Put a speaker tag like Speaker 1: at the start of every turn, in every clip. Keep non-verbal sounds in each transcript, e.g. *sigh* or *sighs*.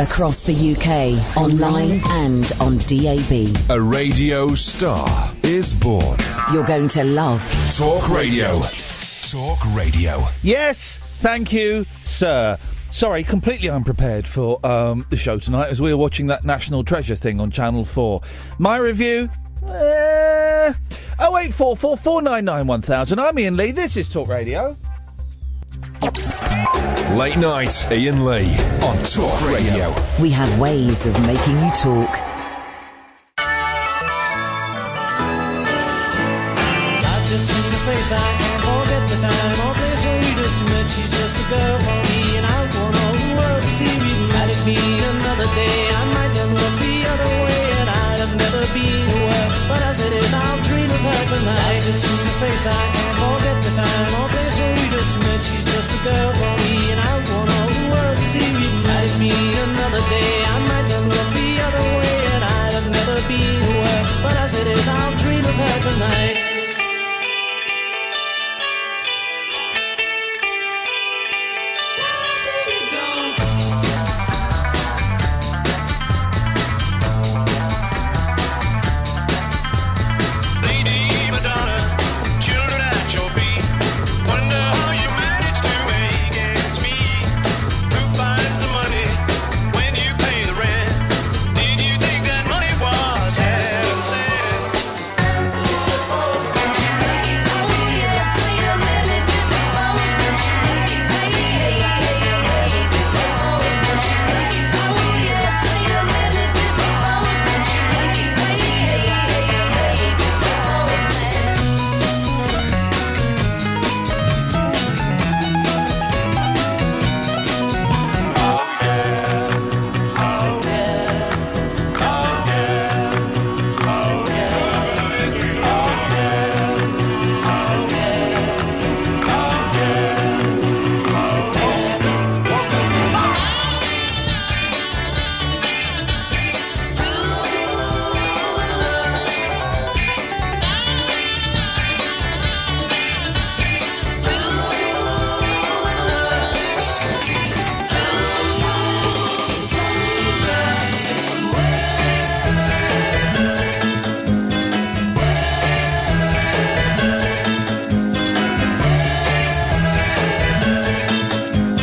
Speaker 1: across the UK, online and on DAB.
Speaker 2: A radio star is born.
Speaker 1: You're going to love
Speaker 2: Talk radio. Talk radio.
Speaker 3: Yes, thank you, sir. Sorry, completely unprepared for um, the show tonight as we were watching that National Treasure thing on Channel 4. My review? Uh, 0844 499 1000. I'm Ian Lee. This is Talk Radio.
Speaker 2: Late night, Ian Lee on Talk Radio.
Speaker 1: We have ways of making you talk.
Speaker 4: I've just seen the face, I can't forget the time or place where you just met. She's just a girl for me, and I won't know who was she reading. Had it be another day, I might have looked the other way, and I'd have never been aware. But as it is, I'll dream of her tonight. I've just seen the face, I can't forget the time or place where you just met. She's just a girl for me, and I won't know who was she reading. Had it be another day, I might have looked the other way, and I'd have never been aware. But as it is, I'll dream of her tonight.
Speaker 5: Oh, Oh,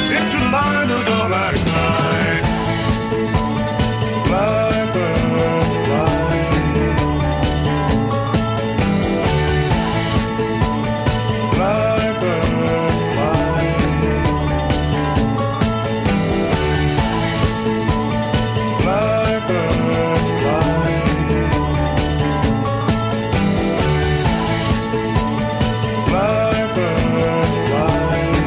Speaker 5: Into light of the black night. Black, black, black. Black, black, black. Black, black, black. Black, black, black.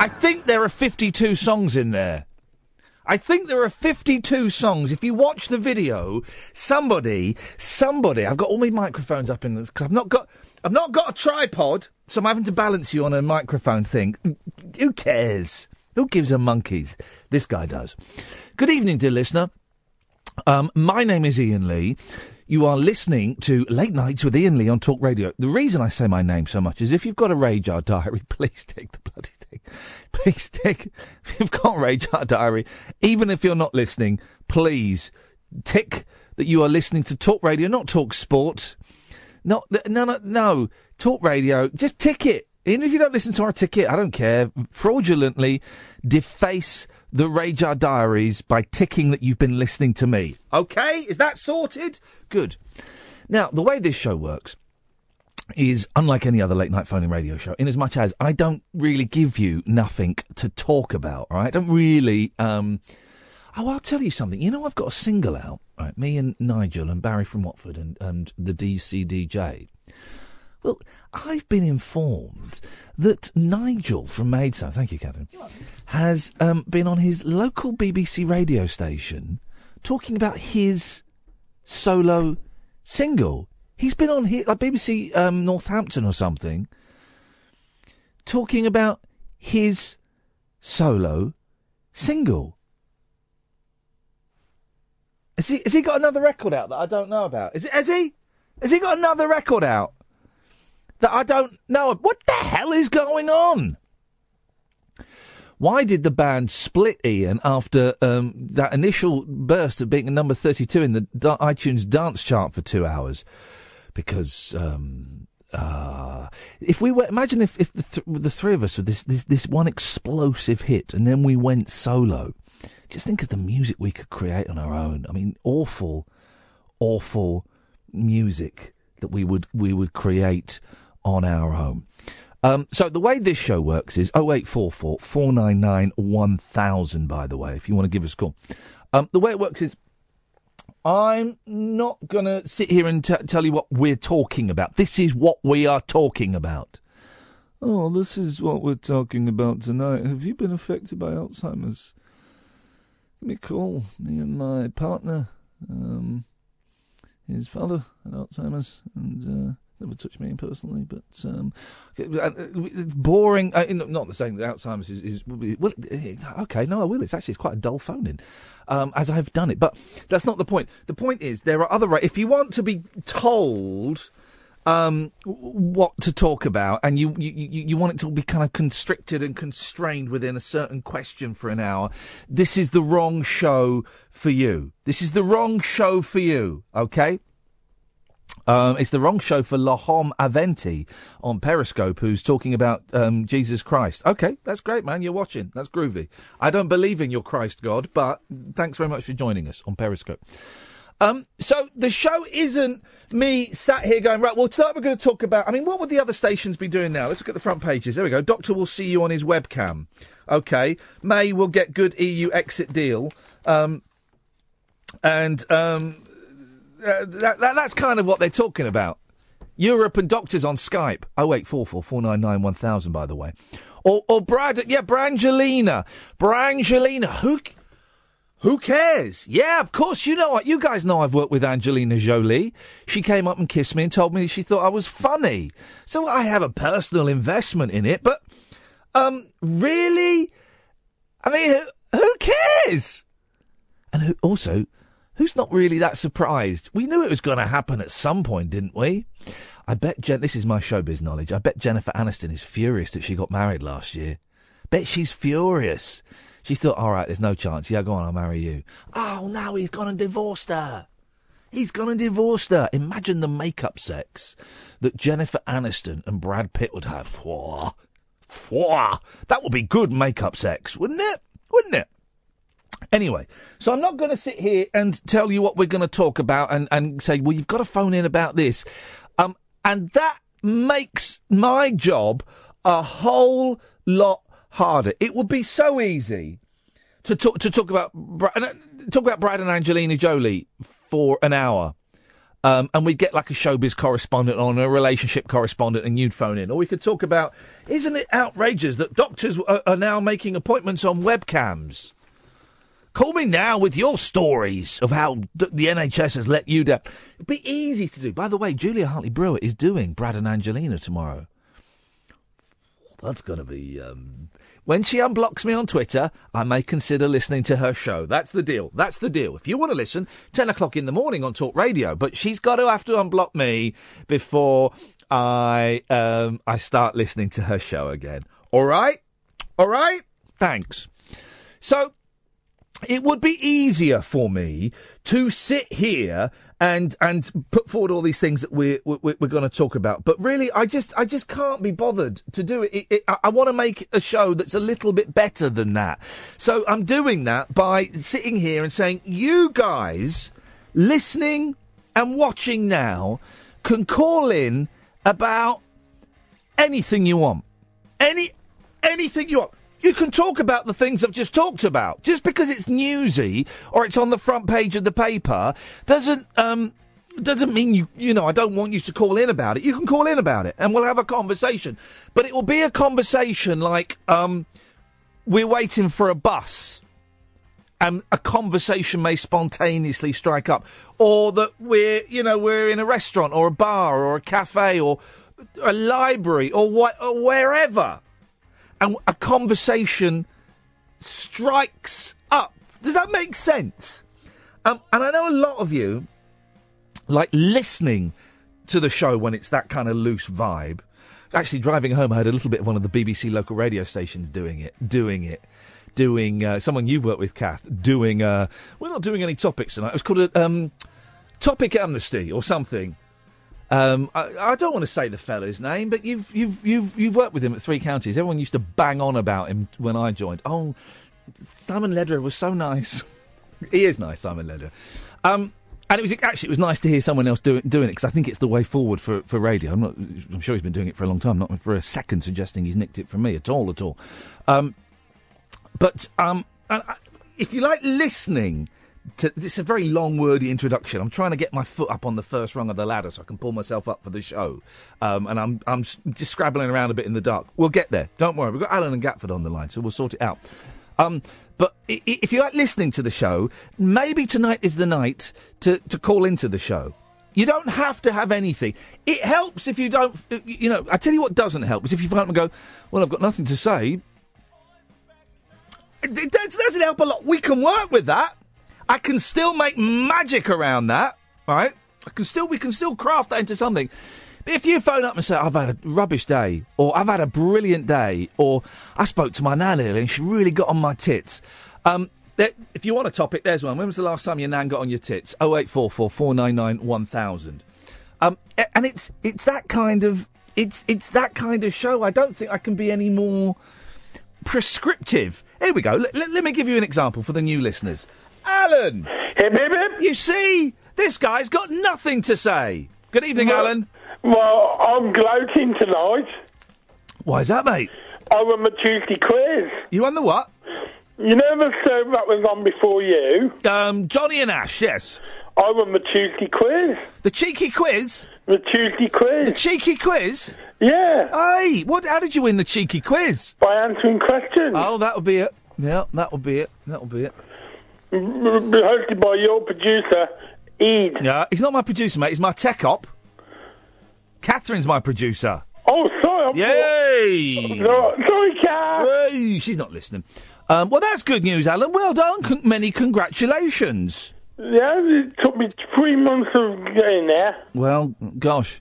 Speaker 3: I think there are 52 songs in there. I think there are 52 songs. If you watch the video, somebody, somebody, I've got all my microphones up in this because I've not got, I've not got a tripod, so I'm having to balance you on a microphone thing. Who cares? Who gives a monkeys? This guy does. Good evening, dear listener. Um, my name is Ian Lee. You are listening to Late Nights with Ian Lee on Talk Radio. The reason I say my name so much is if you've got a Radar diary, *laughs* please take the bloody thing. *laughs* Please take, if you've got a Radar diary, even if you're not listening, please tick that you are listening to Talk Radio, not Talk Sport. Not, no, no, no. Talk radio. Just tick it. Even if you don't listen to our ticket, I don't care. Fraudulently deface the Rajar Diaries by ticking that you've been listening to me. Okay? Is that sorted? Good. Now, the way this show works is unlike any other late night phoning radio show in as much as I don't really give you nothing to talk about, all right? I don't really. Um, oh, I'll tell you something. You know, I've got a single out, right? Me and Nigel and Barry from Watford and, and the DCDJ. Well, I've been informed that Nigel from Maidstone, thank you, Catherine, has um, been on his local BBC radio station talking about his solo single. He's been on here, like BBC um, Northampton or something, talking about his solo single. Has he, has he got another record out that I don't know about? Is it, has he? Has he got another record out that I don't know? What the hell is going on? Why did the band split, Ian, after um, that initial burst of being number 32 in the da- iTunes dance chart for two hours? Because um, uh, if we were, imagine if, if the, th- the three of us with this, this, this one explosive hit and then we went solo. Just think of the music we could create on our own. I mean, awful, awful music that we would we would create on our own. Um, so the way this show works is 0844 499 1000, by the way, if you want to give us a call. Um, the way it works is I'm not going to sit here and t- tell you what we're talking about. This is what we are talking about. Oh, this is what we're talking about tonight. Have you been affected by Alzheimer's? Give me a call. Me and my partner, um, his father had Alzheimer's and uh, never touched me personally, but um, it's boring. Uh, in- not the saying that Alzheimer's is, is well, eh, okay. No, I will. It's actually it's quite a dull phoning, um, as I've done it. But that's not the point. The point is there are other. Ra- if you want to be told um, w- what to talk about, and you, you, you you want it to be kind of constricted and constrained within a certain question for an hour, this is the wrong show for you. This is the wrong show for you, okay? Um, it's the wrong show for Lahom Aventi on Periscope, who's talking about um, Jesus Christ. Okay, that's great, man. You're watching. That's groovy. I don't believe in your Christ God, but thanks very much for joining us on Periscope. Um, so the show isn't me sat here going, right, well, tonight we're going to talk about. I mean, what would the other stations be doing now? Let's look at the front pages. There we go. Doctor will see you on his webcam. Okay. May will get good EU exit deal. Um, and um, uh, that, that, that's kind of what they're talking about. Europe and doctors on Skype. Oh wait, four four four nine nine one thousand. By the way, or or Brad, yeah, Brangelina, Brangelina. Who c- who cares? Yeah, of course. You know what? You guys know I've worked with Angelina Jolie. She came up and kissed me and told me she thought I was funny. So I have a personal investment in it. But um, really, I mean, who, who cares? And who, also, who's not really that surprised? We knew it was going to happen at some point, didn't we? I bet Jen. This is my showbiz knowledge. I bet Jennifer Aniston is furious that she got married last year. Bet she's furious. She thought, all right, there's no chance. Yeah, go on, I'll marry you. Oh, now he's gone and divorced her. He's gone and divorced her. Imagine the make-up sex that Jennifer Aniston and Brad Pitt would have. Fwah. Fwah. That would be good make-up sex, wouldn't it? Wouldn't it? Anyway, so I'm not going to sit here and tell you what we're going to talk about and, and say, well, you've got to phone in about this. Um, and that makes my job a whole lot harder. It would be so easy to talk, to talk about Bra- and, uh, talk about Brad and Angelina Jolie for an hour. Um, and we'd get like a showbiz correspondent on, a relationship correspondent, and you'd phone in. Or we could talk about, isn't it outrageous that doctors uh, are, are now making appointments on webcams? Call me now with your stories of how d- the NHS has let you down. It'd be easy to do. By the way, Julia Hartley Brewer is doing Brad and Angelina tomorrow. That's going to be. Um... When she unblocks me on Twitter, I may consider listening to her show. That's the deal. That's the deal. If you want to listen, 10 o'clock in the morning on Talk Radio, but she's got to have to unblock me before I, um, I start listening to her show again. All right? All right? Thanks. So it would be easier for me to sit here and and put forward all these things that we're we're, we're going to talk about. But really, I just I just can't be bothered to do it. it, it I, I want to make a show that's a little bit better than that. So I'm doing that by sitting here and saying, you guys listening and watching now can call in about anything you want. Any anything you want. You can talk about the things I've just talked about. Just because it's newsy or it's on the front page of the paper doesn't um doesn't mean you you know I don't want you to call in about it. You can call in about it and we'll have a conversation. But it will be a conversation like um we're waiting for a bus and a conversation may spontaneously strike up, or that we're you know we're in a restaurant or a bar or a cafe or a library or what or wherever, and a conversation strikes up. Does that make sense? Um, and I know a lot of you like listening to the show when it's that kind of loose vibe. Actually, driving home, I heard a little bit of one of the BBC local radio stations doing it, doing it, doing uh, someone you've worked with, Kath, doing. Uh, we're not doing any topics tonight. It was called a um, topic amnesty or something. Um, I, I don't want to say the fella's name, but you've you've you've you've worked with him at three counties. Everyone used to bang on about him when I joined. Oh, Simon Lederer was so nice. *laughs* he is nice, Simon Lederer. Um, and it was actually it was nice to hear someone else doing doing it because I think it's the way forward for for radio. I'm not. I'm sure he's been doing it for a long time. Not for a second suggesting he's nicked it from me at all at all. Um, but um, and I- if you like listening to this, is a very long, wordy introduction. I'm trying to get my foot up on the first rung of the ladder so I can pull myself up for the show. Um, and I'm I'm s- just scrabbling around a bit in the dark. We'll get there. Don't worry. We've got Alan and Gatford on the line, so we'll sort it out. Um, but i- i- if you like listening to the show, maybe tonight is the night to, to call into the show. You don't have to have anything. It helps if you don't, you know, I tell you what doesn't help is if you phone up and go, well, I've got nothing to say, it, it does- doesn't help a lot. We can work with that. I can still make magic around that, right? I can still we can still craft that into something. But if you phone up and say I've had a rubbish day, or I've had a brilliant day, or I spoke to my nan earlier and she really got on my tits, um, there, if you want a topic, there's one. When was the last time your nan got on your tits? Oh eight four four four nine nine one thousand. Um, a- and it's it's that kind of it's it's that kind of show. I don't think I can be any more prescriptive. Here we go. Let- let- let me give you an example for the new listeners. Alan! You see, this guy's got nothing to say. Good evening, Alan.
Speaker 6: Well, I'm gloating tonight.
Speaker 3: Why is that, mate?
Speaker 6: I won my Tuesday quiz.
Speaker 3: You won the what?
Speaker 6: You know the show that was on before you?
Speaker 3: Um, Johnny and Ash, yes.
Speaker 6: I won the Tuesday quiz.
Speaker 3: The cheeky quiz?
Speaker 6: The Tuesday quiz.
Speaker 3: The cheeky quiz?
Speaker 6: Yeah.
Speaker 3: Hey, what? How did you win the cheeky quiz?
Speaker 6: By answering questions.
Speaker 3: Oh, that'll be it. Yeah, that'll be it. That'll be it.
Speaker 6: M- m- Hosted by your producer, Ed.
Speaker 3: Yeah, he's not my producer, mate. He's my tech op. Catherine's my producer.
Speaker 6: Oh, sorry. I'm
Speaker 3: Yay!
Speaker 6: No, sorry, Cat.
Speaker 3: Hey, she's not listening. Um, well, that's good news, Alan. Well done. Con- many congratulations.
Speaker 6: Yeah, it took me three months of getting there.
Speaker 3: Well, gosh.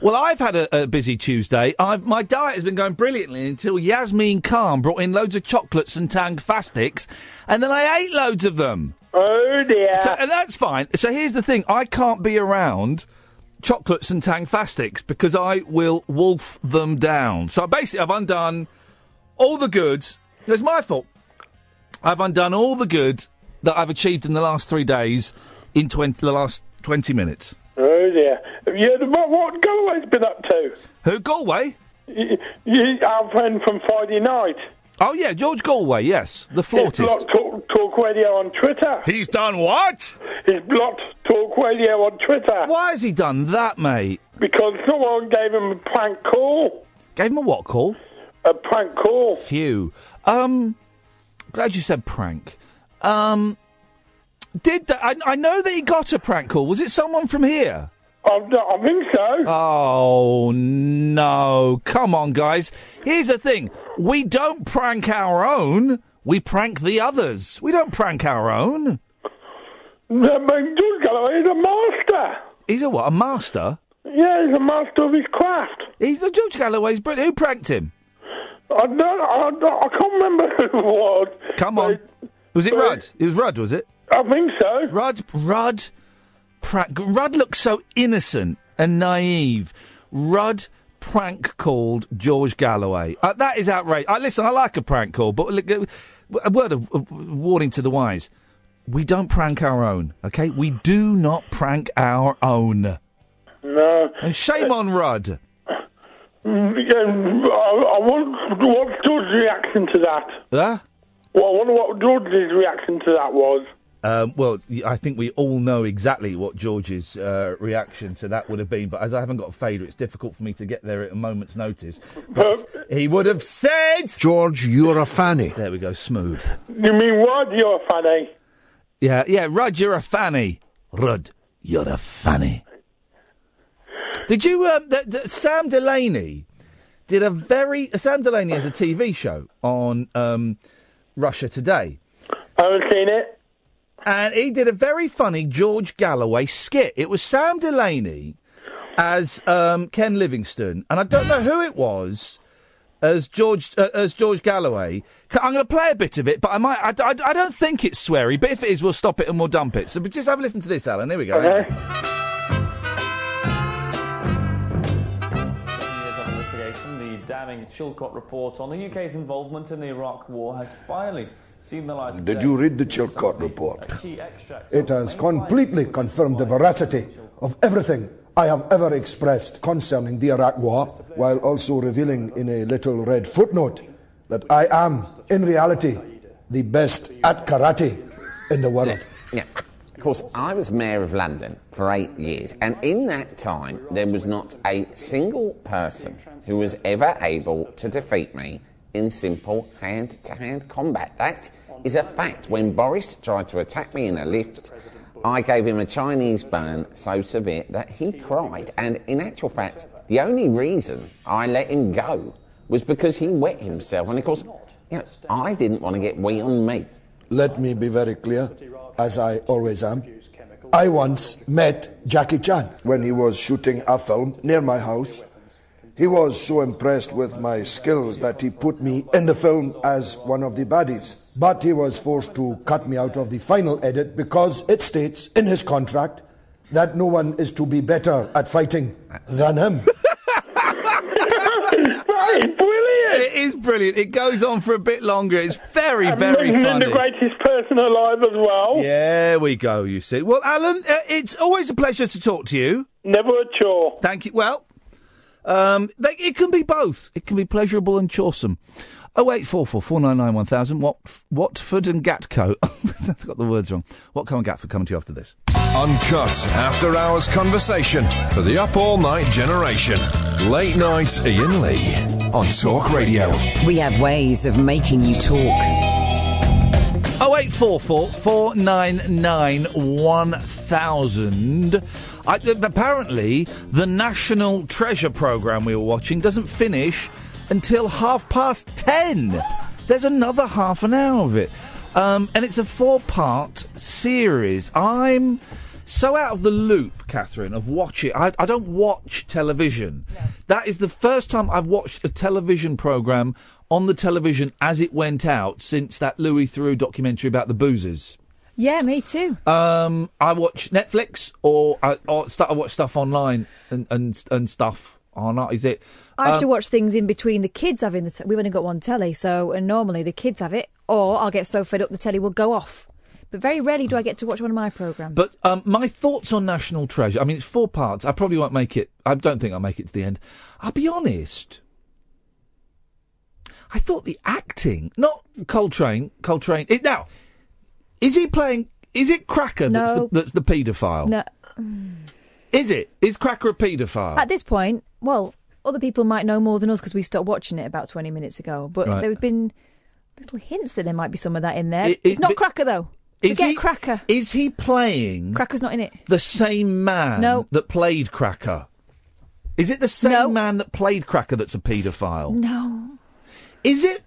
Speaker 3: Well, I've had a, a busy Tuesday. I've, my diet has been going brilliantly until Yasmin Khan brought in loads of chocolates and Tang Fastics, and then I ate loads of them.
Speaker 6: Oh, dear.
Speaker 3: So, and that's fine. So here's the thing: I can't be around chocolates and Tang Fastics because I will wolf them down. So basically, I've undone all the goods. It's my fault. I've undone all the good that I've achieved in the last three days in 20, the last twenty minutes.
Speaker 6: Oh, dear. Have you heard about what Galway's been up to?
Speaker 3: Who Galway?
Speaker 6: You, you, our friend from Friday night.
Speaker 3: Oh yeah, George Galway. Yes, the flautist.
Speaker 6: blocked talk, talk Radio on Twitter.
Speaker 3: He's done what?
Speaker 6: He's blocked Talk Radio on Twitter
Speaker 3: Why has he done that, mate?
Speaker 6: because someone gave him a prank call.
Speaker 3: Gave him a what call?
Speaker 6: A prank call.
Speaker 3: Phew. Um, glad you said prank. Um, did that? I, I know that he got a prank call. Was it someone from here?
Speaker 6: I'm not- I think so.
Speaker 3: Oh no! Come on, guys. Here's the thing: we don't prank our own. We prank the others. We don't prank our own.
Speaker 6: The man George Galloway is a master.
Speaker 3: He's a what? A master.
Speaker 6: Yeah, he's a master of his craft.
Speaker 3: He's the George Galloway's Brit. Who pranked him?
Speaker 6: I don't. I, don't- I can't remember who it was.
Speaker 3: Come on. Was it
Speaker 6: Sorry.
Speaker 3: Rudd? It was Rudd, was it?
Speaker 6: I think so.
Speaker 3: Rudd, Rudd, prank. Rudd looks so innocent and naive. Rudd prank called George Galloway. Uh, that is outrageous. Uh, listen, I like a prank call, but look, uh, a word of of warning to the wise: we don't prank our own. Okay, we do not prank our own.
Speaker 6: No.
Speaker 3: And shame on Rudd.
Speaker 6: Um, I, I want what's Doug's reaction to that?
Speaker 3: Huh?
Speaker 6: Well, I wonder what Doug's reaction to that was.
Speaker 3: Um, well, y- I think we all know exactly what George's uh, reaction to that would have been, but as I haven't got a fader, it's difficult for me to get there at a moment's notice.
Speaker 6: Um,
Speaker 3: But he would have said,
Speaker 7: George, you're a fanny.
Speaker 3: There we go, smooth.
Speaker 6: You mean Rod, you're a fanny?
Speaker 3: "Yeah, yeah, Rudd, you're a fanny. Rudd, you're a fanny." Did you? Um, th- th- Sam Delaney did a very. Sam Delaney has a TV show on um, Russia Today.
Speaker 6: I haven't seen it.
Speaker 3: And he did a very funny George Galloway skit. It was Sam Delaney as um, Ken Livingstone, and I don't know who it was as George uh, as George Galloway. C- I'm going to play a bit of it, but I might. I, I, I don't think it's sweary, but if it is, we'll stop it and we'll dump it. So but just have a listen to this, Alan. Here we go.
Speaker 6: Okay.
Speaker 8: years of investigation, the damning Chilcot report on the UK's involvement in the Iraq war has finally seen the light of
Speaker 9: Did
Speaker 8: day.
Speaker 9: you read the Chilcot report?
Speaker 8: Key extracts
Speaker 9: It has completely confirmed the veracity of everything I have ever expressed concerning the Iraq War, while also revealing in a little red footnote that I am, in reality, the best at karate in the world.
Speaker 10: Yeah. Of course, I was mayor of London for eight years, and in that time, there was not a single person who was ever able to defeat me in simple hand to hand combat. That is a fact. When Boris tried to attack me in a lift, I gave him a Chinese burn so severe that he cried, and in actual fact, the only reason I let him go was because he wet himself. And of course, you know, I didn't want to get wet on me.
Speaker 9: Let me be very clear, as I always am. I once met Jackie Chan when he was shooting a film near my house. He was so impressed with my skills that he put me in the film as one of the baddies. But he was forced to cut me out of the final edit because it states in his contract that no one is to be better at fighting than him.
Speaker 6: that is brilliant.
Speaker 3: It is brilliant. It goes on for a bit longer. It's
Speaker 6: *laughs*
Speaker 3: very, very
Speaker 6: Mentioning the
Speaker 3: funny.
Speaker 6: greatest person alive as well.
Speaker 3: There we go. You see. Well, Alan, uh, it's always a pleasure to talk to you.
Speaker 6: Never a chore.
Speaker 3: Thank you. Well, um, they, it can be both. It can be pleasurable and choresome. Oh eight four four four nine nine one thousand. Wat Watford and Gatco. *laughs* I've got the words wrong. Watco and Gatford coming to you after this.
Speaker 2: Uncut after hours conversation for the up all night generation. Late night Ian Lee on Talk Radio.
Speaker 1: We have ways of making you talk.
Speaker 3: Oh eight four four four nine nine one thousand. I, th- apparently, the National Treasure program we were watching doesn't finish until half past ten. There's another half an hour of it, um, and it's a four-part series. I'm so out of the loop, Catherine, of watching. I, I don't watch television. That is the first time I've watched a television programme on the television as it went out since that Louis Theroux documentary about the boozers.
Speaker 11: Yeah, me too.
Speaker 3: Um, I watch Netflix or I, or start, I watch stuff online and, and, and stuff. Oh, no, is it?
Speaker 11: I have
Speaker 3: Um,
Speaker 11: to watch things in between the kids having the. T- we only got one telly, so and normally the kids have it, or I'll get so fed up the telly will go off. But very rarely do I get to watch one of my programmes.
Speaker 3: But um, my thoughts on National Treasure. I mean, it's four parts. I probably won't make it. I don't think I'll make it to the end. I'll be honest. I thought the acting, not Coltrane. Coltrane. It, now, is he playing? Is it Cracker that's
Speaker 11: No.
Speaker 3: the, that's the paedophile?
Speaker 11: no,
Speaker 3: Is it? Is Cracker a paedophile?
Speaker 11: at this point, well, other people might know more than us because we stopped watching it about twenty minutes ago. But
Speaker 3: Right.
Speaker 11: there have been little hints that there might be some of that in there.
Speaker 3: It-
Speaker 11: it's
Speaker 3: it-
Speaker 11: not
Speaker 3: but-
Speaker 11: Cracker though.
Speaker 3: is
Speaker 11: Forget
Speaker 3: he
Speaker 11: Cracker.
Speaker 3: Is he playing
Speaker 11: Cracker's not in it.
Speaker 3: the same man
Speaker 11: No.
Speaker 3: that played Cracker? Is it the same man that played Cracker that's a paedophile?
Speaker 11: No.
Speaker 3: Is it?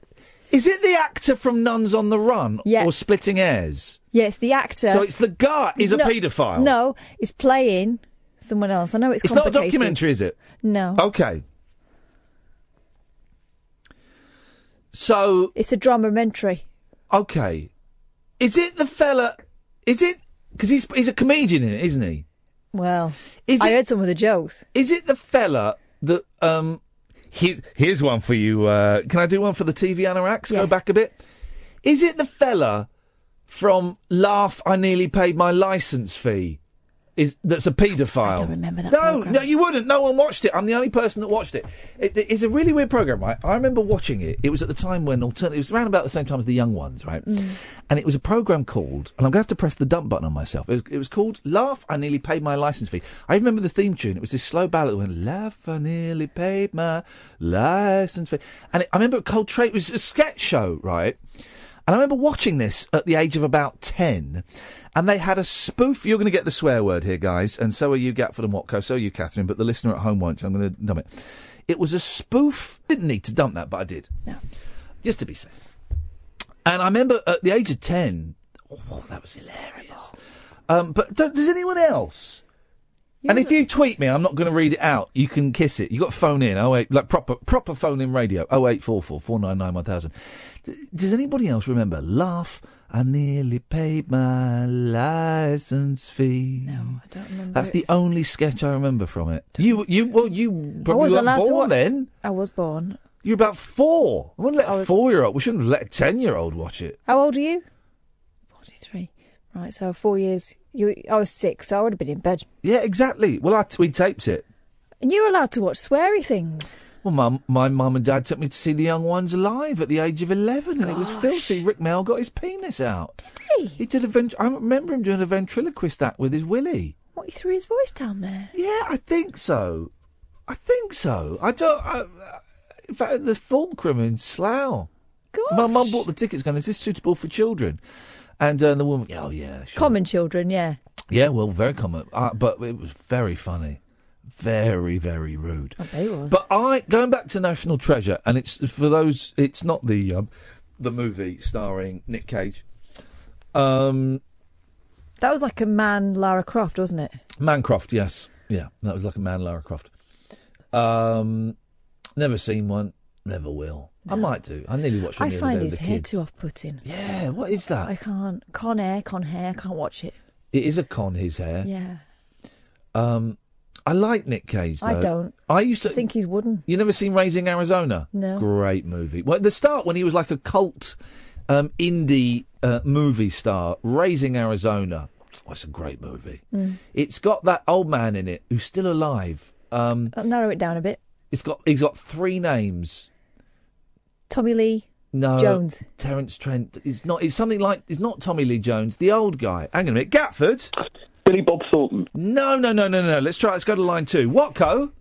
Speaker 3: Is it the actor from Nuns on the Run
Speaker 11: Yeah.
Speaker 3: or Splitting Airs?
Speaker 11: Yeah, it's the actor.
Speaker 3: So it's the guy is a
Speaker 11: No-
Speaker 3: paedophile.
Speaker 11: No, it's playing someone else. I know it's
Speaker 3: it's not a
Speaker 11: complicated.
Speaker 3: documentary, is it?
Speaker 11: No.
Speaker 3: Okay. So
Speaker 11: It's a dramamentary.
Speaker 3: okay, is it the fella? Is it because he's he's a comedian in it, isn't he?
Speaker 11: Well,
Speaker 3: Is
Speaker 11: I
Speaker 3: it-
Speaker 11: heard some of the jokes.
Speaker 3: Is it the fella that um? Here's here's one for you. Uh, can I do one for the TV anoraks? Go back a bit. Is it the fella from Laugh? I nearly paid my license fee. is that's a paedophile. I don't
Speaker 11: remember that.
Speaker 3: No, no, you wouldn't. No one watched it. I'm the only person that watched it. It- It's a really weird program, right? I remember watching it. It was at the time when alternative. It was around about the same time as the Young Ones, right? And it was a program called, and I'm going to have to press the dump button on myself. It was, it was called "Laugh." I nearly paid my license fee. I remember the theme tune. It was this slow ballad that went "Laugh." I nearly paid my license fee. And it, I remember Coltrane. It was a sketch show, right? And I remember watching this at the age of about 10, and they had a spoof. You're going to get the swear word here, guys, and so are you, Gatford and Watco, so are you, Catherine, but the listener at home won't, so I'm going to dump it. It was a spoof. Didn't need to dump that, but I did. No. Just to be safe. And I remember at the age of 10, oh, that was hilarious. Um, but don't, does anyone else? and if you tweet me, I'm not going to read it out. You can kiss it. You got to phone in. Oh eight, like proper proper phone in radio. Oh eight four four four nine nine one thousand. Does anybody else remember? Laugh. I nearly paid my license fee. No, I don't remember. That's the only sketch I remember from it. You you well you probably
Speaker 11: I was
Speaker 3: weren't
Speaker 11: allowed
Speaker 3: born
Speaker 11: to watch.
Speaker 3: then.
Speaker 11: I was born.
Speaker 3: You're about four. I wouldn't let
Speaker 11: I
Speaker 3: a
Speaker 11: was-
Speaker 3: four year old. We shouldn't have let a ten year old watch it.
Speaker 11: How old are you? Forty-three. Right, so four years. You, I was six, so I would have been in bed.
Speaker 3: Yeah, exactly. Well, I, we taped it.
Speaker 11: And you were allowed to watch sweary things.
Speaker 3: Well, my, my mum and dad took me to see the young ones live at the age of 11, and it was filthy. Rick Mail got his penis out.
Speaker 11: Did he?
Speaker 3: He did a vent- I remember him doing a ventriloquist act with his willy.
Speaker 11: What, he threw his voice down there?
Speaker 3: Yeah, I think so. I think so. I don't. I, I- in fact, the Fulcrum in Slough. My mum bought the tickets going, is this suitable for children? And uh, the woman, oh, yeah, sure.
Speaker 11: Common children, yeah.
Speaker 3: Yeah, well, very common. Uh, but it was very funny. Very, very rude.
Speaker 11: They were.
Speaker 3: But I going back to National Treasure, and it's for those. It's not the um, the movie starring Nick Cage. Um,
Speaker 11: That was like a man, Lara Croft, wasn't it?
Speaker 3: Mancroft, yes, yeah, that was like a man, Lara Croft. Um, never seen one, never will. I might do. I nearly watched. One
Speaker 11: I
Speaker 3: the other
Speaker 11: find
Speaker 3: day with
Speaker 11: his
Speaker 3: the
Speaker 11: hair
Speaker 3: kids.
Speaker 11: too off-putting.
Speaker 3: Yeah, what is that?
Speaker 11: I can't. Con air, con hair. Can't watch it.
Speaker 3: It is a con. His hair.
Speaker 11: Yeah,
Speaker 3: Um, I like Nick Cage. Though.
Speaker 11: I don't.
Speaker 3: I used to
Speaker 11: I think he's wooden.
Speaker 3: You never seen Raising Arizona?
Speaker 11: No.
Speaker 3: Great movie. Well, at the start when he was like a cult um, indie uh, movie star, Raising Arizona. That's a great movie.
Speaker 11: Mm.
Speaker 3: It's got that old man in it who's still alive. Um,
Speaker 11: I'll narrow it down a bit.
Speaker 3: it's got he's got three names.
Speaker 11: Tommy Lee.
Speaker 3: No,
Speaker 11: Jones.
Speaker 3: Terence Trent. It's not. It's something like. It's not Tommy Lee Jones. The old guy. Hang on a minute. Gatford. Billy Bob Thornton. No, no, no, no, no. Let's try. Let's go to line two. Watco.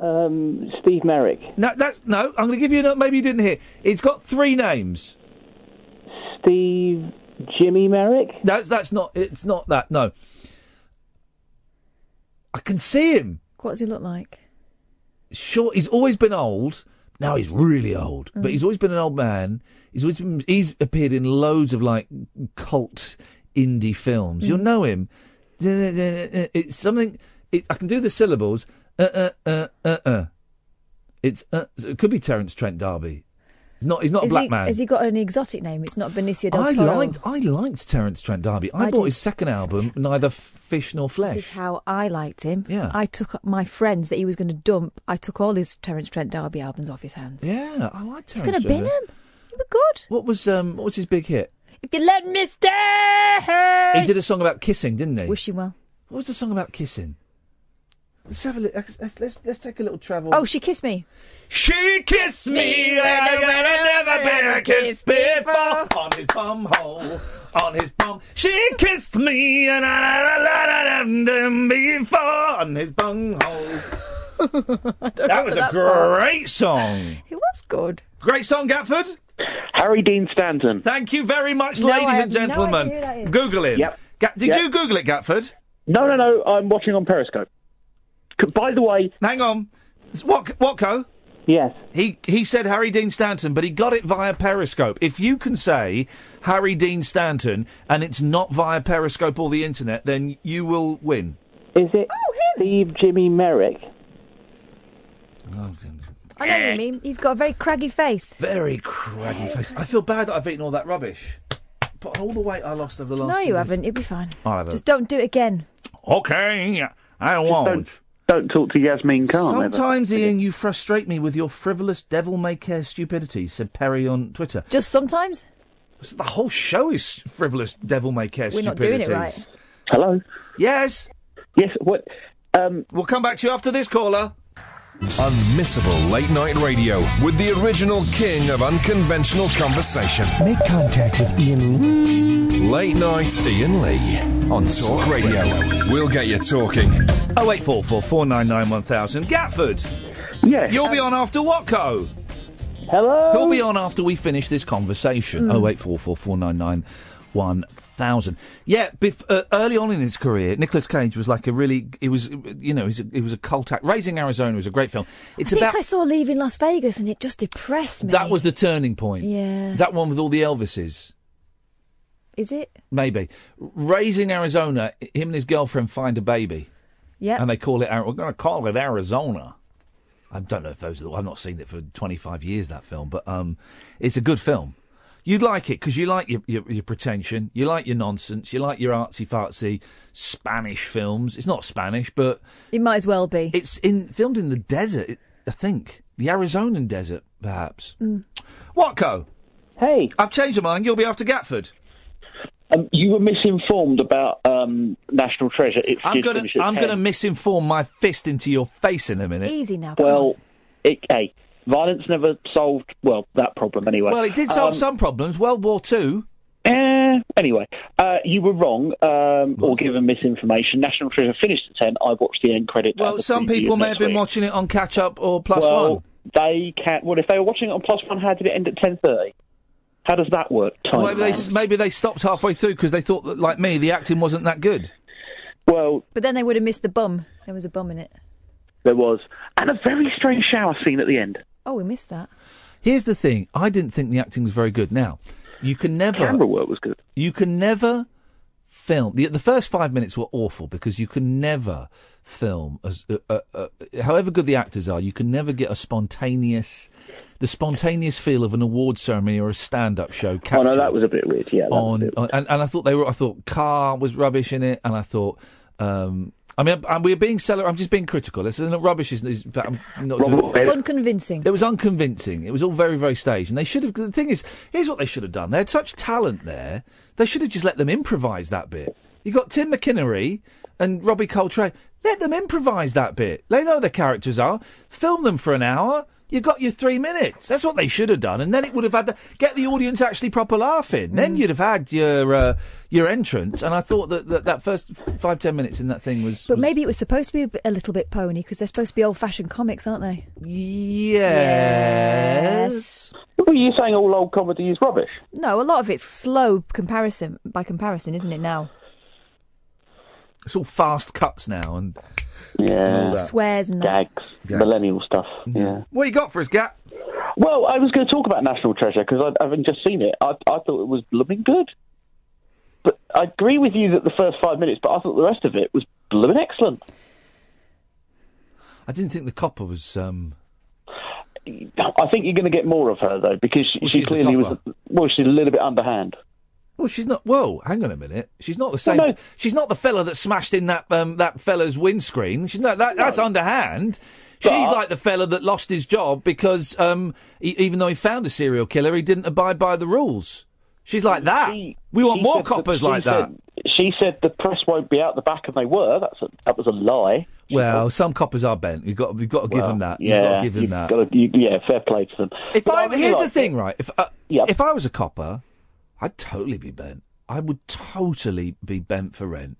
Speaker 7: Um, Steve Merrick.
Speaker 3: No, that's no. I'm going to give you. another Maybe you didn't hear. It's got three names. Steve Jimmy Merrick. No, that's not. It's not that. No. I can see him.
Speaker 11: What does he look like?
Speaker 3: Short. He's always been old. Now he's really old,
Speaker 11: Mm.
Speaker 3: but he's always been an old man. He's always been, he's appeared in loads of like cult indie films. You'll
Speaker 12: Mm.
Speaker 3: know him. *laughs* It's something. It, I can do the syllables. Uh uh uh uh uh. It's uh, so it could be Terence Trent D'Arby. He's not. He's not
Speaker 11: Is
Speaker 3: a black
Speaker 11: he,
Speaker 3: man.
Speaker 11: Has he got an exotic name? It's not Benicio del
Speaker 3: I
Speaker 11: Toro.
Speaker 3: liked I liked Terence Trent D'Arby. I,
Speaker 11: I
Speaker 3: bought
Speaker 11: did.
Speaker 3: his second album, Neither Fish Nor
Speaker 11: This is
Speaker 3: Flesh.
Speaker 11: how I liked him.
Speaker 3: Yeah.
Speaker 11: I took up my friends that he was going to dump. I took all his Terence Trent D'Arby albums off his hands.
Speaker 3: Yeah, I liked
Speaker 11: He's
Speaker 3: Terence.
Speaker 11: going to bin
Speaker 3: Trent.
Speaker 11: him. He was good.
Speaker 3: What was um what was his big hit?
Speaker 11: If you let me stay.
Speaker 3: He did a song about kissing, didn't he?
Speaker 11: Wish him well.
Speaker 3: What was the song about kissing? Let's have a li- let's, let's- let's let's take a little travel.
Speaker 11: Oh, she kissed me.
Speaker 3: She kissed me like I had never been kissed before. On his bum hole, on his bum. She kissed me and I had never been before. On his bum
Speaker 11: *laughs*
Speaker 3: hole. that was a
Speaker 11: that part.
Speaker 3: great song.
Speaker 11: It was good.
Speaker 3: Great song, Gatford.
Speaker 7: Harry Dean Stanton.
Speaker 3: Thank you very much,
Speaker 7: No, I
Speaker 3: ladies
Speaker 7: have
Speaker 3: and
Speaker 7: no idea
Speaker 3: gentlemen.
Speaker 7: who that is.
Speaker 3: Google him.
Speaker 7: Yep.
Speaker 3: Ga- did
Speaker 7: Yep.
Speaker 3: you Google it, Gatford?
Speaker 7: No, no, no. I'm watching on Periscope. C- By the way,
Speaker 3: hang on. What Watco?
Speaker 7: Yes.
Speaker 3: He he said Harry Dean Stanton, but he got it via Periscope. If you can say Harry Dean Stanton and it's not via Periscope or the internet, then you will win.
Speaker 7: Is it
Speaker 11: Oh,
Speaker 7: Steve Jimmy Merrick?
Speaker 11: I know what you mean. He's got a very craggy face.
Speaker 3: Very craggy face. I feel bad that I've eaten all that rubbish. But all the weight I lost over the last
Speaker 11: No,
Speaker 3: two
Speaker 11: you
Speaker 3: days-
Speaker 11: haven't. It'll be fine.
Speaker 3: I'll have a-
Speaker 11: Just don't do it again.
Speaker 3: Okay, I won't.
Speaker 7: Don't, don't talk to Yasmin Khan. ever.
Speaker 3: Sometimes, Ian, you frustrate me with your frivolous devil-may-care stupidity, said Perry on Twitter.
Speaker 11: Just sometimes.
Speaker 3: So the whole show is frivolous devil may care
Speaker 11: We're not
Speaker 3: stupidities.
Speaker 11: doing it right.
Speaker 3: Hello. Yes. Yes. What? Um, we'll come back to you after this caller.
Speaker 2: Unmissable late night radio with the original king of unconventional conversation. Make contact with Ian Lee. Late night Ian Lee on Talk Radio. We'll get you talking.
Speaker 3: 0844 499 1000. Gatford. Yes. You'll be on after Watco. Hello. He'll be on after we finish this conversation.
Speaker 12: Mm.
Speaker 3: Oh eight four four four nine nine one thousand. Yeah, bef- uh, early on in his career, Nicolas Cage was like a really. He was, you know, he's a, he was a cult act. Raising Arizona was a great film. It's
Speaker 11: I think
Speaker 3: about
Speaker 11: I saw Leaving Las Vegas and it just depressed me.
Speaker 3: that was the turning point.
Speaker 11: Yeah.
Speaker 3: that one with all the Elvises.
Speaker 11: Is it?
Speaker 3: Maybe. Raising Arizona, him and his girlfriend find a baby.
Speaker 11: Yep.
Speaker 3: And they call it, Ari- we're going to call it Arizona. I don't know if those are the, I've not seen it for 25 years, that film, but um, it's a good film. You'd like it because you like your, your, your pretension, you like your nonsense, you like your artsy fartsy Spanish films. It's not Spanish, but.
Speaker 11: It might as well be.
Speaker 3: It's in filmed in the desert, it- I think. The Arizonan desert, perhaps.
Speaker 11: Mm.
Speaker 3: Watco! Hey! I've changed my mind, you'll be after Gatford.
Speaker 13: Um, you were misinformed about um, National Treasure. It's
Speaker 3: I'm
Speaker 13: just
Speaker 3: gonna
Speaker 13: finished at
Speaker 3: I'm
Speaker 13: 10.
Speaker 3: gonna misinform my fist into your face in a minute.
Speaker 11: Easy now. come
Speaker 13: Well,
Speaker 11: on.
Speaker 13: it, hey, violence never solved well that problem anyway.
Speaker 3: Well, it did solve
Speaker 13: Um,
Speaker 3: some problems. World War Two.
Speaker 13: Eh, anyway, uh, you were wrong um, or given misinformation. National Treasure finished at ten. I watched the end credit.
Speaker 3: Well, some people may have been watching it on catch up or plus
Speaker 13: well,
Speaker 3: one.
Speaker 13: They can. Well, if they were watching it on plus one, how did it end at ten thirty? How does that work? Time.
Speaker 3: Maybe they, maybe they stopped halfway through because they thought that, like me, the acting wasn't that good.
Speaker 13: Well,
Speaker 11: But then they would have missed the bum. There was a bum in it.
Speaker 13: there was, and a very strange shower scene at the end.
Speaker 11: Oh, we missed that.
Speaker 3: here's the thing: I didn't think the acting was very good. Now, you can never
Speaker 13: Camera work was good.
Speaker 3: You can never film the the first five minutes were awful because you can never film as uh, uh, uh, however good the actors are, you can never get a spontaneous the spontaneous feel of an award ceremony or a stand up show. Captured
Speaker 13: Oh no, that was a bit weird. Yeah, that was a
Speaker 3: on,
Speaker 13: bit-
Speaker 3: on- and, and I thought they were. I thought Car was rubbish in it, and I thought. Um, I mean, I'm- I'm, we're being cellar. I'm just being critical. It's not rubbish. Is, is, but I'm not doing,
Speaker 11: Unconvincing.
Speaker 3: It was unconvincing. It was all very, very staged. And they should have. The thing is, here's what they should have done. They had such talent there. They should have just let them improvise that bit. You got Tim McInnery and Robbie Coltrane. Let them improvise that bit. They know their characters are. Film them for an hour. You got your three minutes. That's what they should have done, and then it would have had the, get the audience actually proper laughing. Then you'd have had your uh, your entrance. And I thought that that, that first f- five ten minutes in that thing was
Speaker 11: But maybe it was supposed to be a, bit, a little bit pony because they're supposed to be old fashioned comics, aren't they?
Speaker 3: Yes.
Speaker 13: Were you saying all old comedy is rubbish?
Speaker 11: No, a lot of it's slow comparison by comparison, isn't it now?
Speaker 3: It's all fast cuts now, and
Speaker 13: Yeah.
Speaker 3: all that.
Speaker 11: Swears and that.
Speaker 13: Gags, millennial stuff. Yeah.
Speaker 3: Mm-hmm. What you got for us, Gat?
Speaker 13: Well, I was going to talk about National Treasure because I haven't just seen it. I, I thought it was blooming good. But I agree with you that the first five minutes, but I thought the rest of it was blooming excellent.
Speaker 3: I didn't think the copper was. Um...
Speaker 13: I think you're going to get more of her though, because she, she
Speaker 3: she's the
Speaker 13: clearly was. Well, she's a little bit underhand.
Speaker 3: Well, she's not. Whoa, hang on a minute. She's not the same.
Speaker 13: no.
Speaker 3: She's not the fella that smashed in that um, that fella's windscreen. She's not that. That's underhand. She's like the fella that lost his job because um, e even though he found a serial killer, he didn't abide by the rules. She's like that. we want
Speaker 13: She
Speaker 3: more
Speaker 13: said
Speaker 3: coppers
Speaker 13: she
Speaker 3: like that.
Speaker 13: said- She said the press won't be out the back, and they were. That's a, that was a lie.
Speaker 3: Well, some coppers are bent. You've got, you've got to give them that.
Speaker 13: Yeah,
Speaker 3: you've got to give them
Speaker 13: you've
Speaker 3: that.
Speaker 13: gotta- you- yeah, fair play to them.
Speaker 3: If
Speaker 13: But
Speaker 3: I,
Speaker 13: really
Speaker 3: here's the
Speaker 13: liked it.
Speaker 3: thing, right? If uh, if I was a copper, I'd totally be bent. I would totally be bent for rent.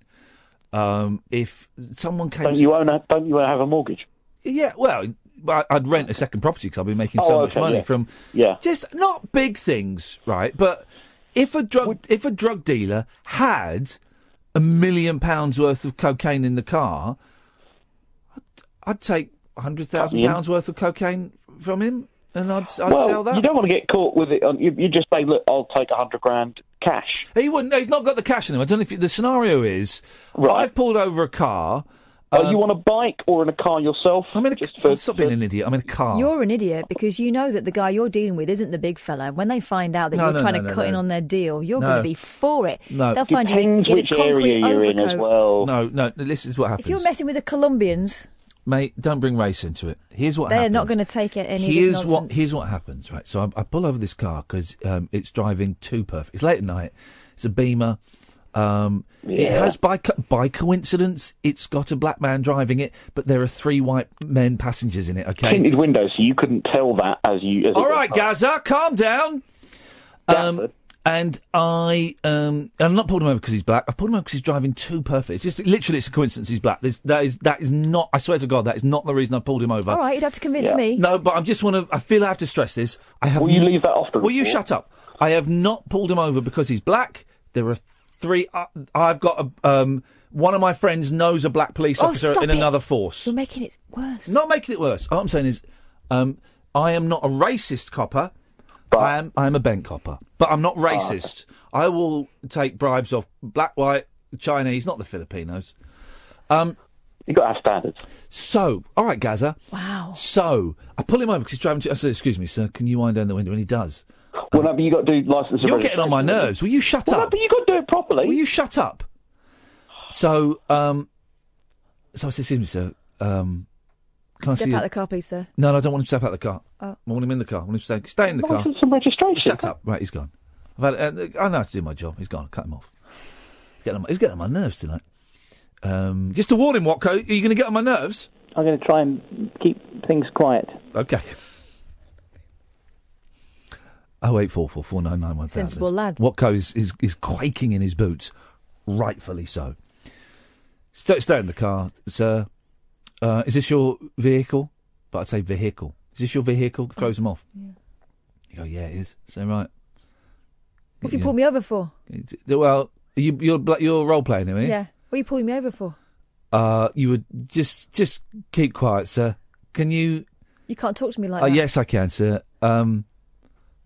Speaker 3: Um, if someone came,
Speaker 13: Don't you own a, Don't you have a mortgage?
Speaker 3: Yeah, well, I- I'd rent a second property because I'll be making
Speaker 13: Oh,
Speaker 3: so much
Speaker 13: okay,
Speaker 3: money
Speaker 13: yeah.
Speaker 3: from
Speaker 13: Yeah.
Speaker 3: just not big things, right? But if a drug if a drug dealer had a million pounds worth of cocaine in the car, I'd, I'd take hundred thousand
Speaker 13: Yeah.
Speaker 3: pounds worth of cocaine from him, and I'd I'd
Speaker 13: well,
Speaker 3: sell that.
Speaker 13: you don't want to get caught with it. On, you, you just say, "Look, I'll take a hundred grand cash."
Speaker 3: He wouldn't. He's not got the cash in him. I don't know if you- the scenario is I've pulled over a car. um,
Speaker 13: Are Oh, you on a bike or in a car yourself?
Speaker 3: I'm in a. stop being an idiot. I'm in a car.
Speaker 11: You're an idiot because you know that the guy you're dealing with isn't the big fella. When they find out that
Speaker 3: No,
Speaker 11: you're
Speaker 3: no,
Speaker 11: trying
Speaker 3: no,
Speaker 11: to
Speaker 3: no,
Speaker 11: cut in
Speaker 3: no.
Speaker 11: on their deal, you're
Speaker 3: No.
Speaker 11: going to be for it.
Speaker 3: no,
Speaker 11: They'll find you in, in a concrete overcoat.
Speaker 13: well.
Speaker 3: No, no. This is what happens.
Speaker 11: If you're messing with the Colombians,
Speaker 3: Mate, don't bring race into it. Here's what
Speaker 11: they're
Speaker 3: happens.
Speaker 11: not going to take it any
Speaker 3: here's
Speaker 11: of this
Speaker 3: what here's what happens, right? So I, I pull over this car because um, it's driving too perfect. It's late at night. It's a Beamer. Um, It
Speaker 12: Yeah.
Speaker 3: has, by co- by coincidence, it's got a black man driving it, but there are three white men passengers in it. Okay,
Speaker 13: Tinted windows, so you couldn't tell that as you. As
Speaker 3: All right, Gaza, calm down. Um, and I, um, I'm not pulled him over because he's black. I've pulled him over because he's driving too perfect. It's just literally, it's a coincidence. He's black. There's, that is, that is not. I swear to God, that is not the reason I pulled him over.
Speaker 11: All right, you'd have to convince me.
Speaker 3: No, but I am just want to. I feel I have to stress this. I have. Will you
Speaker 13: leave that off?
Speaker 3: Will you shut up? I have not pulled him over because he's black. There are three. Uh, I've got a. Um, one of my friends knows a black police
Speaker 11: Oh,
Speaker 3: officer
Speaker 11: stop
Speaker 3: in
Speaker 11: it.
Speaker 3: another force.
Speaker 11: You're making it worse.
Speaker 3: Not making it worse. All I'm saying is, um, I am not a racist copper. I am. I am a bank copper, but I'm not racist.
Speaker 13: Ah,
Speaker 3: I will take bribes off black, white, Chinese, not the Filipinos. Um,
Speaker 13: you got our standards.
Speaker 3: So, all right, Gaza.
Speaker 11: Wow.
Speaker 3: So I pull him over because he's driving. To, I said, "Excuse me, sir, can you wind down the window?" And he does.
Speaker 13: Well, no, but you got to do license.
Speaker 3: You're getting on my nerves. Will you shut up? but
Speaker 13: you got to do it properly.
Speaker 3: Will you shut up? So, um, so I said, "Excuse me, sir, um, can I
Speaker 11: Step
Speaker 3: see?"
Speaker 11: out
Speaker 3: you?
Speaker 11: the car, please, sir.
Speaker 3: No, no, I don't want him to step out of the car.
Speaker 11: Oh.
Speaker 3: I want him in the car. I want him to stay, stay in the
Speaker 11: Why
Speaker 3: car.
Speaker 11: isn't
Speaker 13: some registration.
Speaker 3: Shut up. Right, he's gone. I've had, uh, I know how to do my job. He's gone. Cut him off. He's getting on my, he's getting on my nerves tonight. Um, just to warn him, Watco, are you going to get on my nerves?
Speaker 13: I'm going to try and keep things quiet.
Speaker 3: Okay. Oh eight four four four nine nine one thousand.
Speaker 11: Sensible lad.
Speaker 3: Watco is, is is quaking in his boots, rightfully so. Stay, stay in the car, sir. Uh, is this your vehicle? But I'd say vehicle. Is this your vehicle? Throws him off.
Speaker 11: Oh, Yeah.
Speaker 3: You go, yeah, it is. So right.
Speaker 11: What have you
Speaker 3: Yeah.
Speaker 11: pulled me over for?
Speaker 3: It's- Well, you, you're bla- you're role playing, are you?
Speaker 11: Yeah. What are you pulling me over for?
Speaker 3: Uh, you would just just keep quiet, sir. Can you?
Speaker 11: You can't talk to me like
Speaker 3: uh,
Speaker 11: that.
Speaker 3: yes, I can, sir. Um,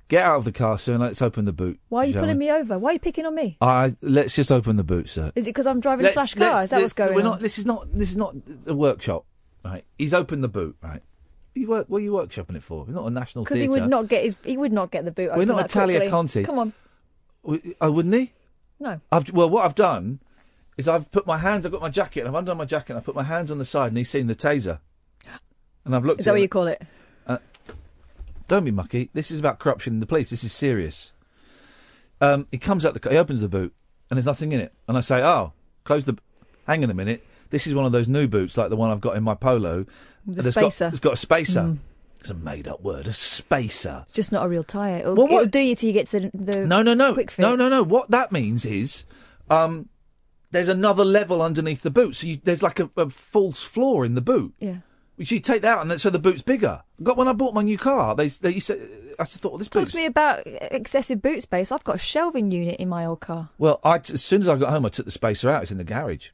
Speaker 3: get out of the car, sir, and let's open the boot.
Speaker 11: Why are you
Speaker 3: shall
Speaker 11: pulling
Speaker 3: we?
Speaker 11: me over? Why are you picking on me?
Speaker 3: I let's just open the boot, sir.
Speaker 11: Is it because I'm driving
Speaker 3: Let's-
Speaker 11: a flash car?
Speaker 3: let's-
Speaker 11: Is that what's
Speaker 3: let's-
Speaker 11: going
Speaker 3: we're
Speaker 11: on?
Speaker 3: Not, this is not. This is not a workshop, right? He's opened the boot, right? You work. What are you workshopping it for? We're not a national
Speaker 11: Because
Speaker 3: theatre.
Speaker 11: he would not get his. He would not get the boot.
Speaker 3: We're
Speaker 11: open
Speaker 3: not
Speaker 11: that
Speaker 3: Italia
Speaker 11: quickly.
Speaker 3: Conti.
Speaker 11: Come on.
Speaker 3: W- Oh, wouldn't he?
Speaker 11: No.
Speaker 3: I've, well, what I've done is I've put my hands. I've got my jacket. and I've undone my jacket. and I've put my hands on the side, and he's seen the taser. And I've looked.
Speaker 11: Is
Speaker 3: at
Speaker 11: that what
Speaker 3: him-
Speaker 11: you call it?
Speaker 3: Uh, don't be mucky. This is about corruption in the police. This is serious. Um, he comes out the car, he opens the boot, and there's nothing in it. And I say, oh, close the. b- Hang on a minute. This is one of those new boots, like the one I've got in my polo.
Speaker 11: The
Speaker 3: That's
Speaker 11: spacer.
Speaker 3: Got, it's got a spacer.
Speaker 11: Mm.
Speaker 3: It's a made-up word. A spacer.
Speaker 11: It's just not a real tyre. It'll,
Speaker 3: Well, what-
Speaker 11: it'll do you till you get to the, the
Speaker 3: No, no, no,
Speaker 11: quick fit.
Speaker 3: no, no, no. What that means is, um, there's another level underneath the boot. So you, there's like a, a false floor in the boot.
Speaker 11: Yeah.
Speaker 3: Which you take that out, and then, so the boot's bigger. Got when I bought my new car, they they you said I just thought well, this
Speaker 11: Talk
Speaker 3: boot's
Speaker 11: to me about excessive boot space. I've got a shelving unit in my old car.
Speaker 3: Well, I t- as soon as I got home, I took the spacer out. It's in the garage.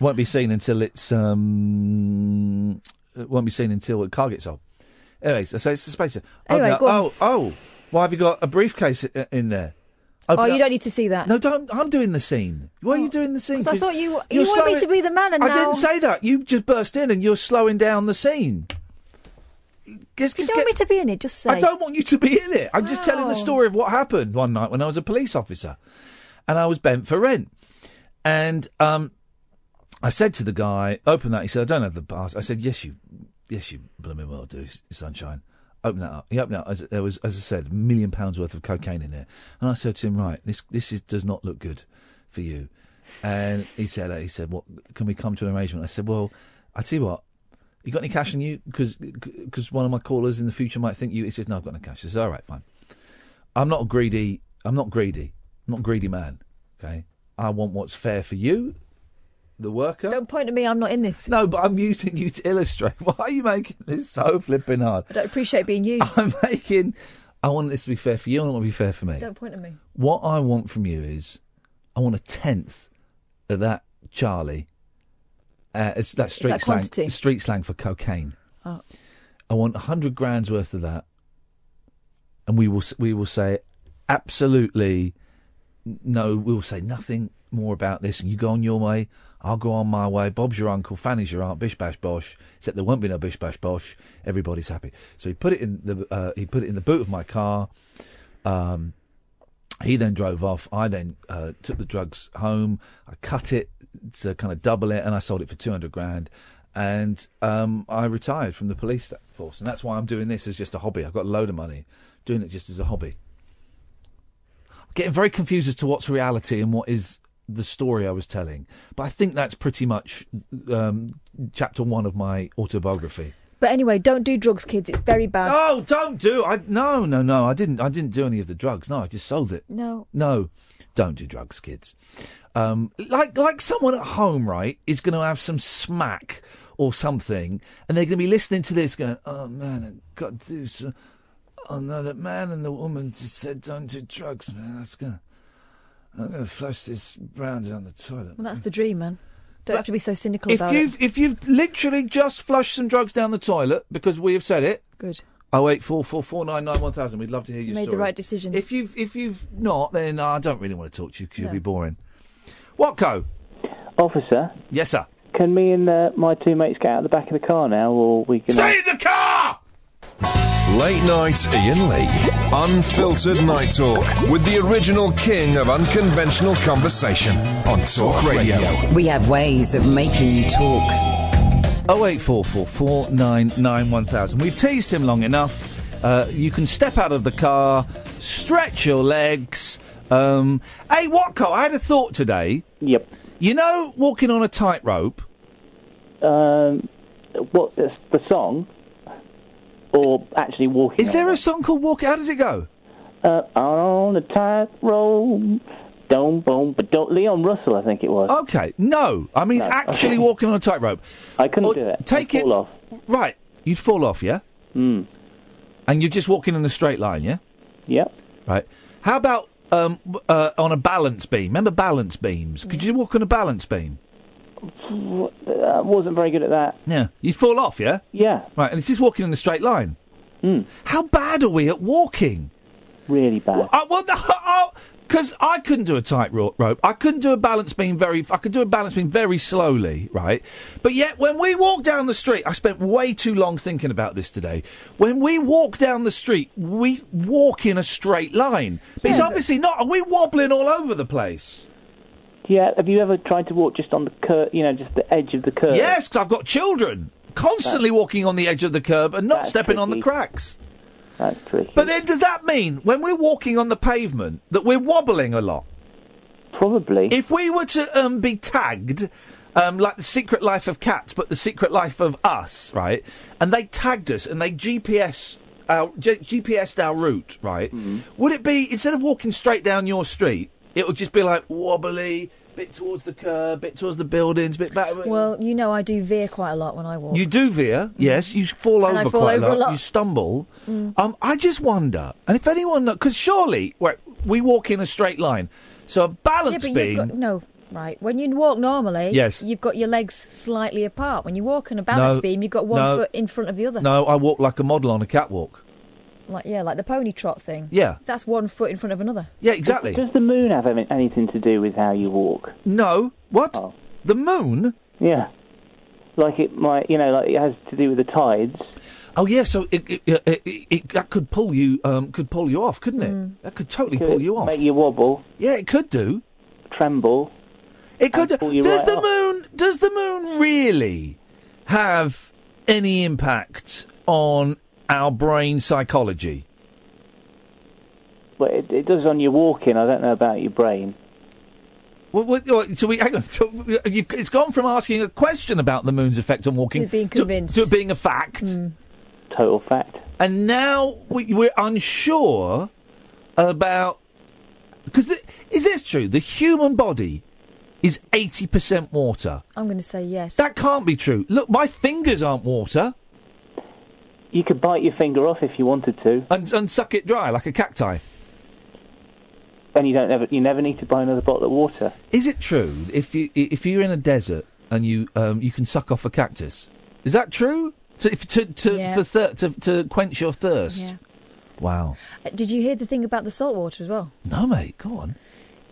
Speaker 3: won't be seen until it's um. It won't be seen until the car gets sold. Anyways, I say it's the spacer.
Speaker 11: Anyway,
Speaker 3: Open it
Speaker 11: go
Speaker 3: up.
Speaker 11: on.
Speaker 3: oh, oh, why have you got a briefcase i- in there?
Speaker 11: oh,
Speaker 3: Open
Speaker 11: you
Speaker 3: up.
Speaker 11: don't need to see that.
Speaker 3: No, don't. I'm doing the scene. Why are you doing the scene?
Speaker 11: 'Cause I
Speaker 3: 'Cause
Speaker 11: thought you you
Speaker 3: you're
Speaker 11: wanted me
Speaker 3: slowing-
Speaker 11: to be the man, and
Speaker 3: I
Speaker 11: now
Speaker 3: didn't say that. You just burst in and you're slowing down the scene. Just,
Speaker 11: you
Speaker 3: just
Speaker 11: don't
Speaker 3: get-
Speaker 11: want me to be in it. Just say.
Speaker 3: I don't want you to be in it. I'm just telling the
Speaker 11: Wow.
Speaker 3: story of what happened one night when I was a police officer and I was bent for rent. And um, I said to the guy, open that. He said, I don't have the pass. I said, yes, you, yes, you blooming well do, s- sunshine. Open that up. He opened it up. As, there was, as I said, a million pounds worth of cocaine in there. And I said to him, right, this, this is, does not look good for you. And he said, uh, he said, what, can we come to an arrangement? I said, well, I tell you what, you got any cash on you? Because one of my callers in the future might think you. He says, no, I've got no cash. I says, all right, fine. I'm not a greedy. I'm not greedy. I'm not a greedy man. Okay. I want what's fair for you, the worker.
Speaker 11: Don't point at me. I'm not in this.
Speaker 3: No, but I'm using you to illustrate. *laughs* Why are you making this so flipping hard?
Speaker 11: I don't appreciate being
Speaker 3: *laughs*
Speaker 11: used.
Speaker 3: I'm making. I want this to be fair for you. I want it to be fair for me.
Speaker 11: Don't point at me.
Speaker 3: What I want from you is, I want a tenth of that Charlie. Uh, it's that street
Speaker 11: that
Speaker 3: slang.
Speaker 11: quantity?
Speaker 3: Street slang for cocaine.
Speaker 11: Oh.
Speaker 3: I want a hundred grand's worth of that, and we will s- we will say absolutely n- no. We will say nothing more about this, and you go on your way. I'll go on my way. Bob's your uncle, Fanny's your aunt. Bish bash bosh. Except there won't be no bish bash bosh. Everybody's happy. So he put it in the uh, he put it in the boot of my car. Um, he then drove off. I then uh, took the drugs home. I cut it to kind of double it, and I sold it for two hundred grand. And um, I retired from the police th- force, and that's why I'm doing this as just a hobby. I've got a load of money, doing it just as a hobby. I'm getting very confused as to what's reality and what is the story I was telling. But I think that's pretty much um, chapter one of my autobiography.
Speaker 11: But anyway, don't do drugs, kids. It's very bad.
Speaker 3: Oh, don't do I no, no, no. I didn't. I didn't do any of the drugs. No, I just sold it.
Speaker 11: No.
Speaker 3: no, don't do drugs, kids. Um, like like someone at home, right, is going to have some smack or something, and they're going to be listening to this, going, "Oh man, I've got to do some. Oh no, that man and the woman just said don't do drugs, man. That's gonna. I'm going to flush this brown down the toilet."
Speaker 11: Well, that's the dream, man. Don't have to be so cynical
Speaker 3: if
Speaker 11: about
Speaker 3: you've
Speaker 11: it.
Speaker 3: if you've literally just flushed some drugs down the toilet because we have said it.
Speaker 11: Good.
Speaker 3: Oh eight four four four nine nine one thousand. We'd love to hear your
Speaker 11: You made the
Speaker 3: story.
Speaker 11: right decision.
Speaker 3: If you've if you've not, then uh, I don't really want to talk to you because
Speaker 11: No.
Speaker 3: you'll be boring. Watco.
Speaker 12: Officer,
Speaker 3: Yes, sir.
Speaker 12: can me and uh, my two mates get out the back of the car now, or we can?
Speaker 3: Stay in the car!
Speaker 2: Late night Ian Lee. Unfiltered night talk with the original king of unconventional conversation on Talk Radio.
Speaker 1: We have ways of making you talk.
Speaker 3: Oh eight four four four nine nine one thousand. We've teased him long enough. Uh, you can step out of the car, stretch your legs. Um, hey, Watco, I had a thought today.
Speaker 12: Yep.
Speaker 3: You know, walking on a tightrope.
Speaker 12: Um, what is the song? Or actually walking?
Speaker 3: Is there a song called Walk? How does it go?
Speaker 12: Uh, on a tightrope, don't boom, but don't Leon Russell, I think it was.
Speaker 3: Okay, no. I mean,
Speaker 12: *laughs*
Speaker 3: actually
Speaker 12: okay.
Speaker 3: walking on a tightrope.
Speaker 12: I couldn't
Speaker 3: Or
Speaker 12: do it.
Speaker 3: Take
Speaker 12: I'd
Speaker 3: it
Speaker 12: fall off.
Speaker 3: Right, you'd fall off, yeah.
Speaker 12: Mm.
Speaker 3: And you're just walking in a straight line, yeah.
Speaker 12: Yep.
Speaker 3: Right. How about um, w- uh, on a balance beam? Remember balance beams? Could you walk on a balance beam?
Speaker 12: I Uh, wasn't very good at that.
Speaker 3: Yeah. You'd fall off, yeah.
Speaker 12: Yeah. Hmm.
Speaker 3: Right, and it's just walking in a straight line. How bad are we at walking?
Speaker 12: Really bad.
Speaker 3: Well, I, well, *laughs* because I couldn't do a tight ro- rope. I couldn't do a balance beam very. I could do a balance beam very slowly, right? But yet, when we walk down the street, I spent way too long thinking about this today. When we walk down the street, we walk in a straight line. But it's obviously not. Are we wobbling all over the place?
Speaker 12: Yeah. Have you ever tried to walk just on the curve? You know, just the edge of the curve.
Speaker 3: Yes, because I've got children constantly walking on the edge of the curb and not
Speaker 12: That's
Speaker 3: stepping on the
Speaker 12: tricky.
Speaker 3: cracks.
Speaker 12: That's tricky.
Speaker 3: But then, does that mean when we're walking on the pavement that we're wobbling a lot?
Speaker 12: Probably.
Speaker 3: If we were to um, be tagged, um, like the Secret Life of Cats, but the Secret Life of Us, right? And they tagged us and they GPS our G- GPSed our route, right?
Speaker 12: Mm-hmm.
Speaker 3: Would it be instead of walking straight down your street, it would just be like wobbly, bit towards the curb, bit towards the buildings, bit back.
Speaker 11: Well, you know I do veer quite a lot when I walk.
Speaker 3: You do veer, yes. You fall
Speaker 11: And I
Speaker 3: over
Speaker 11: fall
Speaker 3: quite
Speaker 11: over a lot.
Speaker 3: You stumble.
Speaker 11: Mm.
Speaker 3: Um, I just wonder, and if anyone, because surely right, we walk in a straight line, so a
Speaker 11: yeah,
Speaker 3: balance
Speaker 11: but
Speaker 3: beam.
Speaker 11: you've got no right. When you walk normally,
Speaker 3: Yes.
Speaker 11: you've got your legs slightly apart. When you walk on a balance
Speaker 3: No,
Speaker 11: beam, you've got one
Speaker 3: no,
Speaker 11: foot in front of the other.
Speaker 3: No, I walk like a model on a catwalk.
Speaker 11: like yeah, like the pony trot thing.
Speaker 3: Yeah.
Speaker 11: that's one foot in front of another.
Speaker 3: Yeah, exactly.
Speaker 12: Does the moon have any- anything to do with how you walk? Oh.
Speaker 3: No. What? The moon?
Speaker 12: Yeah. Like it might, you know, like it has to do with the tides.
Speaker 3: Oh yeah, so it, it, it, it, it that could pull you um, could pull you off, couldn't it? That could totally pull you off.
Speaker 12: Mm. Make you wobble.
Speaker 3: Yeah, it could do.
Speaker 12: Tremble.
Speaker 3: It could.
Speaker 12: pull you
Speaker 3: does
Speaker 12: right
Speaker 3: the
Speaker 12: off.
Speaker 3: moon? Does the moon really have any impact on our brain psychology?
Speaker 12: But it, it does on your walking. I don't know about your brain.
Speaker 3: What, what, what, so we hang on. So you've, it's gone from asking a question about the moon's effect on walking
Speaker 11: To being convinced. Hmm.
Speaker 3: to, it being a fact.
Speaker 12: Total fact.
Speaker 3: And now we, we're unsure about because is this true? The human body is eighty percent water.
Speaker 11: I'm going to say yes.
Speaker 3: That can't be true. Look, my fingers aren't water.
Speaker 12: You could bite your finger off if you wanted to,
Speaker 3: and, and suck it dry like a cacti.
Speaker 12: and you don't ever, you never need to buy another bottle of water.
Speaker 3: Is it true if you if you're in a desert and you um, you can suck off a cactus? Is that true? To if, to to
Speaker 11: Yeah.
Speaker 3: for thir- to to quench your thirst.
Speaker 11: Yeah.
Speaker 3: Wow.
Speaker 11: Uh, Did you hear the thing about the salt water as well?
Speaker 3: No, mate. Go on.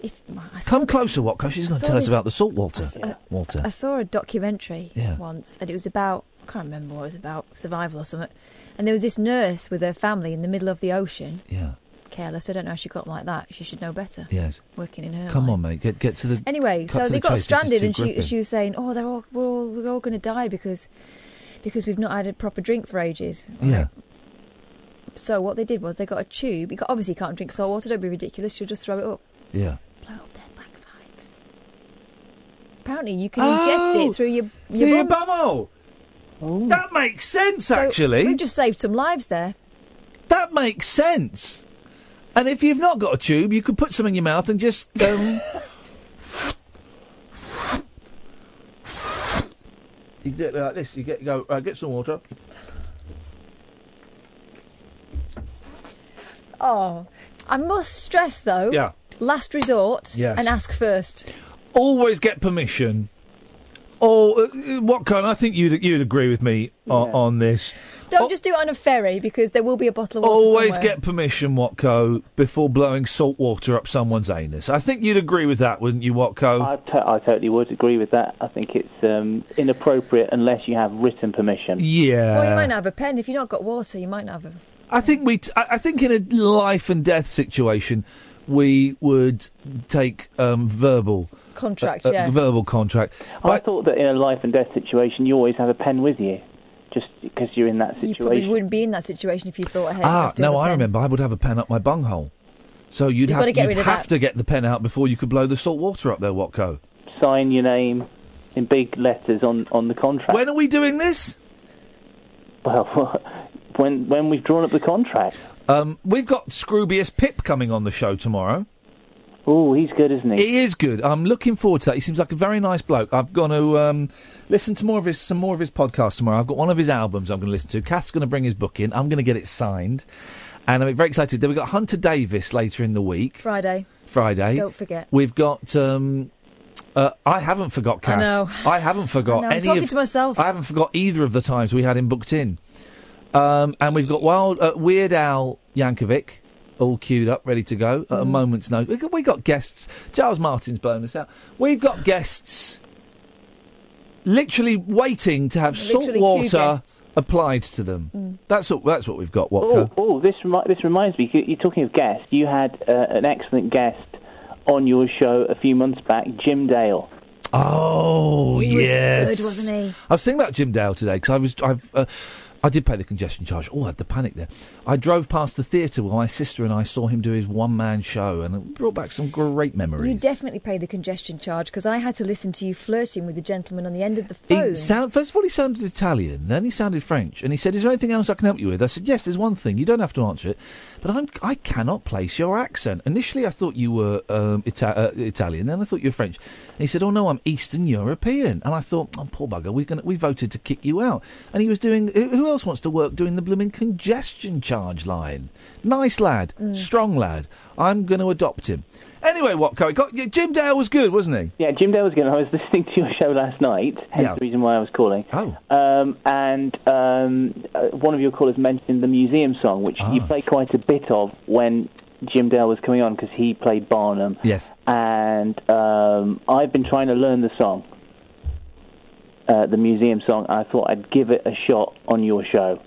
Speaker 11: If I saw
Speaker 3: Come closer, Watco. She's going
Speaker 11: I
Speaker 3: to
Speaker 11: saw
Speaker 3: tell us
Speaker 11: this-
Speaker 3: about the salt water.
Speaker 11: I- I-
Speaker 3: Walter.
Speaker 11: I saw a documentary
Speaker 3: Yeah.
Speaker 11: once, and it was about I can't remember what it was about survival or something. And there was this nurse with her family in the middle of the ocean.
Speaker 3: Yeah.
Speaker 11: careless. I don't know how she got like that. She should know better.
Speaker 3: Yes.
Speaker 11: working in her.
Speaker 3: Come
Speaker 11: line.
Speaker 3: on, mate. Get get to the.
Speaker 11: Anyway,
Speaker 3: cut
Speaker 11: so
Speaker 3: to
Speaker 11: they
Speaker 3: the
Speaker 11: got
Speaker 3: chase. This is
Speaker 11: stranded,
Speaker 3: too
Speaker 11: and she
Speaker 3: gripping.
Speaker 11: she was saying, "Oh, they're all we're all we're all going to die because because we've not had a proper drink for ages."
Speaker 3: Yeah.
Speaker 11: So what they did was they got a tube. You got, obviously you can't drink salt water. Don't be ridiculous. You'll just throw it up.
Speaker 3: Yeah.
Speaker 11: Blow up their backsides. don't you? You can ingest
Speaker 3: Oh,
Speaker 11: it through your your,
Speaker 3: Through your
Speaker 11: bum.
Speaker 3: bumhole. That makes sense,
Speaker 11: So
Speaker 3: actually.
Speaker 11: we've just saved some lives there.
Speaker 3: That makes sense. And if you've not got a tube, you could put some in your mouth and just go. you do it like this. You get go uh, get some water.
Speaker 11: Oh, I must stress though.
Speaker 3: Yeah.
Speaker 11: Last resort.
Speaker 3: Yes.
Speaker 11: And ask first.
Speaker 3: Always get permission. Oh, uh, uh, what kind? I think you'd you'd agree with me on, on this.
Speaker 11: Don't just do it on a ferry because there will be a bottle of water
Speaker 3: Oh. Always
Speaker 11: somewhere.
Speaker 3: get permission, Watco, before blowing salt water up someone's anus. I think you'd agree with that, wouldn't you, Watco?
Speaker 13: I, to- I totally would agree with that. I think it's um, inappropriate unless you have written permission.
Speaker 3: Yeah.
Speaker 11: Well, you might not have a pen if you've not got water. You might not have a.
Speaker 3: I think we. T- I I think in a life and death situation, we would take um, verbal
Speaker 11: Contract,
Speaker 3: uh, uh,
Speaker 11: yeah.
Speaker 3: verbal contract.
Speaker 13: I thought that in a life and death situation, you always have a pen with you, just because you're in that
Speaker 11: You probably
Speaker 13: situation.
Speaker 11: wouldn't be in that situation if you thought ahead.
Speaker 3: ah,
Speaker 11: I'd do
Speaker 3: no,
Speaker 11: the
Speaker 3: I
Speaker 11: pen.
Speaker 3: remember. I would have a pen up my bunghole, so you'd
Speaker 11: You've
Speaker 3: have
Speaker 11: gotta get
Speaker 3: you'd
Speaker 11: rid of
Speaker 3: have
Speaker 11: that.
Speaker 3: to get the pen out before you could blow the salt water up there, Watco.
Speaker 13: Sign your name in big letters on, on the contract. *laughs* When
Speaker 3: are we doing this?
Speaker 13: Well, when when we've drawn up the contract.
Speaker 3: Um, we've got Scroobius Pip coming on the show tomorrow.
Speaker 13: Oh, he's good, isn't
Speaker 3: he? He is good. I'm looking forward to that. He seems like a very nice bloke. I've got to um, listen to more of his some more of his podcasts tomorrow. I've got one of his albums I'm going to listen to. Kath's going to bring his book in. I'm going to get it signed, and I'm very excited. Then we have got Hunter Davis later in the week,
Speaker 11: Friday.
Speaker 3: Friday.
Speaker 11: Don't forget.
Speaker 3: We've got. Um, uh, I haven't forgot
Speaker 11: I
Speaker 3: Kath.
Speaker 11: know.
Speaker 3: I haven't
Speaker 11: I
Speaker 3: forgot
Speaker 11: know, I'm
Speaker 3: any
Speaker 11: talking
Speaker 3: of.
Speaker 11: to myself.
Speaker 3: I haven't forgot either of the times we had him booked in. Um, and we've got Wild uh, Weird Al Yankovic all queued up, ready to go
Speaker 11: Mm.
Speaker 3: at a moment's notice. We got, we got guests. Giles Martin's blown us out. We've got guests literally waiting to have
Speaker 13: Literally two
Speaker 3: salt water
Speaker 13: guests.
Speaker 3: applied to them.
Speaker 13: Mm.
Speaker 3: That's what that's what we've got. What?
Speaker 13: Oh, oh, this remi- this reminds me. you- You're talking of guests. You had uh, an excellent guest on your show a few months back, Jim Dale.
Speaker 3: Oh
Speaker 13: He was
Speaker 3: yes,
Speaker 13: good, wasn't he?
Speaker 3: I was thinking about Jim Dale today because I was I've uh, I did pay the congestion charge. Oh, I had the panic there. I drove past the theatre where my sister and I saw him do his one man show, and it brought back some great
Speaker 11: You
Speaker 3: memories.
Speaker 11: definitely pay the congestion charge because I had to listen to you flirting with the gentleman on the end of the phone.
Speaker 3: He sound, first of all, he sounded Italian, then he sounded French, and he said, "Is there anything else I can help you with?" I said, "Yes, there's one thing. You don't have to answer it, but I'm, I cannot place your accent." Initially, I thought you were um, Ita- uh, Italian, then I thought you were French. And he said, "Oh no, I'm Eastern European," and I thought, "Oh, poor bugger, we're gonna, we voted to kick you out." And he was doing. who- Who else wants to work doing the blooming congestion charge line? Nice lad, strong lad. I'm going to adopt him. Anyway, Watco, it got, yeah, Jim Dale was good, wasn't he?
Speaker 13: Yeah, Jim Dale was good. I was *laughs* listening to your show last night. Hence
Speaker 3: Yeah.
Speaker 13: the reason why I was calling.
Speaker 3: Oh.
Speaker 13: Um, and um, uh, one of your callers mentioned the museum song, which you
Speaker 3: Ah.
Speaker 13: played quite a bit of when Jim Dale was coming on because he played Barnum.
Speaker 3: Yes.
Speaker 13: And um, I've been trying to learn the song, uh, the museum song. I thought I'd give it a shot on your show.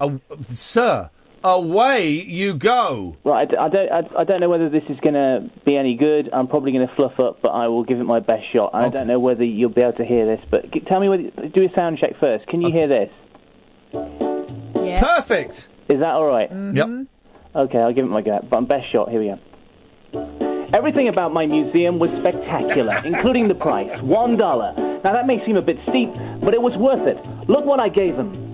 Speaker 3: Oh, sir, away you go.
Speaker 13: Well, I, d- I don't, I, I don't know whether this is going to be any good. I'm probably going to fluff up, but I will give it my best shot. And I don't know whether you'll be able to hear this, but g- tell me whether do a sound check first. Can you hear this?
Speaker 3: Perfect.
Speaker 13: Is that all right?
Speaker 3: Yep.
Speaker 13: Okay, I'll give it my go. But best shot. Here we go. Everything about my museum was spectacular, including the price, one dollar. Now that may seem a bit steep, but it was worth it. Look what I gave them.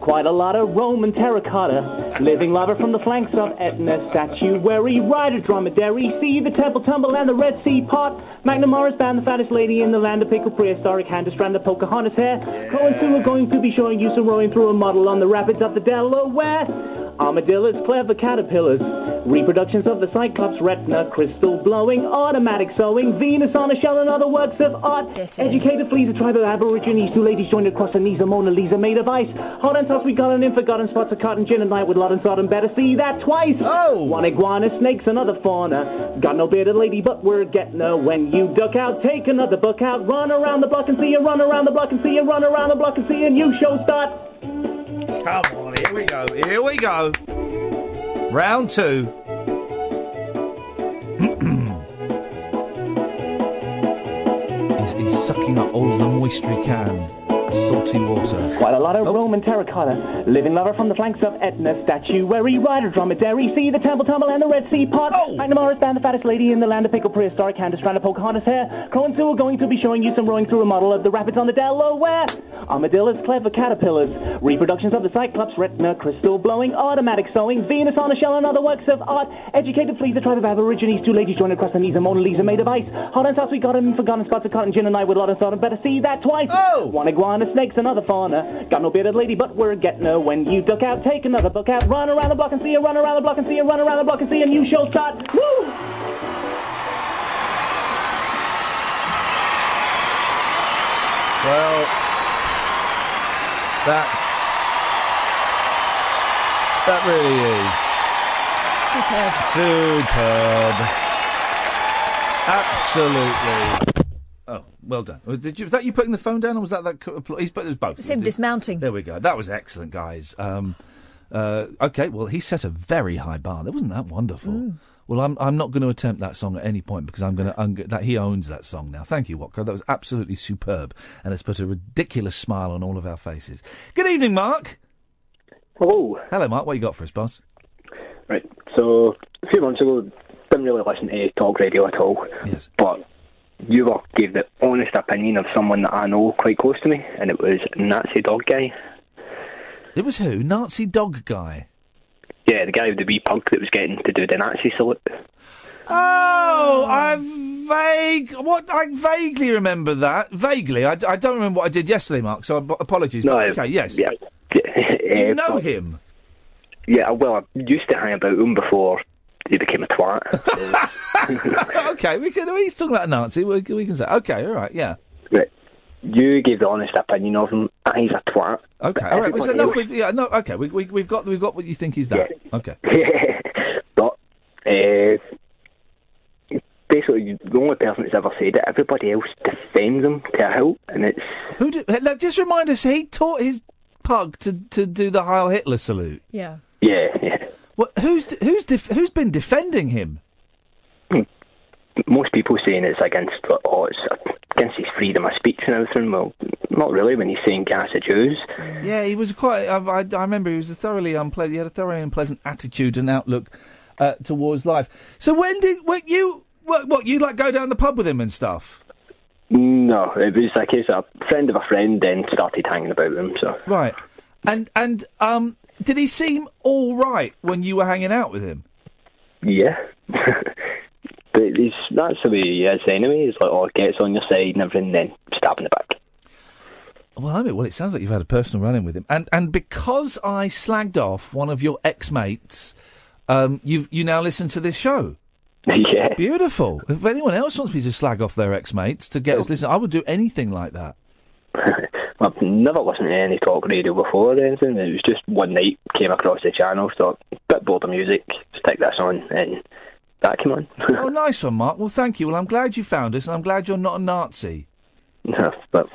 Speaker 13: Quite a lot of Roman terracotta, living lava from the flanks of Etna statuary, rider dromedary, see the temple tumble and the Red Sea pot. Magnamara's band, the fattest lady in the land, a pickled prehistoric hand, a strand of Pocahontas hair. Cohen soon are going to be showing you some rowing through a model on the rapids of the Delaware. Armadillos, clever caterpillars, reproductions of the Cyclops retina, crystal blowing, automatic sewing, Venus on a shell, and other works of art. Educated fleas, a tribe of aborigines, two ladies joined across the knees, a Mona Lisa made of ice. Hot and sauce, we got an in, forgotten spots of cotton gin and light with lot and salt, and better see that twice. Oh! One iguana, snakes, another fauna. Got no bearded lady, but we're getting her. When you duck out, take another book out, run around the block and see her, run around the block and see her, run around the block and see her, new show start.
Speaker 3: Come on, here we go, here we go. Round two. *clears throat* he's, he's sucking up all of the moisture he can. Salty water.
Speaker 13: While a lot of Roman terracotta, living lover from the flanks of Etna, statuary, rider, dromedary, see the temple tumble and the Red Sea pot. Oh. Magna Morris band, the fattest lady in the land of pickle, prehistoric hand, strand of Pocahontas hair. Crow and Sue are going to be showing you some rowing through a model of the rapids on the Delaware. Armadillos, clever caterpillars, reproductions of the Cyclops, retina, crystal blowing, automatic sewing, Venus on a shell, and other works of art. Educated fleas, a tribe of aborigines, two ladies joined across the knees, a Mona Lisa made of ice. Hot and sauce, we got him, forgotten spots of cotton gin, and I would lot of salt, and better see that twice. Oh! One iguana, snakes, another fauna. Got no bearded lady, but we're getting her. When you duck out, take another book out, run around the block and see her, run around the block and see her, run around the block and see her, and you shall start. Woo!
Speaker 3: Well, that's that really is
Speaker 11: superb.
Speaker 3: Superb. Absolutely. Oh, well done. Uh, Did you, was that you putting the phone down, or was that that? co- He's but there's both.
Speaker 11: It's him dismounting.
Speaker 3: There we go. That was excellent, guys. Um, uh, okay, well, he set a very high bar. That wasn't that wonderful.
Speaker 11: Mm.
Speaker 3: Well, I'm I'm not going to attempt that song at any point because I'm going to un- that he owns that song now. Thank you, Watko. That was absolutely superb, and it's put a ridiculous smile on all of our faces. Good evening, Mark.
Speaker 14: Hello.
Speaker 3: Hello, Mark. What you got for us, boss?
Speaker 14: Right. So a few months ago, didn't really listen to talk radio at all.
Speaker 3: Yes.
Speaker 14: But you lot gave the honest opinion of someone that I know quite close to me, and it was Nazi Dog Guy.
Speaker 3: It was who? Nazi Dog Guy.
Speaker 14: Yeah, the guy with the wee pug that was getting to do the Nazi salute. *laughs*
Speaker 3: Oh, I vague. What I vaguely remember that vaguely. I, d- I don't remember what I did yesterday, Mark. So ab- apologies.
Speaker 14: No,
Speaker 3: but okay, yes.
Speaker 14: yeah.
Speaker 3: You
Speaker 14: Eh,
Speaker 3: know
Speaker 14: but-
Speaker 3: him.
Speaker 14: Yeah, well, I used to hang about him before he became a twat.
Speaker 3: *laughs* okay, we can. He's talking about a Nazi. We, can- we can say okay. All right. Yeah.
Speaker 14: right. You gave the honest opinion of him. Ah, He's a twat.
Speaker 3: Okay. All right. Well, so enough with yeah. No. Okay. We, we we've got we've got what you think he's that.
Speaker 14: *laughs*
Speaker 3: Okay.
Speaker 14: but uh, basically, the only person that's ever said it, everybody else defends him to a hilt, and it's
Speaker 3: Who? Do, now, just remind us. He taught his pug to to do the Heil Hitler salute.
Speaker 11: Yeah.
Speaker 14: yeah, yeah.
Speaker 3: What? Who's who's def, who's been defending him?
Speaker 14: Most people saying it's against like, oh, it's against his freedom of speech and everything. Well, not really when he's saying gas the Jews.
Speaker 3: Yeah, he was quite. I, I, I remember he was a thoroughly unpleasant. He had a thoroughly unpleasant attitude and outlook uh, towards life. So when did what you what, what you like go down the pub with him and stuff?
Speaker 14: No, it was like he's a friend of a friend, then started hanging about him. So
Speaker 3: Right, and and um, did he seem all right when you were hanging out with him?
Speaker 14: yeah, *laughs* but he's that's the way he is anyway. He's like, oh, gets on your side and everything, then stab in the back.
Speaker 3: Well, I mean, well, it sounds like you've had a personal run-in with him, and and because I slagged off one of your ex-mates, um, you you now listen to this show.
Speaker 14: Yeah.
Speaker 3: Beautiful. If anyone else wants me to slag off their ex-mates to get us listen, I would do anything like that.
Speaker 14: *laughs* I've never listened to any talk radio before or anything. It was just one night came across the channel, thought bit bored of music, stick this on, and that came on.
Speaker 3: oh, nice one, Mark. Well, thank you. Well, I'm glad you found us, and I'm glad you're not
Speaker 14: *laughs*
Speaker 3: a Nazi.
Speaker 14: but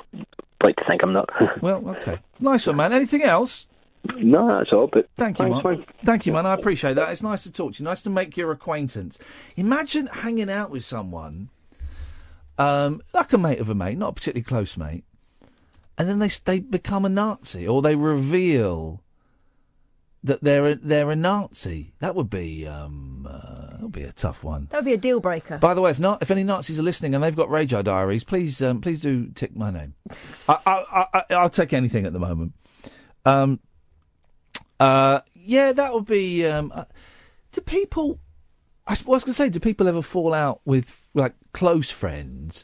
Speaker 14: like to think I'm not. *laughs*
Speaker 3: Well, okay. Nice one, man. Anything else?
Speaker 14: No, that's all. But
Speaker 3: thank you,
Speaker 14: thanks,
Speaker 3: Mark. Thank you, man. I appreciate that. It's nice to talk to you. Nice to make your acquaintance. Imagine hanging out with someone, um, like a mate of a mate, not a particularly close mate, and then they s- they become a Nazi or they reveal that they're a, they're a Nazi. That would be um, uh, that would be a tough one.
Speaker 11: That would be a deal breaker.
Speaker 3: By the way, if not, if any Nazis are listening and they've got radar diaries, please, um, please do tick my
Speaker 11: *laughs*
Speaker 3: name. I, I, I, I- I'll take anything at the moment. Um, uh, yeah, that would be. Um, uh, do people? I s- well, I was going to say, do people ever fall out with like close friends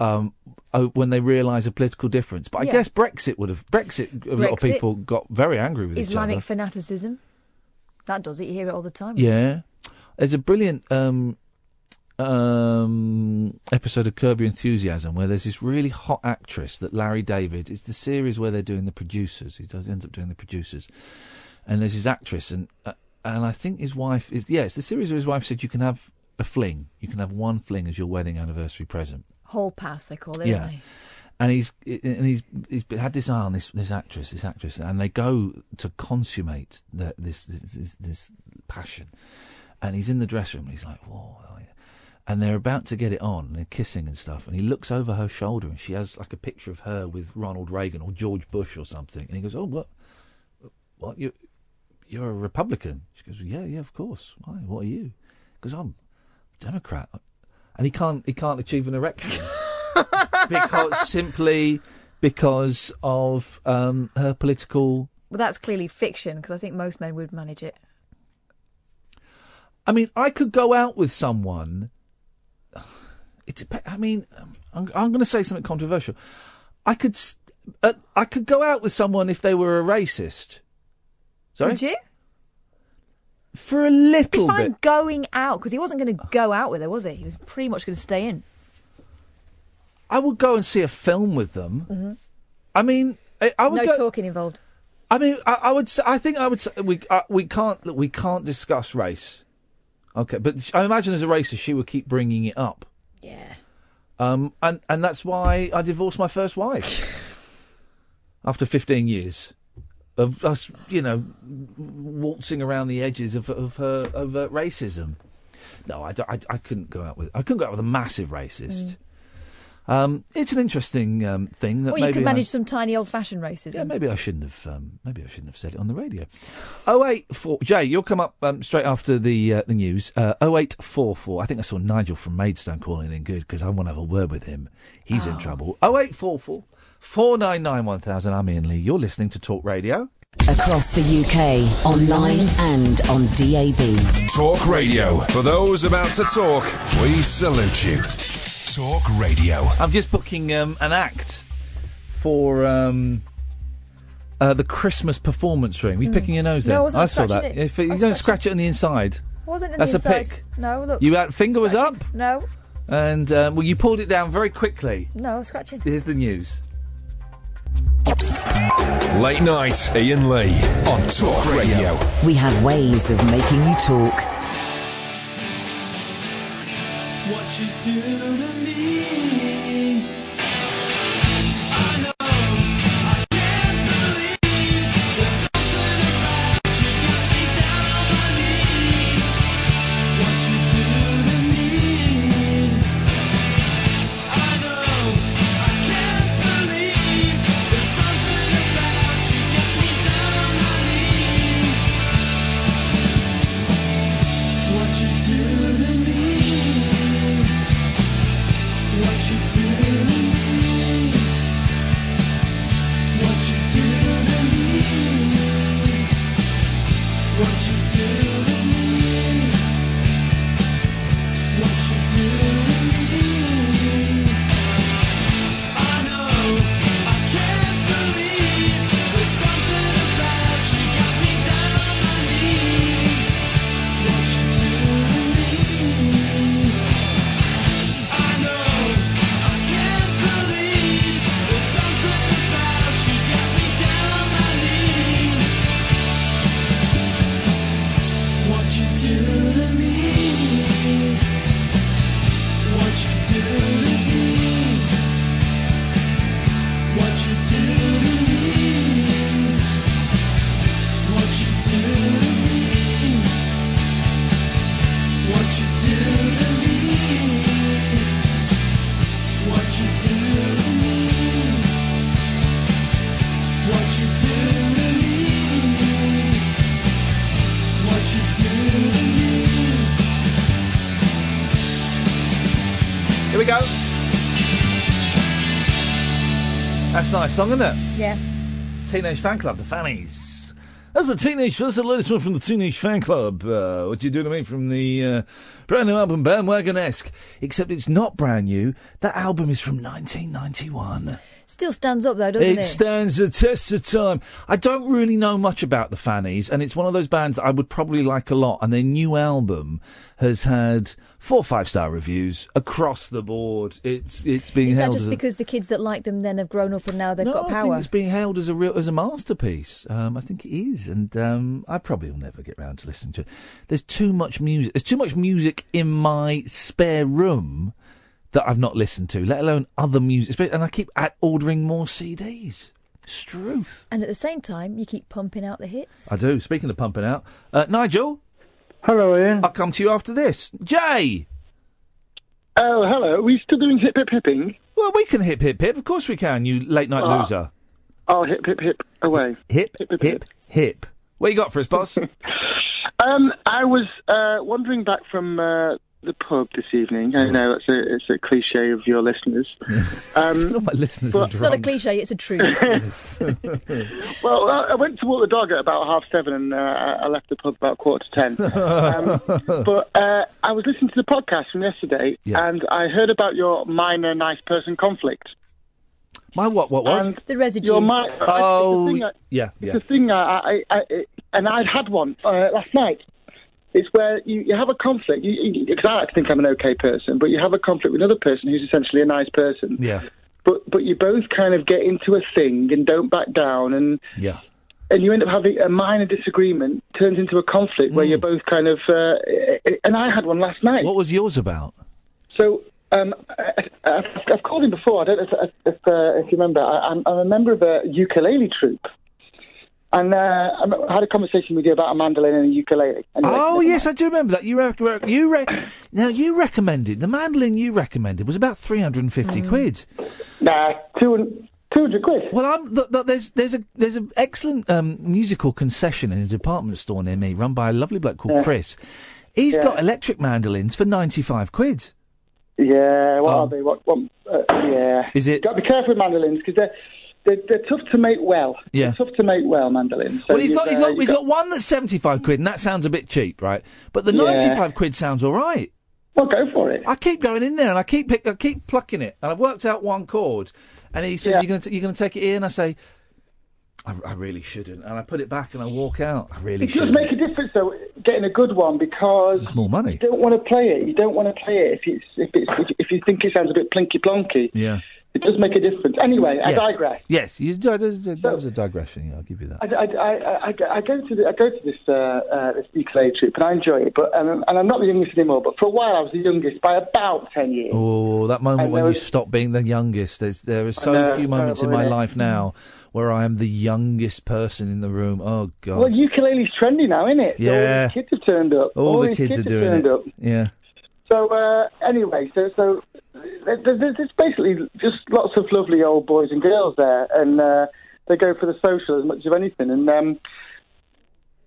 Speaker 3: um, oh, when they realise a political difference? But I
Speaker 11: Yeah.
Speaker 3: guess Brexit would have Brexit. A lot of
Speaker 11: Brexit.
Speaker 3: people got very angry with each
Speaker 11: Islamic
Speaker 3: other.
Speaker 11: fanaticism. That does it. You hear it all the time.
Speaker 3: Yeah. There's a brilliant um, um, episode of Curb Your Enthusiasm where there's this really hot actress that Larry David. It's the series where they're doing the producers. He does ends up doing the producers, and there's his actress, and uh, and I think his wife is yeah. It's the series where his wife said you can have a fling, you can have one fling as your wedding anniversary present.
Speaker 11: Hall pass, they call it.
Speaker 3: Yeah.
Speaker 11: Don't they?
Speaker 3: And he's and he's he's had this eye on this this actress, this actress, and they go to consummate the, this, this this this passion, and he's in the dressing room. and He's like, whoa. oh, yeah." and they're about to get it on, and they're kissing and stuff. And he looks over her shoulder, and she has like a picture of her with Ronald Reagan or George Bush or something. And he goes, "Oh, what? What you? You're a Republican?" She goes, "Yeah, yeah, of course. Why? What are you?" He goes, "I'm a Democrat." And he can't he can't achieve an erection because simply because of um, her political.
Speaker 11: Well, that's clearly fiction because I think most men would manage it.
Speaker 3: I mean, I could go out with someone. It dep- I mean, um, I'm, I'm going to say something controversial. I could s- uh, I could go out with someone if they were a racist. Sorry,
Speaker 11: Would you?
Speaker 3: for a little
Speaker 11: Fine
Speaker 3: bit.
Speaker 11: going out because he wasn't going to go out with her, was he? He was pretty much going to stay in.
Speaker 3: I would go and see a film with them.
Speaker 11: Mhm.
Speaker 3: I mean, I, I would
Speaker 11: no
Speaker 3: go.
Speaker 11: talking involved.
Speaker 3: I mean, I, I would. Say, I think I would. Say, we uh, we can't look, we can't discuss race. Okay, but sh- I imagine as a racist, she would keep bringing it up.
Speaker 11: Yeah.
Speaker 3: Um, and and that's why I divorced my first
Speaker 11: *laughs*
Speaker 3: wife after 15 years of us, you know, waltzing around the edges of of her of uh, racism. No, I, don't- I, I couldn't go out with I couldn't go out with a massive racist. Um, it's an interesting um, thing that
Speaker 11: Or
Speaker 3: maybe
Speaker 11: Mm. you could
Speaker 3: I-
Speaker 11: manage some tiny old-fashioned racism.
Speaker 3: yeah, maybe I shouldn't have. Um, maybe I shouldn't have said it on the radio. Oh eight four Jay, you'll come up um, straight after the uh, the news. Oh eight four four. I think I saw Nigel from Maidstone calling in. Good because I want to have a word with him. He's
Speaker 11: Ah.
Speaker 3: in trouble. Oh eight four four four nine nine one thousand. I'm Ian Lee. You're listening to Talk Radio.
Speaker 1: Across the UK, online and on DAB.
Speaker 2: Talk Radio. For those about to talk, we salute you. Talk Radio.
Speaker 3: I'm just booking um, an act for um, uh, the Christmas performance ring. Are you
Speaker 11: Hmm.
Speaker 3: picking your nose
Speaker 11: No,
Speaker 3: there?
Speaker 11: I wasn't
Speaker 3: saw that.
Speaker 11: scratching it.
Speaker 3: If
Speaker 11: I
Speaker 3: you
Speaker 11: was
Speaker 3: don't scratch it on the inside,
Speaker 11: Wasn't in
Speaker 3: that's
Speaker 11: the
Speaker 3: a
Speaker 11: inside.
Speaker 3: pick.
Speaker 11: No, look.
Speaker 3: You had finger was up,
Speaker 11: No,
Speaker 3: and um, well, you pulled it down very quickly.
Speaker 11: no, scratching.
Speaker 3: Here's the news.
Speaker 2: Late night, Ian Lee on Talk Radio.
Speaker 1: We have ways of making you talk.
Speaker 5: What you do to me. I know I can't believe there's something about you. Got me down on my knees. What you do to me. I know I can't believe there's something about you. Got me down on my knees. What you do to me What you do to me What you do to me What you do to me What you do to me I know I can't believe there's something about you got me down on my knees what you do to me? I know I can't believe there's something about you got me down on my knees. What you do to me? What you do to me? What you do to me? What you do to me? What you do to me? What you do to me? What you do to me? What you do to me?
Speaker 3: Here we go. That's a nice song, isn't it?
Speaker 11: Yeah.
Speaker 3: Teenage Fan Club, the Fannies. That's the teenage. That's the latest one from the Teenage Fan Club. Uh, what you do to me from the uh, brand new album Bandwagon esque, except it's not brand new. That album is from 1991.
Speaker 11: Still stands up though, doesn't it?
Speaker 3: stands the test of time. I don't really know much about the Fannies, and it's one of those bands that I would probably like a lot. And their new album has had four five star reviews across the board. It's it's being
Speaker 11: Is that
Speaker 3: held
Speaker 11: just
Speaker 3: as a-
Speaker 11: because the kids that like them then have grown up and now they've
Speaker 3: no,
Speaker 11: got
Speaker 3: I think
Speaker 11: power?
Speaker 3: it's being hailed as a real as a masterpiece. Um, I think it is, and um, I probably will never get round to listening to it. There's too much music. There's too much music in my spare room that I've not listened to, let alone other music. And I keep at ordering more CDs. Struth.
Speaker 11: And at the same time, you keep pumping out the hits.
Speaker 3: I do. Speaking of pumping out, uh, Nigel. Hello, Ian. I'll come to you after this. Jay.
Speaker 15: Oh, hello. Are we still doing hip hip hipping?
Speaker 3: Well, we can hip hip hip. Of course we can. You late night
Speaker 15: Ah.
Speaker 3: loser.
Speaker 15: Oh, hip hip hip away.
Speaker 3: Hip hip hip hip. What you got for
Speaker 15: *laughs*
Speaker 3: us, boss?
Speaker 15: Um, I was uh, wandering back from uh, the pub this evening. I know that's a it's a cliche of your
Speaker 3: *laughs*
Speaker 15: listeners. Um,
Speaker 3: my listeners
Speaker 11: It's not a cliche, it's
Speaker 3: *laughs*
Speaker 11: a truth. *laughs*
Speaker 15: well, uh, I I went to walk the dog at about half seven, and uh, I I left the pub about quarter
Speaker 3: *laughs*
Speaker 15: to ten. um, but uh, I was listening to the podcast from yesterday, and I heard about your minor nice person conflict.
Speaker 3: My what? What was?
Speaker 11: The residue.
Speaker 15: Your mi- it's the
Speaker 3: Oh,
Speaker 15: thing that-
Speaker 3: yeah,
Speaker 15: It's
Speaker 3: yeah.
Speaker 15: a thing, uh, I, I, I, I- and I'd had one uh, last night. It's where you, you have a conflict, you, you, because I like to think I'm an okay person, but you have a conflict with another person who's essentially a nice person.
Speaker 3: Yeah.
Speaker 15: But but you both kind of get into a thing and don't back down, and
Speaker 3: Yeah.
Speaker 15: and you end up having a minor disagreement turns into a conflict
Speaker 3: Hmm.
Speaker 15: where you're both kind of. Uh, and I had one last night. What
Speaker 3: was yours about?
Speaker 15: So um, I, I've, I've called him before. I don't know if, if, uh, if you remember. I, I'm, I'm a member of a ukulele troupe. And uh, I'm- I had a conversation with you about a mandolin and a ukulele. Anyway,
Speaker 3: Oh yes, I do remember that. You rec- rec- you re- now you recommended the mandolin. You recommended was about three hundred and fifty quid.
Speaker 15: Nah, two hundred quid.
Speaker 3: Well, I'm, th- th- there's there's a there's an excellent um, musical concession in a department store near me, run by a lovely bloke called Chris. He's got electric mandolins for ninety five quid.
Speaker 15: Yeah, what are they? What? what uh, yeah.
Speaker 3: Oh. Is it?
Speaker 15: Got to be careful with mandolins because they're, they're they're tough to make well.
Speaker 3: Yeah.
Speaker 15: They're tough to make well mandolins. So
Speaker 3: well, he's
Speaker 15: you've,
Speaker 3: got he's
Speaker 15: uh,
Speaker 3: got,
Speaker 15: you've
Speaker 3: he's got one that's seventy five quid, and that sounds a bit cheap, right? But the
Speaker 15: Yeah.
Speaker 3: ninety five quid sounds all right.
Speaker 15: Well, go for it.
Speaker 3: I keep going in there and I keep pick, I keep plucking it, and I've worked out one chord, and he says you're going to you're going to take it here, and I say. I, I really shouldn't, and I put it back and I walk out. I really
Speaker 15: It does
Speaker 3: shouldn't.
Speaker 15: make a difference though, getting a good one because
Speaker 3: more money.
Speaker 15: You don't want to play it. You don't want to play it if it's if it's if you think it sounds a bit plinky plonky.
Speaker 3: Yeah.
Speaker 15: It does make a difference. Anyway, I
Speaker 3: Yes.
Speaker 15: digress.
Speaker 3: Yes, you, that was a- that was a digression. Yeah, I'll give you that.
Speaker 15: I, I, I, I, I go to the, I go to this uh, uh, this ukulele trip and I enjoy it, but um, and I'm not the youngest anymore. But for a while, I was the youngest by about ten years.
Speaker 3: Oh, that moment
Speaker 15: And
Speaker 3: when
Speaker 15: there
Speaker 3: you
Speaker 15: was-
Speaker 3: stop being the youngest. There's, there are so
Speaker 15: know,
Speaker 3: few moments in
Speaker 15: terrible,
Speaker 3: my
Speaker 15: isn't it?
Speaker 3: life now where I am the youngest person in the room. Oh, God.
Speaker 15: Well, ukulele's trendy now, isn't it? So
Speaker 3: Yeah.
Speaker 15: all these kids have turned up.
Speaker 3: All, the
Speaker 15: these
Speaker 3: kids are doing
Speaker 15: turned
Speaker 3: it.
Speaker 15: Up.
Speaker 3: Yeah.
Speaker 15: So uh, anyway, so so there- there's, there's basically just lots of lovely old boys and girls there, and uh, they go for the social as much as anything. And um,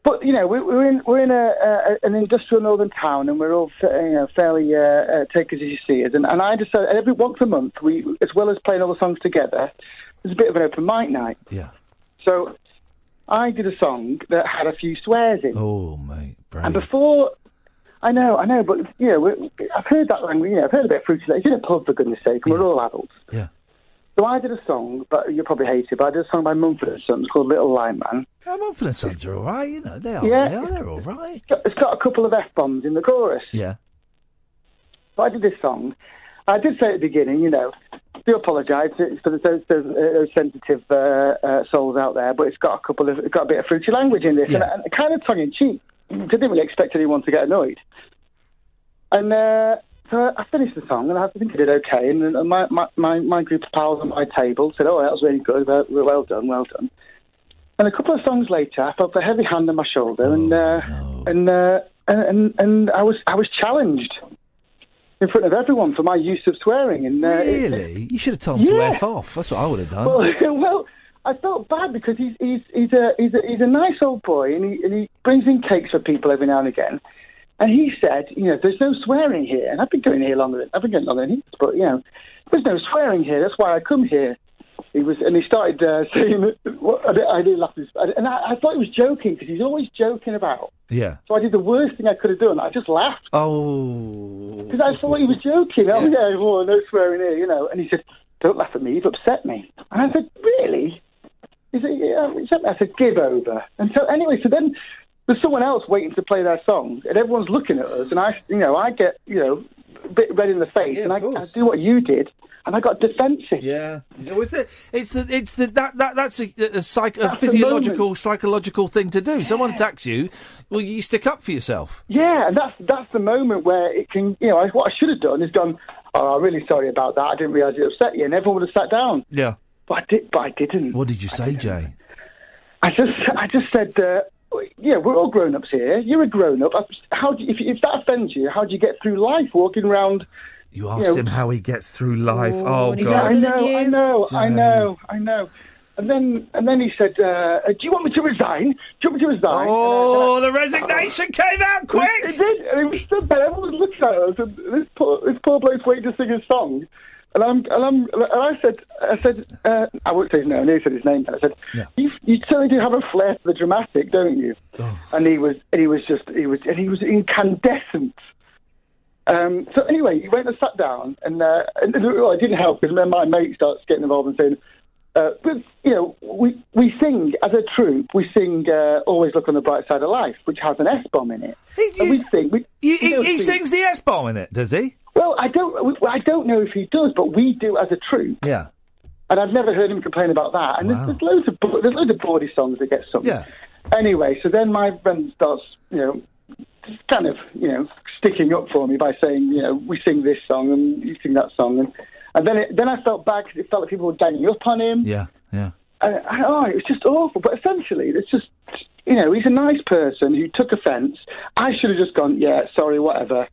Speaker 15: but you know we, we're in we're in a, a an industrial northern town, and we're all fa- you know, fairly uh, uh, takers as you see us. And, and I decided every once a month we, as well as playing all the songs together, there's a bit of an open mic night.
Speaker 3: Yeah.
Speaker 15: So I did a song that had a few swears in.
Speaker 3: Oh, mate.
Speaker 15: And before, I know, I know, but you know, we- I've heard that language. You know, I've heard a bit of fruity. Loops. It's in a pub for goodness' sake. and We're all adults.
Speaker 3: Yeah.
Speaker 15: So I did a song, but you will probably hate it. But I did a song by Mumford and Sons called Little Lime Man.
Speaker 3: Oh, Mumford and Sons are all right. You know, they are.
Speaker 15: Yeah.
Speaker 3: They are. They're all right.
Speaker 15: It's got- It's got a couple of f bombs in the chorus.
Speaker 3: Yeah.
Speaker 15: So I did this song. I did say at the beginning, you know, do apologise to- for those, those, those sensitive uh, uh, souls out there, but it's got a couple of, it's got a bit of fruity language in this, and, and kind of tongue in cheek. Didn't really expect anyone to get annoyed. And uh, so I finished the song, and I think I did okay. And then my, my, my, my group of pals at my table said, "Oh, that was really good. Well, well done, well done." And a couple of songs later, I felt a heavy hand on my shoulder, and uh,
Speaker 3: Oh,
Speaker 15: and, uh, and and and I was I was challenged in front of everyone for my use of swearing. And uh, it-
Speaker 3: Really? You should have told them
Speaker 15: Yeah.
Speaker 3: to F off. That's what I would have done. *laughs*
Speaker 15: well, *laughs* well, I felt bad because he's he's he's a he's a, he's a nice old boy, and he and he brings in cakes for people every now and again. And he said, you know, there's no swearing here, and I've been doing it here longer than I've been doing it longer than he, has, but you know, there's no swearing here. That's why I come here. He was, and he started uh, *laughs* saying, what, I did- I did laugh, this- and I, I thought he was joking because he's always joking about.
Speaker 3: yeah.
Speaker 15: So I did the worst thing I could have done. I just laughed.
Speaker 3: Oh.
Speaker 15: Because I thought he was joking. Oh, yeah, oh, no swearing here, you know. And he said, don't laugh at me, you've upset me. And I said, really? He said, yeah, he said, I said, give over. And so, anyway, so then there's someone else waiting to play their song, and everyone's looking at us, and I, you know, I get, you know, a bit red in the face, and I, I do what you did, and I got defensive.
Speaker 3: Yeah. Was the, it's the, it's the, that, that, that's a, a, psych, a
Speaker 15: That's the
Speaker 3: physiological, psychological thing to do. Someone attacks you, well, you stick up for yourself.
Speaker 15: Yeah, and that's that's the moment where it can, you know, I, what I should have done is gone, oh, I'm really sorry about that. I didn't realise it upset you, and everyone would have sat down.
Speaker 3: Yeah.
Speaker 15: But I did, but I didn't.
Speaker 3: What did you say, Jay?
Speaker 15: I just, I just said, uh, yeah, we're all grown ups here. You're a grown up. How do you, if, if that offends you, how do you get through life walking around
Speaker 3: You
Speaker 15: You
Speaker 3: asked
Speaker 15: know-
Speaker 3: him how he gets through life. oh, God.
Speaker 15: I know, I know, I know, I know. And then, and then he said, uh, "Do you want me to resign? Do you want me to resign?"
Speaker 3: Oh, the resignation came out quick.
Speaker 15: It, it did. And it was so bad. Everyone looked at us. And this poor, this poor bloke's waiting to sing his song. And I'm, and I'm, and I said, I said, uh, I won't say his name. I nearly said his name. I said, you, you certainly do have a flair for the dramatic, don't you? And he was, and he was just, he was, and he was incandescent. Um, so anyway, he went and sat down, and, uh, and well, it didn't help because then my mate starts getting involved and saying, uh, "But you know, we we sing as a troupe. We sing uh, always look on the bright side of life, which has an S bomb in it. and we sing. We,
Speaker 3: He, he,
Speaker 15: we don't
Speaker 3: he
Speaker 15: sing-
Speaker 3: sings the S bomb in it, does he?
Speaker 15: Well, I don't. we- I don't know if he does, but we do as a troupe.
Speaker 3: Yeah.
Speaker 15: And I've never heard him complain about that. And there's, there's loads of bo- there's loads of bawdy songs that get sung. Yeah. Anyway, so then my friend starts, you know, just kind of, you know, sticking up for me by saying, you know, we sing this song and you sing that song, and and then it, then I felt bad 'cause it felt like people were ganging up on him.
Speaker 3: Yeah, yeah.
Speaker 15: And I, oh, it was just awful. But essentially, it's just, you know, he's a nice person who took offence. I should have just gone, yeah, sorry, whatever.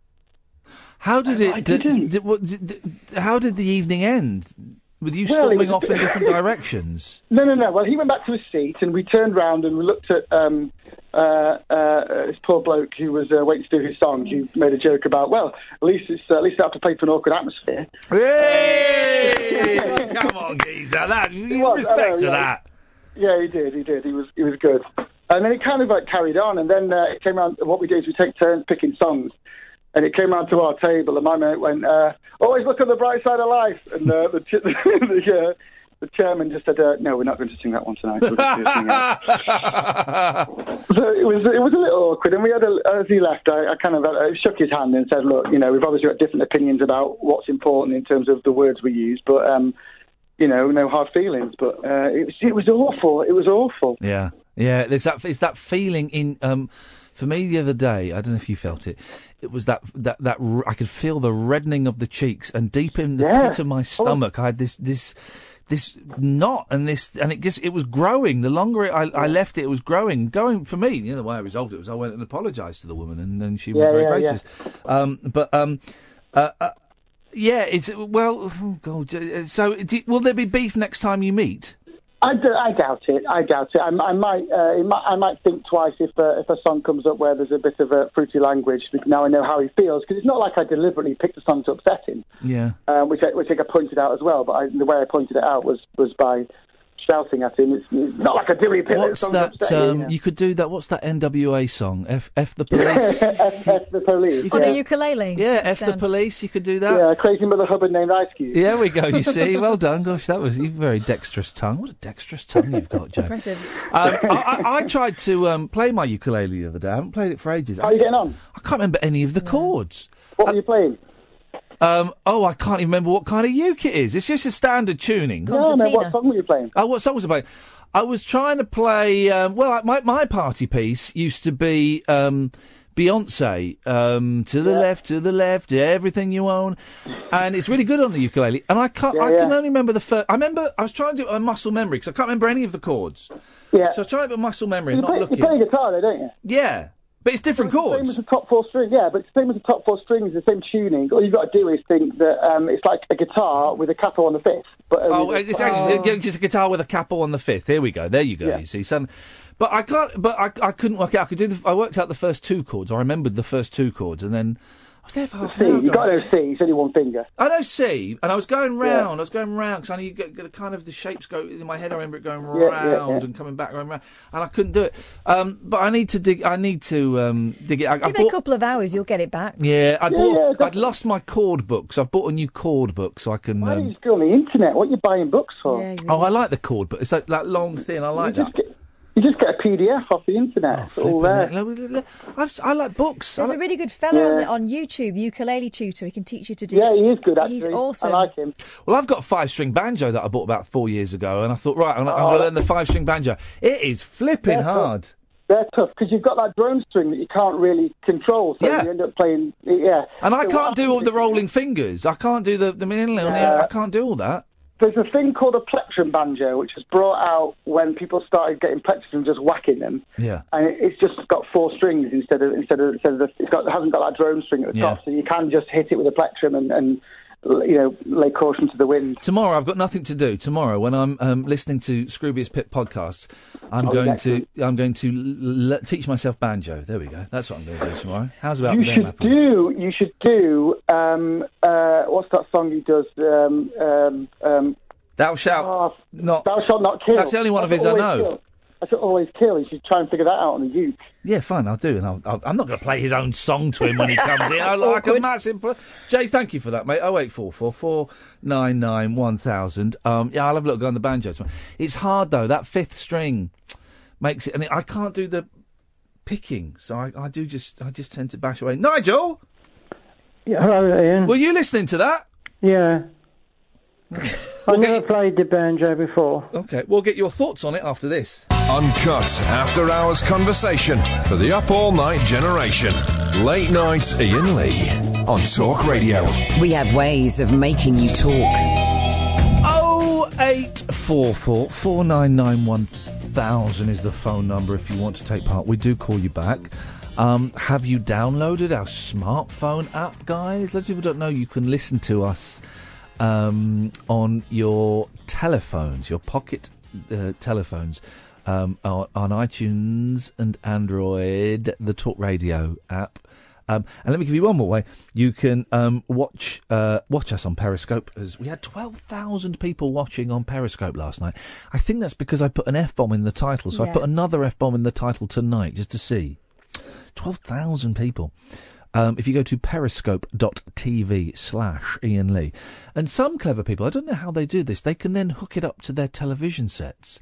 Speaker 3: How did it? did- did- what- did- did- how did the evening end? With you
Speaker 15: Well, it
Speaker 3: storming
Speaker 15: was-
Speaker 3: off
Speaker 15: *laughs*
Speaker 3: in different directions?
Speaker 15: No, no, no. Well, he went back to his seat, and we turned round and we looked at um, uh, uh, this poor bloke who was uh, waiting to do his song. Who made a joke about, well, at least it's uh, at least I have to play for an awkward atmosphere. *laughs*
Speaker 3: Hey! Oh, Come on, geezer. That, you
Speaker 15: was, I know,
Speaker 3: respect to
Speaker 15: yeah.
Speaker 3: that.
Speaker 15: Yeah, he did. He did. He was he was good. And then it kind of like carried on. And then uh, it came around. What we do is we take turns picking songs. And it came round to our table, and my mate went, uh, "Always look on the bright side of life." And uh, the, ch- *laughs* the, uh, the chairman just said, uh, "No, we're not going to sing that one tonight. We'll just do something else." So it was it was a little awkward, and we had a, as he left, I, I kind of uh, shook his hand and said, "Look, you know, we've obviously got different opinions about what's important in terms of the words we use, but um, you know, no hard feelings." But uh, it was it was awful. It was awful.
Speaker 3: Yeah, yeah. There's that. It's that feeling in. Um, for me, the other day, I don't know if you felt it. It was that that that r- I could feel the reddening of the cheeks, and deep in the pit of
Speaker 16: Oh.
Speaker 3: my stomach, I had this this this knot and this, and it just it was growing. The longer it, I, I left it, it was growing, going for me. You know, the way I resolved it was I went and apologised to the woman, and then she was
Speaker 16: Yeah,
Speaker 3: very
Speaker 16: yeah, yeah.
Speaker 3: gracious. Um, but um, uh, uh, yeah, it's well, oh God. uh, So, do, will there be beef next time you meet?
Speaker 15: I, d- I doubt it. I doubt it. I, m- I might, uh, it might, I might think twice if uh, if a song comes up where there's a bit of uh, fruity language. because Now I know how he feels because it's not like I deliberately picked a song to upset him.
Speaker 3: Yeah.
Speaker 15: um, which I, which I think I pointed out as well. But I, the way I pointed it out was was by shouting at him. It's, it's not like a dilly pit.
Speaker 3: What's that? Um, You could do that. What's that NWA song? F, F the police.
Speaker 15: F, *laughs* F the police.
Speaker 11: Or
Speaker 15: yeah.
Speaker 11: the ukulele.
Speaker 3: Yeah, F the
Speaker 11: sound.
Speaker 3: police. You could do that.
Speaker 15: Yeah, crazy mother hubbard named Ice Cube.
Speaker 3: yeah, we go. You see, well done. Gosh, that was you very dexterous tongue. What a dexterous tongue you've got, Joe.
Speaker 11: *laughs* Impressive.
Speaker 15: *laughs*
Speaker 3: Um, I, I, I tried to um, play my ukulele the other day. I haven't played it for ages.
Speaker 15: How are you getting on?
Speaker 3: I can't remember any of the chords.
Speaker 15: What were you playing?
Speaker 3: Um, oh, I can't even remember what kind of uke it is. It's just a standard tuning.
Speaker 15: No, no, what song were you playing?
Speaker 3: Oh, what song was I playing? I was trying to play. Um, well, I- my my party piece used to be um, Beyonce. Um, to the left, to the left, everything you own, and it's really good on the ukulele. And I can't. I can only remember the first. I remember I was trying to do a muscle memory because I can't remember any of the chords.
Speaker 15: Yeah.
Speaker 3: So I was trying to do muscle memory,
Speaker 15: You
Speaker 3: and not
Speaker 15: play, you
Speaker 3: looking.
Speaker 15: play guitar though, don't you?
Speaker 3: Yeah, but it's different chords.
Speaker 15: Same as the top four string, yeah, but it's the same as the top four strings, the same tuning. All you've got to do is think that um, it's like a guitar with a capo on the fifth. But
Speaker 3: Oh,
Speaker 15: only the-
Speaker 3: it's actually it's just a guitar with a capo on the fifth. Here we go. There you go. You see, son. But I can't. But I, I couldn't work out. I could do. The, I worked out the first two chords. I remembered the first two chords, and then I was there for half an hour.
Speaker 15: C. You got to know C. It's only one finger.
Speaker 3: I
Speaker 15: *laughs*
Speaker 3: know C, and I was going round. I was going round because I knew get, get kind of the shapes go in my head. I remember it going
Speaker 15: Yeah, yeah,
Speaker 3: round
Speaker 15: yeah.
Speaker 3: and coming back, round, round, and I couldn't do it. Um, but I need to dig. I need to um, dig it. I, I
Speaker 11: Give it a
Speaker 3: bought.
Speaker 11: couple of hours, you'll get it back.
Speaker 3: Yeah, I
Speaker 11: Yeah,
Speaker 3: bought. I'd lost my chord book, so I've bought a new chord book, so I can. um,
Speaker 15: It's on the internet. What are you buying books for?
Speaker 3: Oh, I like the chord, but it's that, that long thing. I like that. Oh,
Speaker 15: You Mm. just get a PDF off the internet. it's all there.
Speaker 3: I, like books.
Speaker 11: There's a really good fella on,
Speaker 15: Yeah.
Speaker 11: the, on YouTube, ukulele tutor. He can teach you to do.
Speaker 15: Yeah,
Speaker 11: it.
Speaker 15: he is good. Actually,
Speaker 11: He's awesome.
Speaker 15: I like him.
Speaker 3: Well, I've got a five string banjo that I bought about four years ago, and I thought, right, I'm, gonna- I'm
Speaker 15: Oh.
Speaker 3: going to learn the five string banjo. It is flipping
Speaker 15: Yeah, cool.
Speaker 3: hard.
Speaker 15: They're tough because you've got that drone string that you can't really control, so you end up playing. Yeah,
Speaker 3: And I
Speaker 15: So
Speaker 3: can't
Speaker 15: what-
Speaker 3: do all the rolling fingers. I can't do the the. I can't do all that.
Speaker 15: there's a thing called a plectrum banjo, which was brought out when people started getting plectrums and just whacking them,
Speaker 3: Yeah.
Speaker 15: and it- it's just got four strings instead of instead of instead of the, it's got it hasn't got that drone string at the
Speaker 3: Yeah.
Speaker 15: top, so you can just hit it with a plectrum and, and you know lay caution to the wind.
Speaker 3: Tomorrow, I've got nothing to do. Tomorrow, when I'm um, listening to Scroobius Pip podcasts, I'm
Speaker 15: Oh,
Speaker 3: going
Speaker 15: that's
Speaker 3: to I'm going to l- l- teach myself banjo. There we go. That's what I'm going to do tomorrow. How's about
Speaker 15: You
Speaker 3: them
Speaker 15: should
Speaker 3: apples?
Speaker 15: do. You should do. Um, uh, what's that song he does? Um, um, um, Ah,
Speaker 3: Thou shalt not.
Speaker 15: Thou shalt not kill.
Speaker 3: That's the only one of
Speaker 15: That's
Speaker 3: his I
Speaker 15: always
Speaker 3: know.
Speaker 15: Kill. That's always kill. You should try and figure that out on the uke.
Speaker 3: Yeah, fine. I'll do, and I'll, I'll, I'm not going to play his own song to him when he
Speaker 15: *laughs*
Speaker 3: comes in. I like a massive. Pl- Jay, thank you for that, mate. Oh eight four four four nine nine one thousand. Um, yeah, I'll have a look on the banjo. tomorrow. It's hard though. That fifth string makes it, and I can't do the picking, so I, I do just I just tend to bash away. Nigel,
Speaker 16: Yeah, hello, Ian.
Speaker 3: were you listening to that? *laughs*
Speaker 16: Yeah. I've never played the banjo before.
Speaker 3: Okay, we'll get your thoughts on it after this.
Speaker 2: Uncut after hours conversation for the up all night generation. Late night Ian Lee on Talk Radio.
Speaker 1: We have ways of making you talk.
Speaker 3: Oh eight four four four nine nine one thousand is the phone number if you want to take part. We do call you back. Um, have you downloaded our smartphone app, guys? Lots of people don't know you can listen to us um, on your telephones, your pocket uh, telephones, um, on, on iTunes and Android, the Talk Radio app. Um, and let me give you one more way. You can um, watch uh, watch us on Periscope. As we had twelve thousand people watching on Periscope last night. I think that's because I put an f bomb in the title, so I
Speaker 17: Yeah.
Speaker 3: put another f bomb in the title tonight just to see. Twelve thousand people. Um, if you go to periscope.tv slash Ian Lee. And some clever people, I don't know how they do this, they can then hook it up to their television sets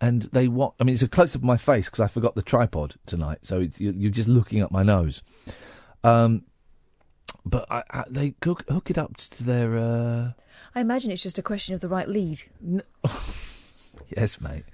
Speaker 3: and they want. I mean, it's a close up of my face because I forgot the tripod tonight, so it's, you, you're just looking up my nose. Um, but I, I, they hook, hook it up to their. Uh,
Speaker 11: I imagine it's just a question of the right lead.
Speaker 3: yes, mate.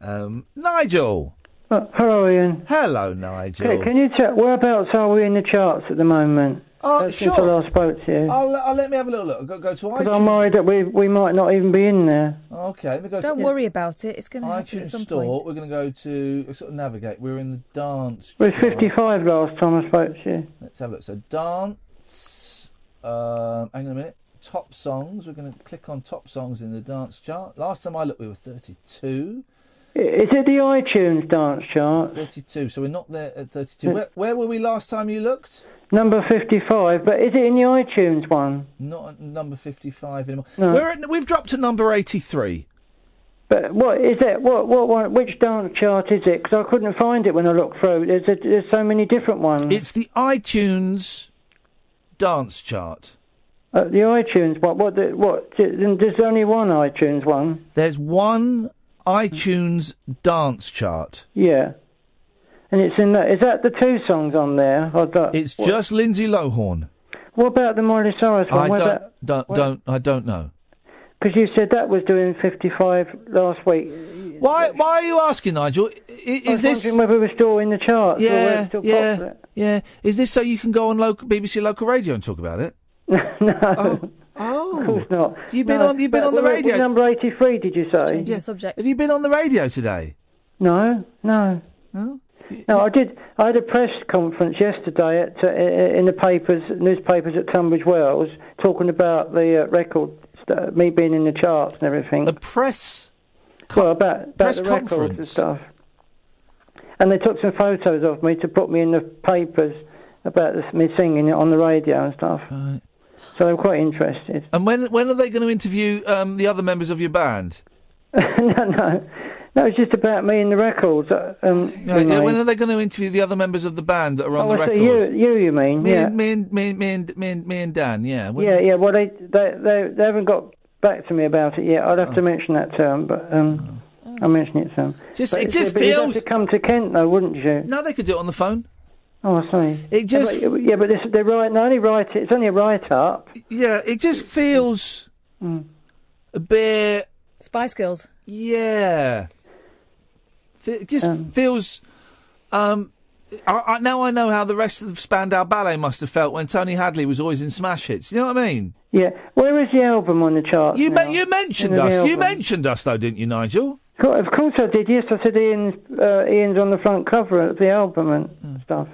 Speaker 3: Um, Nigel.
Speaker 16: Uh, hello, Ian.
Speaker 3: Hello, Nigel.
Speaker 16: Okay, can you check whereabouts are we in the charts at the moment?
Speaker 3: Oh,
Speaker 16: Uh, Since I
Speaker 3: sure. Oh,
Speaker 16: last spoke to you.
Speaker 3: I'll, I'll let me have a little look. I'll go, go to
Speaker 16: Because I'm
Speaker 3: iTunes.
Speaker 16: worried that we we might not even be in there.
Speaker 3: Okay, let me go.
Speaker 11: Don't
Speaker 3: to,
Speaker 11: worry about it. It's going to happen at
Speaker 3: iTunes
Speaker 11: some
Speaker 3: store.
Speaker 11: point.
Speaker 3: We're going to go to uh, sort of navigate. We're in the dance.
Speaker 16: We was
Speaker 3: chart.
Speaker 16: 55 last time I spoke to you.
Speaker 3: Let's have a look. So dance. Um, hang on a minute. Top songs. We're going to click on top songs in the dance chart. Last time I looked, we were 32.
Speaker 16: I- Is it the iTunes dance chart?
Speaker 3: 32. So we're not there at 32. Where, where were we last time you looked?
Speaker 16: Number 55, but is it in the iTunes one?
Speaker 3: Not at number 55 anymore.
Speaker 16: No.
Speaker 3: We're at, we've dropped to number 83.
Speaker 16: But what is it? What what, what which dance chart is it? Because I couldn't find it when I looked through. There's a, there's so many different ones.
Speaker 3: It's the iTunes dance chart.
Speaker 16: uh, the iTunes one. What the, what? then There's only one iTunes one.
Speaker 3: There's one iTunes dance chart.
Speaker 16: Yeah, and it's in that. Is that the two songs on there? Or that,
Speaker 3: It's
Speaker 16: what,
Speaker 3: just Lindsay Lowhorn.
Speaker 16: What about the Miley Cyrus
Speaker 3: I
Speaker 16: one?
Speaker 3: don't, don't, don't, I don't know.
Speaker 16: Because you said that was doing 55 last week.
Speaker 3: Why? Why are you asking, Nigel? I-
Speaker 16: I was
Speaker 3: Is this?
Speaker 16: wondering whether we're still in the charts? or whether
Speaker 3: Yeah,
Speaker 16: it's still
Speaker 3: yeah,
Speaker 16: popular.
Speaker 3: yeah. Is this so you can go on local, BBC local radio and talk about it?
Speaker 16: *laughs* no.
Speaker 3: Oh,
Speaker 16: of course not.
Speaker 3: You've been
Speaker 16: No,
Speaker 3: on. You've been
Speaker 16: but
Speaker 3: on the
Speaker 16: we're- we're
Speaker 3: radio.
Speaker 16: Number eighty-three. Did you say?
Speaker 3: Yeah. Have you been on the radio today?
Speaker 16: No, no.
Speaker 3: No?
Speaker 16: No, I did. I had a press conference yesterday at uh, in the papers, newspapers at Tunbridge Wells, talking about the uh, record, st- me being in the charts and everything. The
Speaker 3: press.
Speaker 16: well, about, about
Speaker 3: press
Speaker 16: the records and
Speaker 3: conference?
Speaker 16: stuff. And they took some photos of me to put me in the papers about this, me singing it on the radio and stuff.
Speaker 3: Right.
Speaker 16: So they were quite interested. *laughs*
Speaker 3: And when when are they going to interview um, the other members of your band?
Speaker 16: no, no. No, it's just about me and the records. uh, Um,
Speaker 3: Yeah,
Speaker 16: you
Speaker 3: yeah,
Speaker 16: know.
Speaker 3: when are they going to interview the other members of the band that are on
Speaker 16: oh,
Speaker 3: the
Speaker 16: I see,
Speaker 3: record?
Speaker 16: you, you, you mean?
Speaker 3: me,
Speaker 16: yeah.
Speaker 3: and, me and me and me and me and me and Dan. Yeah. When-
Speaker 16: Yeah, yeah. Well, they, they they they haven't got back to me about it yet. I'd
Speaker 3: Oh.
Speaker 16: have to mention that to 'em, but um, I'll mention it to 'em.
Speaker 3: Just-
Speaker 16: But
Speaker 3: it
Speaker 16: it's-
Speaker 3: just
Speaker 16: but You'd have
Speaker 3: feels-
Speaker 16: to come to Kent, though, wouldn't you?
Speaker 3: No, they could do it on the phone.
Speaker 16: Oh, I see.
Speaker 3: It just-
Speaker 16: Yeah, but, yeah, but this, they write. They only write it. It's only a write up.
Speaker 3: Yeah, it just feels
Speaker 16: Mm.
Speaker 3: a bit.
Speaker 11: Spice Girls.
Speaker 3: Yeah. Fe- It just feels um, I, I, now I know how the rest of the Spandau Ballet must have felt when Tony Hadley was always in smash hits. You know what I mean?
Speaker 16: Yeah. Where is the album on the chart?
Speaker 3: You,
Speaker 16: now?
Speaker 3: men- you mentioned
Speaker 16: In the
Speaker 3: us. You
Speaker 16: album.
Speaker 3: mentioned us, though, didn't you, Nigel?
Speaker 16: Co- Of course I did. Yes, I said Ian's, uh, Ian's on the front cover of the album and
Speaker 3: Hmm.
Speaker 16: stuff.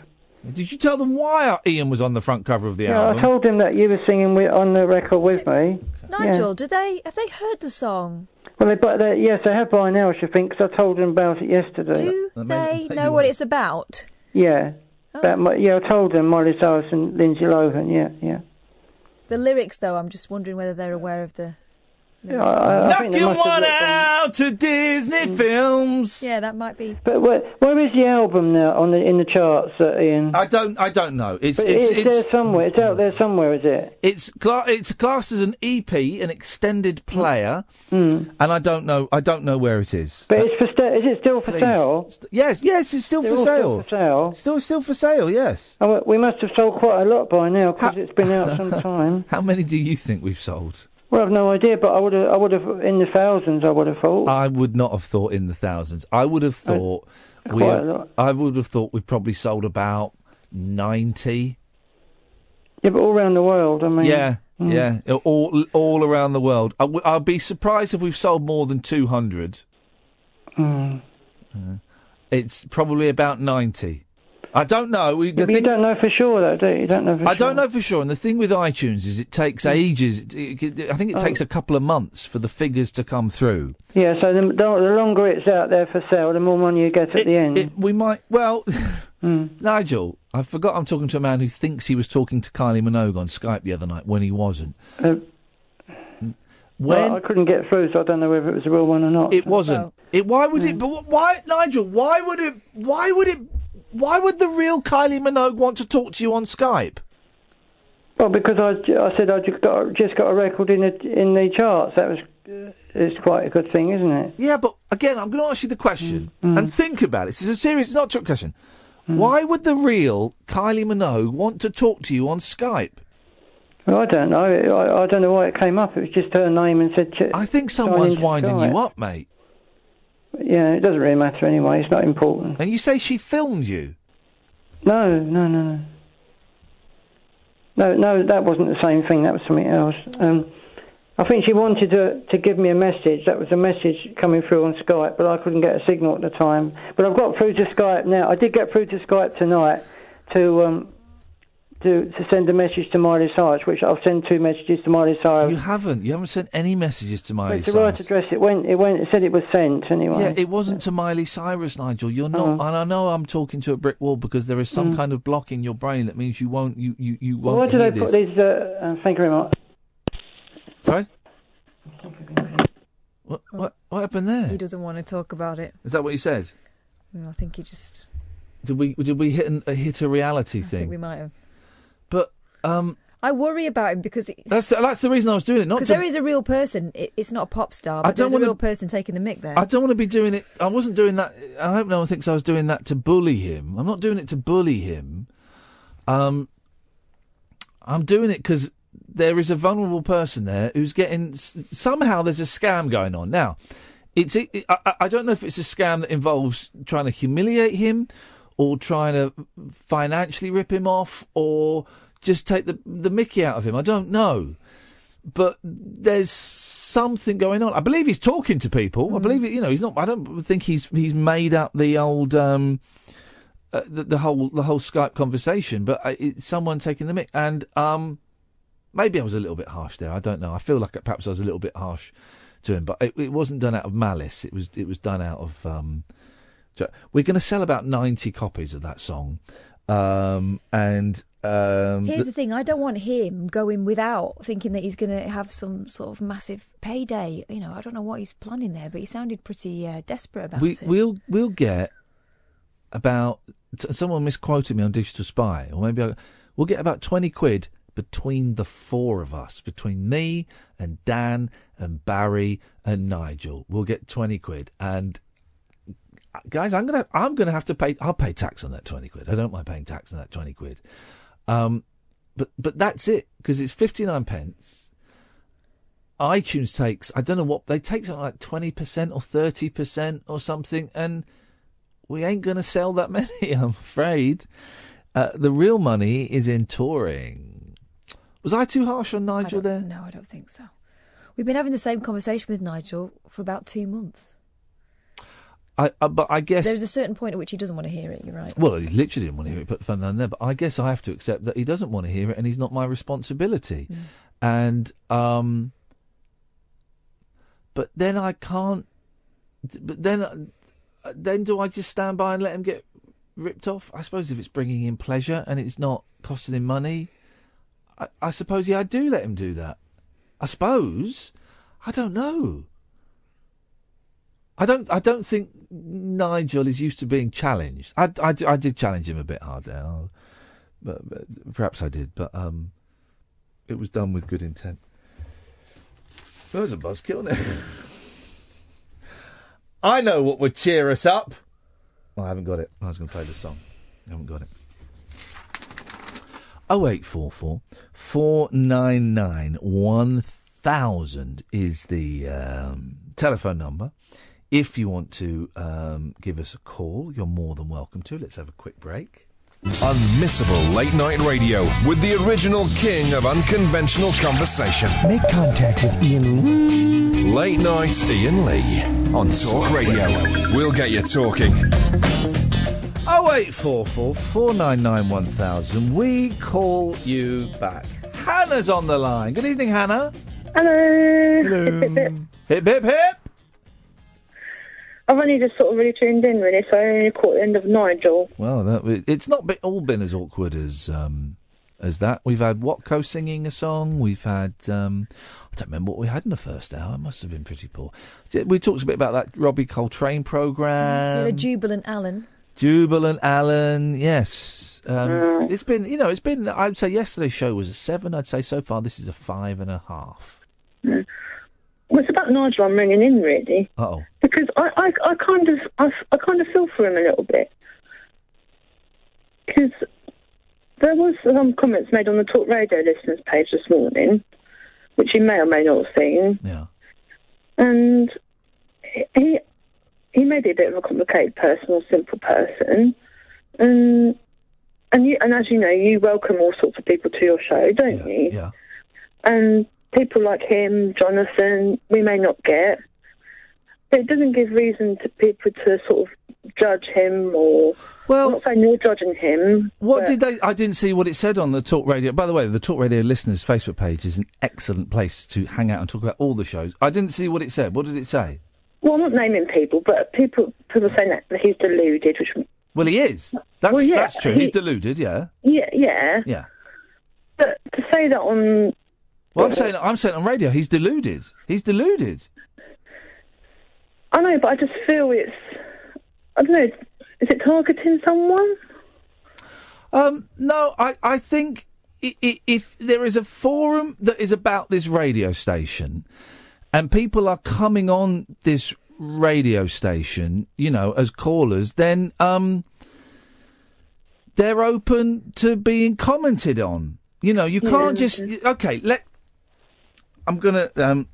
Speaker 3: Did you tell them why Ian was on the front cover of the
Speaker 16: Yeah,
Speaker 3: album?
Speaker 16: I told him that you were singing with, on the record with me.
Speaker 11: Nigel,
Speaker 16: Yeah.
Speaker 11: do they have they heard the song?
Speaker 16: Well, they, but they, yes, they have by now, I should think, because I told them about it yesterday.
Speaker 11: Do they know what it's about?
Speaker 16: Yeah. About my, yeah, I told them Miley Cyrus and Lindsay Lohan. Yeah, yeah.
Speaker 11: The lyrics, though, I'm just wondering whether they're aware of the.
Speaker 16: Yeah, I- I think they must have
Speaker 3: one
Speaker 16: looked
Speaker 3: out to
Speaker 15: Mm.
Speaker 3: Disney films.
Speaker 11: Yeah, that might be.
Speaker 16: But where, where is the album now on the in the charts, uh, Ian?
Speaker 3: I don't. I don't know. It's
Speaker 16: But
Speaker 3: it's
Speaker 16: it's
Speaker 3: it's
Speaker 16: there somewhere. It's out there somewhere, is it?
Speaker 3: it's, cla- it's classed as an EP, an extended player,
Speaker 16: Mm.
Speaker 3: and I don't know. I don't know where it is.
Speaker 16: But it's for sta- is it still for
Speaker 3: Uh, Please.
Speaker 16: sale?
Speaker 3: yes, yes, it's still
Speaker 16: They're
Speaker 3: for
Speaker 16: all
Speaker 3: sale.
Speaker 16: Still for sale.
Speaker 3: Still, still for sale. Yes.
Speaker 16: Oh, well, we must have sold quite a lot by now because it's been
Speaker 3: *laughs*
Speaker 16: out some time.
Speaker 3: How many do you think we've sold?
Speaker 16: Well, I've no idea, but I would have, I would have in the thousands. I would have thought.
Speaker 3: I would not have thought in the thousands. I would have thought we.
Speaker 16: Uh, quite a lot.
Speaker 3: I would have thought we probably sold about ninety.
Speaker 16: yeah, but all around the world. I mean.
Speaker 3: Yeah,
Speaker 16: Mm.
Speaker 3: yeah, all all around the world. I w- I'll be surprised if we've sold more than two hundred.
Speaker 16: Mm.
Speaker 3: It's probably about ninety. I don't know. We, the
Speaker 16: But you
Speaker 3: thing-
Speaker 16: don't know for sure, though, do you? You don't know for
Speaker 3: I
Speaker 16: sure.
Speaker 3: don't know for sure. And the thing with iTunes is it takes ages. It, it- I think it
Speaker 16: Oh.
Speaker 3: takes a couple of months for the figures to come through.
Speaker 16: Yeah, so the, the longer it's out there for sale, the more money you get at the end.
Speaker 3: we might. Well, Nigel, I forgot I'm talking to a man who thinks he was talking to Kylie Minogue on Skype the other night when he wasn't.
Speaker 16: Uh,
Speaker 3: When
Speaker 16: I couldn't get through, so I don't know whether it was a real one or not.
Speaker 3: It wasn't. It, why would it? But wh- why, Nigel? Why would it? Why would it? Why would the real Kylie Minogue want to talk to you on Skype?
Speaker 16: Well, because I, I said I just got just got a record in the in the charts. That was it's quite a good thing, isn't it?
Speaker 3: Yeah, but again, I'm going to ask you the question and think about it. This is a serious, it's not a trick question. Why would the real Kylie Minogue want to talk to you on Skype?
Speaker 16: Well, I don't know. I, I don't know why it came up. It was just her name and said. I
Speaker 3: think Someone's winding you up, mate.
Speaker 16: Yeah, it doesn't really matter anyway. It's not important.
Speaker 3: And you say she filmed you.
Speaker 16: No, no, no, no. No, no, that wasn't the same thing. That was something else. Um, I think she wanted to to give me a message. That was a message coming through on Skype, but I couldn't get a signal at the time. But I've got through to Skype now. I did get through to Skype tonight to um, to to send a message to Miley Cyrus, which I'll send two messages to Miley Cyrus.
Speaker 3: You haven't. You haven't sent any messages to Miley
Speaker 16: it's the right
Speaker 3: Cyrus.
Speaker 16: address. It went. It went. It said it was sent anyway.
Speaker 3: Yeah, it wasn't to Miley Cyrus, Nigel. You're not,
Speaker 16: Uh-huh.
Speaker 3: and I know I'm talking to a brick wall because there is some
Speaker 16: Mm.
Speaker 3: kind of block in your brain that means you won't, you, you, you
Speaker 16: Well,
Speaker 3: won't.
Speaker 16: why do
Speaker 3: hear
Speaker 16: they
Speaker 3: this.
Speaker 16: put these? Uh, uh, thank you very much.
Speaker 3: Sorry. What, what, what happened there?
Speaker 11: He doesn't want to talk about it.
Speaker 3: Is that what you said?
Speaker 11: No, I think he just.
Speaker 3: Did we, did we hit, an, uh, hit a reality
Speaker 11: I think
Speaker 3: thing?
Speaker 11: we might have.
Speaker 3: But um,
Speaker 11: I worry about him because it,
Speaker 3: that's the, that's the reason I was doing it. Not
Speaker 11: because
Speaker 3: to-
Speaker 11: there is a real person. It, it's not a pop star,
Speaker 3: I
Speaker 11: but there's
Speaker 3: don't
Speaker 11: a real
Speaker 3: wanna-
Speaker 11: person taking the mic there.
Speaker 3: I don't want to be doing it. I wasn't doing that. I hope no one thinks I was doing that to bully him. I'm not doing it to bully him. Um, I'm doing it because there is a vulnerable person there who's getting s- somehow there's a scam going on now. It's it, I, I- I don't know if it's a scam that involves trying to humiliate him or trying to financially rip him off or just take the the Mickey out of him. I don't know but there's something going on. I believe he's talking to people. I believe it. You know, he's not. I don't think he's he's made up the old um, uh, the, the whole the whole Skype conversation. But uh, it's someone taking the mic, and um, maybe I was a little bit harsh there. I don't know. I feel like perhaps I was a little bit harsh to him, but it, it wasn't done out of malice. It was it was done out of. Um, so we're going to sell about ninety copies of that song, um, and. Um,
Speaker 11: Here's the thing: I don't want him going without thinking that he's going to have some sort of massive payday. You know, I don't know what he's planning there, but he sounded pretty uh, desperate about
Speaker 3: we,
Speaker 11: it.
Speaker 3: We'll we'll get about s- someone misquoted me on Digital Spy, or maybe I, we'll get about twenty quid between the four of us, between me and Dan and Barry and Nigel. We'll get twenty quid, and uh, guys, I'm gonna I'm gonna have to pay. I'll pay tax on that twenty quid. I don't mind paying tax on that twenty quid. Um, but but that's it because it's fifty nine pence iTunes takes I don't know what they take something like twenty percent or thirty percent or something, and we ain't going to sell that *laughs* many, I'm afraid. Uh, the real money is in touring. Was I too harsh on Nigel there?
Speaker 11: No, I don't think so. We've been having the same conversation with Nigel for about two months.
Speaker 3: I, I, but I guess
Speaker 11: There's a certain point at which he doesn't want to hear it, you're right.
Speaker 3: Well, he literally didn't want to hear it. Put the phone down there. But I guess I have to accept that he doesn't want to hear it, and he's not my responsibility.
Speaker 11: Mm.
Speaker 3: And um, but then I can't. But then, uh, then do I just stand by and let him get ripped off? I suppose if it's bringing him pleasure and it's not costing him money, I, I suppose yeah, I do let him do that. I suppose. I don't know. I don't. I don't think Nigel is used to being challenged. I, I, d- I did challenge him a bit hard there, I'll- but, but perhaps I did. But um, it was done with good intent. That was a buzzkill, wasn't it? I know what would cheer us up. I haven't got it. I was going to play the song. I haven't got it. Oh, 0844 499 1000 is the um, telephone number. If you want to um, give us a call, you're more than welcome to. Let's have a quick break.
Speaker 2: Unmissable late night radio with the original king of unconventional conversation. Make contact with Ian Lee. Late night Ian Lee on Talk Radio. We'll get you talking.
Speaker 3: 0844 499 1000. We call you back. Hannah's on the line. Good evening, Hannah.
Speaker 17: Hello.
Speaker 3: Hip, hip, hip.
Speaker 17: *laughs* I've only just sort of really tuned in, really, so I only caught the end of Nigel.
Speaker 3: Well, that wa- it's not be, all been as awkward as um, as that. We've had Watco singing a song. We've had um, I don't remember what we had in the first hour. It must have been pretty poor. We talked a bit about that Robbie Coltrane
Speaker 11: We
Speaker 3: program.
Speaker 11: had a jubilant Alan.
Speaker 3: Jubilant Allen, yes. Um, It's been, you know, it's been. I'd say yesterday's show was a seven. I'd say so far this is a five and a half.
Speaker 17: Well, it's about Nigel I'm ringing in, really,
Speaker 3: Uh oh.
Speaker 17: because I, I, I kind of, I, I kind of feel for him a little bit, because there was some comments made on the Talk Radio listeners page this morning, which you may or may not have seen.
Speaker 3: Yeah.
Speaker 17: And he, he may be a bit of a complicated person or simple person, and and you, and as you know, you welcome all sorts of people to your show, don't you?
Speaker 3: Yeah.
Speaker 17: and people like him, Jonathan, we may not get. But it doesn't give reason to people to sort of judge him or.
Speaker 3: Well,
Speaker 17: I'm not saying you're judging him.
Speaker 3: What
Speaker 17: but-
Speaker 3: did they? I didn't see what it said on the Talk Radio. By the way, the Talk Radio listeners' Facebook page is an excellent place to hang out and talk about all the shows. I didn't see what it said. What did it say?
Speaker 17: Well, I'm not naming people, but people people are saying that he's deluded, which
Speaker 3: Well, he is. That's
Speaker 17: Well, yeah,
Speaker 3: that's true.
Speaker 17: he-
Speaker 3: He's deluded. Yeah.
Speaker 17: yeah, yeah.
Speaker 3: Yeah.
Speaker 17: But to say that on *laughs*
Speaker 3: Well, I'm saying I'm saying on radio he's deluded. He's deluded.
Speaker 17: I know, but I just feel it's. I don't know. Is it targeting someone?
Speaker 3: Um, no, I, I think i- i- if there is a forum that is about this radio station and people are coming on this radio station, you know, as callers, then um, they're open to being commented on. You know, you can't just. Okay, let. I'm going to. Um,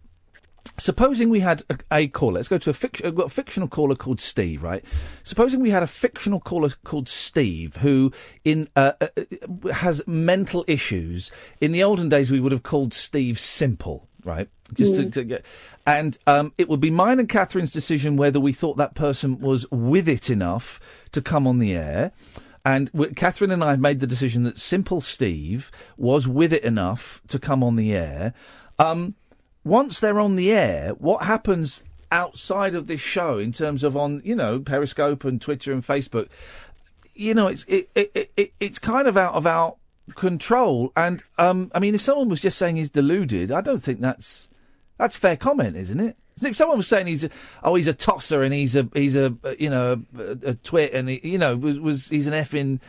Speaker 3: supposing we had a, a caller, let's go to a, fic- I've got a fictional caller called Steve, right? Supposing we had a fictional caller called Steve who in uh, uh, uh, has mental issues. In the olden days, we would have called Steve simple, right? Just to,
Speaker 18: Mm.
Speaker 3: to get, and um, it would be mine and Catherine's decision whether we thought that person was with it enough to come on the air. And w- Catherine and I made the decision that Simple Steve was with it enough to come on the air. Um, once they're on the air, what happens outside of this show in terms of on you know Periscope and Twitter and Facebook? You know, it's it, it, it, it it's kind of out of our control. And um, I mean, if someone was just saying he's deluded, I don't think that's that's fair comment, isn't it? If someone was saying he's a, oh he's a tosser and he's a he's a uh, you know a, a twit and he, you know was was he's an effing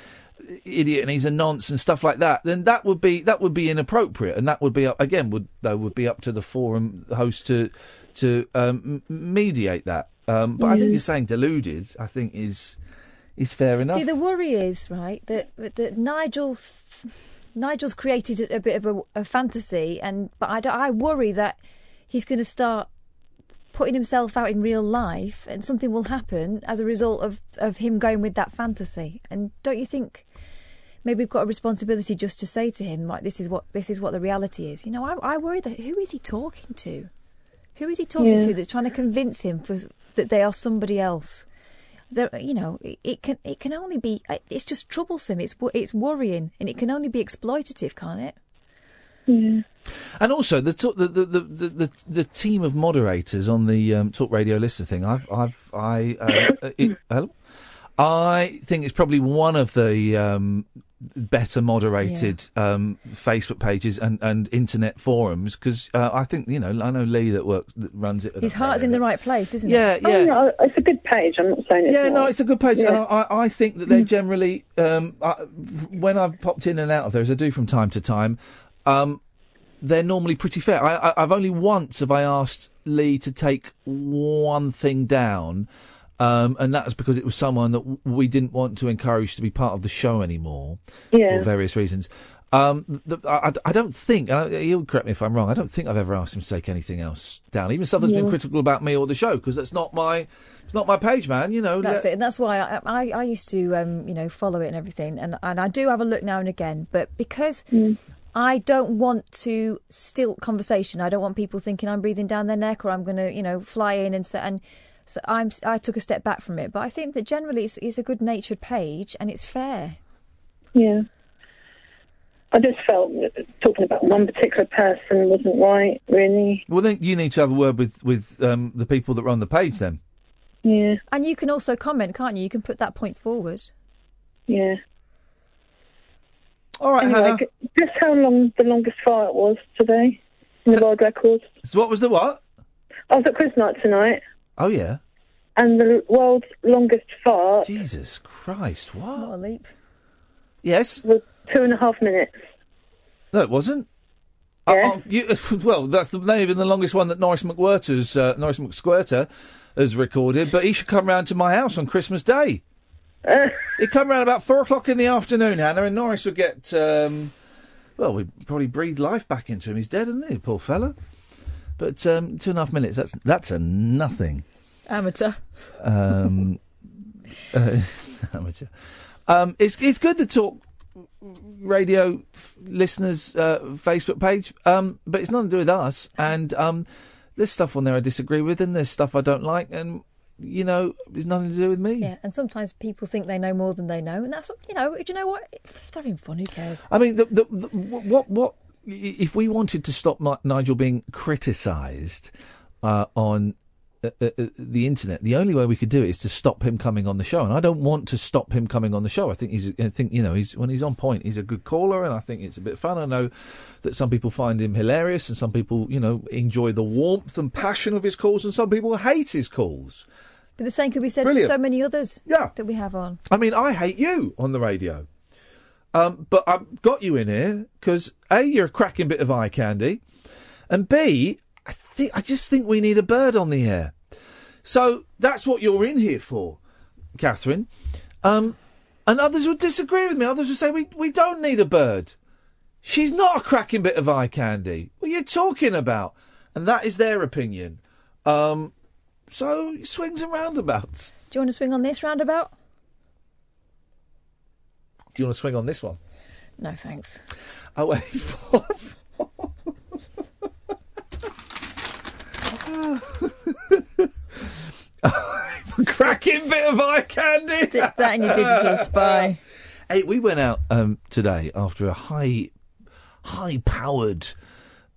Speaker 3: idiot and he's a nonce and stuff like that, then that would be that would be inappropriate and that would be up, again would though would be up to the forum host to to um, m- mediate that. Um, but I think
Speaker 11: Mm.
Speaker 3: you're saying deluded. I think is is fair enough.
Speaker 11: See, the worry is right that that Nigel th- Nigel's created a, a bit of a, a fantasy, and but I, don't- I worry that he's going to start putting himself out in real life, and something will happen as a result of of him going with that fantasy. And don't you think? Maybe we've got a responsibility just to say to him, like, this is what this is what the reality is. You know, I, I worry that who is he talking to? Who is he talking
Speaker 17: Yeah.
Speaker 11: to that's trying to convince him for that they are somebody else? There, you know, it, it can it can only be it's just troublesome. It's wo- it's worrying, and it can only be exploitative, can't it?
Speaker 17: Yeah.
Speaker 3: And also the t- the, the, the, the the the team of moderators on the um, Talk Radio Lister thing. I've I've I uh, uh, it, hello? I think it's probably one of the um, better moderated um, Facebook pages and, and internet forums because uh, I think you know I know Lee that works that runs it.
Speaker 11: His heart's in the right place, isn't
Speaker 3: Yeah,
Speaker 11: it?
Speaker 3: yeah. Oh,
Speaker 17: no, it's a good page. I'm not saying
Speaker 3: yeah, no, it's a good page, Uh, and I, I I think that they're generally um, I, when I've popped in and out of there as I do from time to time, um, they're normally pretty fair. I, I, I've only once have I asked Lee to take one thing down, um, and that's because it was someone that w- we didn't want to encourage to be part of the show anymore
Speaker 17: Yeah.
Speaker 3: for various reasons. Um, the, I, I- I don't think, and I, he'll correct me if I'm wrong, I don't think I've ever asked him to take anything else down, even stuff that's been
Speaker 11: Yeah.
Speaker 3: critical about me or the show, because that's not my, it's not my page, man. You know,
Speaker 11: That's
Speaker 3: let-
Speaker 11: it, and that's why I, I, I used to, um, you know, follow it and everything, and and I do have a look now and again, but because
Speaker 3: Hmm.
Speaker 11: I don't want to stilt conversation, I don't want people thinking I'm breathing down their neck or I'm going to, you know, fly in and so and so I'm I took a step back from it, but I think that generally it's, it's a good natured page and it's fair.
Speaker 17: Yeah. I just felt that talking about one particular person wasn't right, really.
Speaker 3: Well, then you need to have a word with with um, the people that run the page. Then
Speaker 17: Yeah,
Speaker 11: and you can also comment, can't you? You can put that point forward.
Speaker 17: Yeah.
Speaker 3: All right,
Speaker 17: anyway,
Speaker 3: Hannah.
Speaker 17: g- guess how long the longest fight was today in the world records?
Speaker 3: So what was the what?
Speaker 17: I was at quiz night tonight,
Speaker 3: Oh yeah,
Speaker 17: and the l- world's longest fart.
Speaker 3: Jesus Christ! What?
Speaker 11: What a leap!
Speaker 3: Yes.
Speaker 17: Was two and a half minutes.
Speaker 3: No, it wasn't. Uh, oh, you, *laughs* well, that's the, maybe the longest one that Norris McWhirter's uh, Norris McSquirter has recorded. But he should come round to my house on Christmas Day. He'd come round about four o'clock in the afternoon, Hannah, and Norris would get. Um, well, we'd probably breathe life back into him. He's dead, isn't he, poor fella? But um, two and a half minutes—that's that's a nothing.
Speaker 11: Amateur.
Speaker 3: Um, *laughs* uh, *laughs* amateur. Um, it's it's good to talk radio f- listeners' uh, Facebook page, um, but it's nothing to do with us. And um, there's stuff on there I disagree with, and there's stuff I don't like, and you know, it's nothing to do with me.
Speaker 11: Yeah, and sometimes people think they know more than they know, and that's you know, do you know what? If they're having fun, who cares?
Speaker 3: I mean, the, the, the, wh- what what i- if we wanted to stop Ni- Nigel being criticised uh, on uh, uh, uh, the internet? The only way we could do it is to stop him coming on the show, and I don't want to stop him coming on the show. I think he's I think you know he's when he's on point, he's a good caller, and I think it's a bit fun. I know that some people find him hilarious, and some people you know enjoy the warmth and passion of his calls, and some people hate his calls.
Speaker 11: But the same could be said
Speaker 3: Brilliant.
Speaker 11: for so many others
Speaker 3: yeah.
Speaker 11: that we have on.
Speaker 3: I mean, I hate you on the radio. Um, but I've got you in here because A, you're a cracking bit of eye candy. And B, I, think, I just think we need a bird on the air. So that's what you're in here for, Catherine. Um, and others would disagree with me. Others would say, we, we don't need a bird. She's not a cracking bit of eye candy. What are you talking about? And that is their opinion. Um, so it swings and roundabouts.
Speaker 11: Do you want to swing on this roundabout?
Speaker 3: Do you want to swing on this one?
Speaker 11: No,
Speaker 3: *laughs*
Speaker 11: thanks.
Speaker 3: Oh wait, four, cracking bit of eye candy.
Speaker 11: Stick that in your
Speaker 3: *laughs*
Speaker 11: digital spy.
Speaker 3: Hey, we went out um, today after a high, high-powered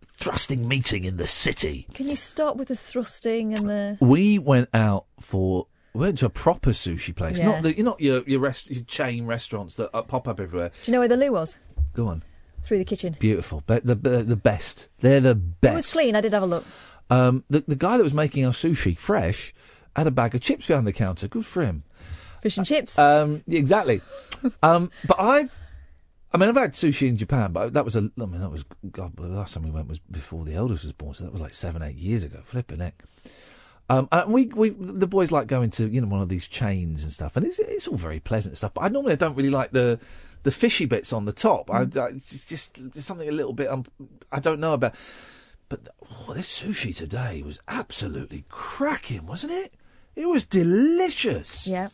Speaker 3: thrusting meeting in the city.
Speaker 11: Can you stop with the thrusting and the?
Speaker 3: We went out for we went to a proper sushi place,
Speaker 11: Yeah.
Speaker 3: not the, not your your, rest, your chain restaurants that uh, pop up everywhere.
Speaker 11: Do you know where the loo was?
Speaker 3: Go on,
Speaker 11: Through the kitchen.
Speaker 3: beautiful, Be- the, the the best. They're the best.
Speaker 11: It was clean. I did have a look.
Speaker 3: Um, the, the guy that was making our sushi fresh had a bag of chips behind the counter. Good for him.
Speaker 11: Fish and chips.
Speaker 3: Um, yeah, exactly. *laughs* um, but I've, I mean, I've had sushi in Japan, but that was a, I mean, that was God. The last time we went was before the eldest was born, so that was like seven, eight years ago. Flipping heck. Um, and we, we, the boys like going to you know one of these chains and stuff, and it's it's all very pleasant stuff. But I normally I don't really like the the
Speaker 11: Mm.
Speaker 3: fishy bits on the top. I, I- it's just it's something a little bit um, I don't know about. But th- oh, this sushi today was absolutely cracking, wasn't it? It was delicious.
Speaker 11: Yeah.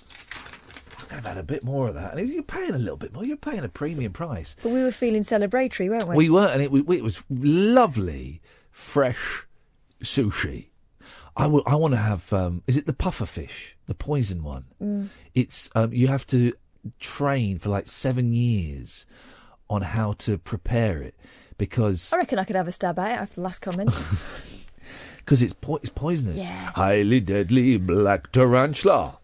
Speaker 3: I could have had a bit more of that. And you're paying a little bit more. You're paying a premium price.
Speaker 11: But we were feeling celebratory, weren't we?
Speaker 3: We were, and it, we, we- it was lovely, fresh sushi. I want to have. Um, is it the puffer fish, the poison one?
Speaker 5: Mm.
Speaker 3: It's um, you have to train for like seven years on how to prepare it because
Speaker 11: I reckon I could have a stab at it after the
Speaker 3: *laughs*
Speaker 11: last comments.
Speaker 3: cause it's po- it's poisonous.
Speaker 11: Yeah.
Speaker 3: Highly deadly black tarantula.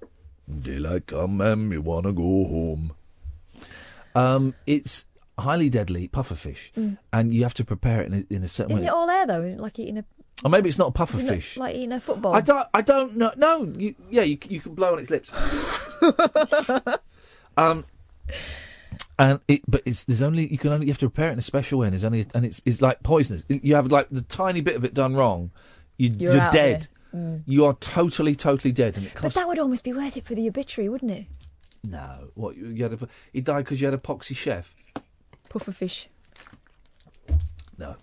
Speaker 3: Daylight come and you wanna go home. Um, it's highly deadly pufferfish,
Speaker 11: Mm.
Speaker 3: and you have to prepare it in a, in a certain
Speaker 11: Isn't
Speaker 3: way.
Speaker 11: it all air though? Isn't it Like eating a
Speaker 3: or maybe it's not a
Speaker 11: isn't it
Speaker 3: pufferfish.
Speaker 11: like eating a football.
Speaker 3: I don't. I don't know. No. You, yeah, you, c- you can blow on its
Speaker 11: *laughs*
Speaker 3: lips. um, and it, but it's there's only you can only you have to prepare it in a special way, and there's only and it's it's like poisonous. You have like the tiny bit of it done wrong, you,
Speaker 11: You're
Speaker 3: you're,
Speaker 11: out of
Speaker 3: dead.
Speaker 11: it. Mm.
Speaker 3: You are totally, totally dead, and it
Speaker 11: But
Speaker 3: costs
Speaker 11: that would almost be worth it for the obituary, wouldn't it?
Speaker 3: no. What you, you had? A, he died because you had a poxy chef.
Speaker 11: Pufferfish.
Speaker 3: No.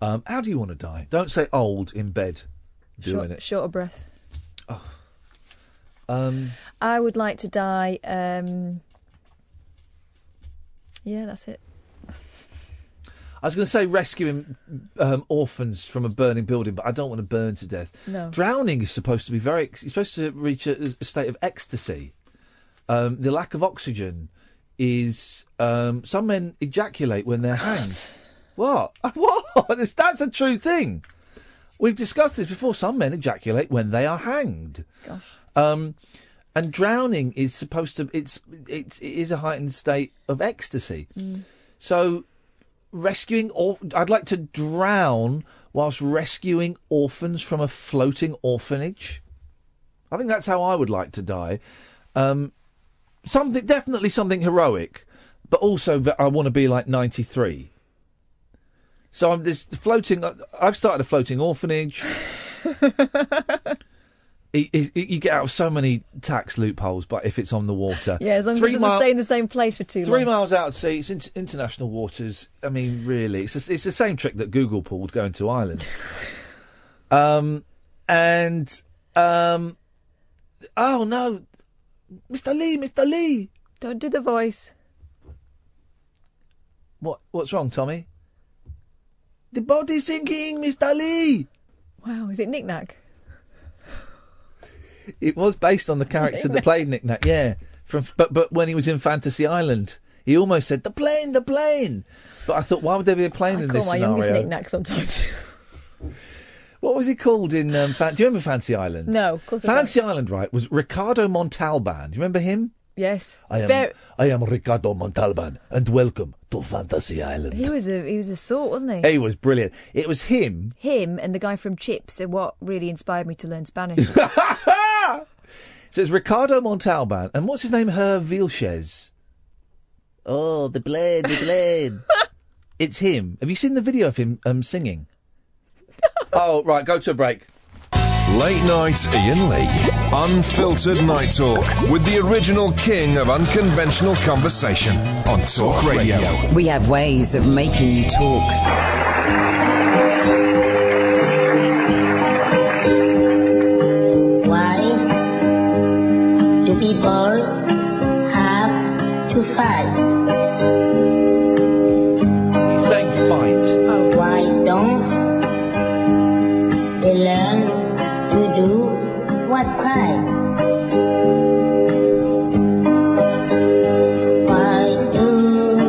Speaker 3: Um, how do you want to die? Don't say old in bed, doing
Speaker 11: Short,
Speaker 3: it.
Speaker 11: short of breath.
Speaker 3: Um,
Speaker 11: I would like to die. Um, yeah, that's it.
Speaker 3: I was going to say rescuing um, orphans from a burning building, but I don't want to burn to death.
Speaker 11: No.
Speaker 3: Drowning is supposed to be very. You're supposed to reach a, a state of ecstasy. Um, the lack of oxygen is. Um, some men ejaculate when they're hanged. What? *laughs* What? This- That's a true thing. We've discussed this before. Some men ejaculate when they are hanged.
Speaker 11: Gosh.
Speaker 3: Um, and drowning is supposed to. It's it's it is a heightened state of ecstasy.
Speaker 5: Mm.
Speaker 3: So, rescuing or I'd like to drown whilst rescuing orphans from a floating orphanage. I think that's how I would like to die. Um, something definitely something heroic, but also that I want to be like ninety three. So I'm this floating. uh, I've started a floating orphanage. It- it- it- you get out of so many tax loopholes, but if it's on the water,
Speaker 11: Yeah, as long as it
Speaker 3: Three
Speaker 11: doesn't
Speaker 3: mile-
Speaker 11: stay in the same place for too
Speaker 3: Three
Speaker 11: long.
Speaker 3: miles out at sea, it's in- international waters. I mean, really, it's the- it's the same trick that Google pulled going to
Speaker 11: *laughs*
Speaker 3: Ireland. um, and um, oh no, Mr. Lee, Mr. Lee,
Speaker 11: don't do the voice.
Speaker 3: What what's wrong, Tommy? The body's sinking, Mr. Lee.
Speaker 11: Wow, is it knick-knack?
Speaker 3: It was based on the character that played Nick Nack, yeah. From but but when he was in Fantasy Island, he almost said the plane, the plane. But I thought, why would there be a plane
Speaker 11: I
Speaker 3: in
Speaker 11: call
Speaker 3: this
Speaker 11: my
Speaker 3: scenario?
Speaker 11: youngest knick-knack sometimes. *laughs*
Speaker 3: What was he called in? Um, Fan- Do you remember Fancy Island?
Speaker 11: No, of course I don't.
Speaker 3: Fancy Island, right? Was Ricardo Montalban? Do you remember him?
Speaker 11: yes.
Speaker 3: I am.
Speaker 11: Ver-
Speaker 3: I am Ricardo Montalban, and welcome to Fantasy Island.
Speaker 11: he was a he was a sort, wasn't he?
Speaker 3: He was brilliant. It was him.
Speaker 11: Him and the guy from Chips are what really inspired me to
Speaker 3: *laughs*
Speaker 11: learn Spanish.
Speaker 3: So it's Ricardo Montalban, and what's his name? Herb Vilches. Oh, the blade, the
Speaker 11: *laughs*
Speaker 3: blade. it's him. Have you seen the video of him um, singing? Oh, right. Go to a break.
Speaker 2: Late night Ian Lee. Unfiltered night talk with the original king of unconventional conversation on Talk Radio.
Speaker 1: We have ways of making you talk.
Speaker 18: Why do people have to fight?
Speaker 3: He's saying fight.
Speaker 11: Oh.
Speaker 18: Why don't they learn to do what's right? Why do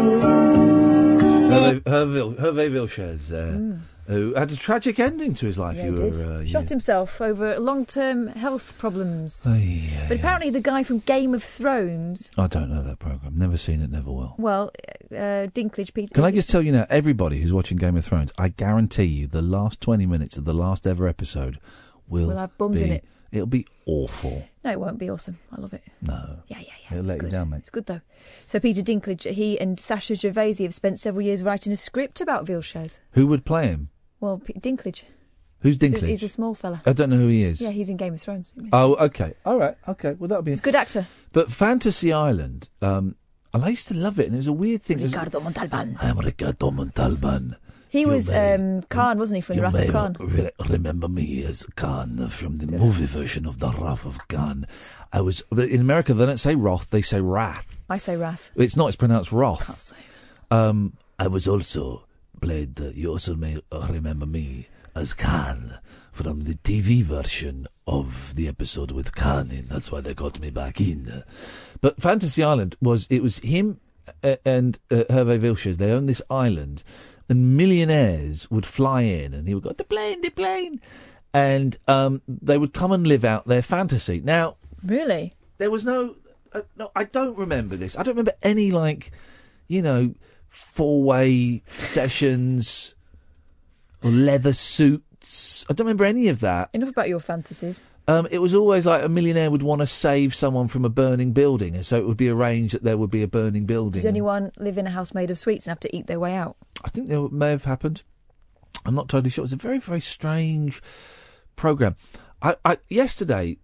Speaker 3: Hervé Hervé- Hervé Vilches, uh, who had a tragic ending to his life.
Speaker 11: Mm. Yeah,
Speaker 3: you
Speaker 11: he
Speaker 3: were,
Speaker 11: did.
Speaker 3: Uh,
Speaker 11: Shot himself over long-term health problems.
Speaker 3: Ay,
Speaker 11: But apparently, the guy from Game of Thrones,
Speaker 3: I don't know that program. Never seen it. Never will.
Speaker 11: well, uh, Dinklage Peter.
Speaker 3: Oh. Can I just tell you now, everybody who's watching Game of Thrones, I guarantee you, the last twenty minutes of the last ever episode will
Speaker 11: Will have bums in
Speaker 3: be-
Speaker 11: it.
Speaker 3: It'll be awful.
Speaker 11: No, it won't be awesome. I love it.
Speaker 3: No.
Speaker 11: Yeah, yeah, yeah.
Speaker 3: It'll
Speaker 11: it's
Speaker 3: let
Speaker 11: good.
Speaker 3: you down, mate.
Speaker 11: It's good though. So Peter Dinklage, he and Sasha Gervais have spent several years writing a script about Vilches.
Speaker 3: Who would play him?
Speaker 11: Well, P- Dinklage.
Speaker 3: Who's
Speaker 11: He's a-
Speaker 3: Dinklage?
Speaker 11: He's, a small fella.
Speaker 3: I don't know who he is.
Speaker 11: Yeah, he's in Game of Thrones.
Speaker 3: Oh, okay. All right. Okay. Well, that'll be.
Speaker 11: He's a good actor.
Speaker 3: But Fantasy Island, um, And I used to love it, and it was a weird thing. It was-
Speaker 11: Ricardo Montalban.
Speaker 3: I am Ricardo Montalban.
Speaker 11: He
Speaker 3: You
Speaker 11: was
Speaker 3: may-
Speaker 11: um, Khan, wasn't he, from the
Speaker 3: you
Speaker 11: Wrath
Speaker 3: may
Speaker 11: of Khan?
Speaker 3: re- remember me as Khan from the movie version of The Wrath of Khan. I was but in America. They don't say Roth; they say Wrath.
Speaker 11: I say Wrath.
Speaker 3: It's not. It's pronounced Roth. Um, I was also played. Uh, you also may uh, remember me as Khan from the TV version of the episode with Khan in. That's why they got me back in. But Fantasy Island was it was him uh, and uh, Hervé Vilches. They owned this island, and millionaires would fly in, and he would go the plane, the plane, and um, they would come and live out their fantasy. Now
Speaker 11: Really?
Speaker 3: There was no. Uh, no, I don't remember this. I don't remember any like, you know, four-way sessions or leather suits. I don't remember any of that.
Speaker 11: Enough about your fantasies.
Speaker 3: Um, it was always like a millionaire would want to save someone from a burning building, and so it would be arranged that there would be a burning building.
Speaker 11: Did anyone live in a house made of sweets and have to eat their way out?
Speaker 3: I think that may have happened. I'm not totally sure. It's a very, very strange program. I, I yesterday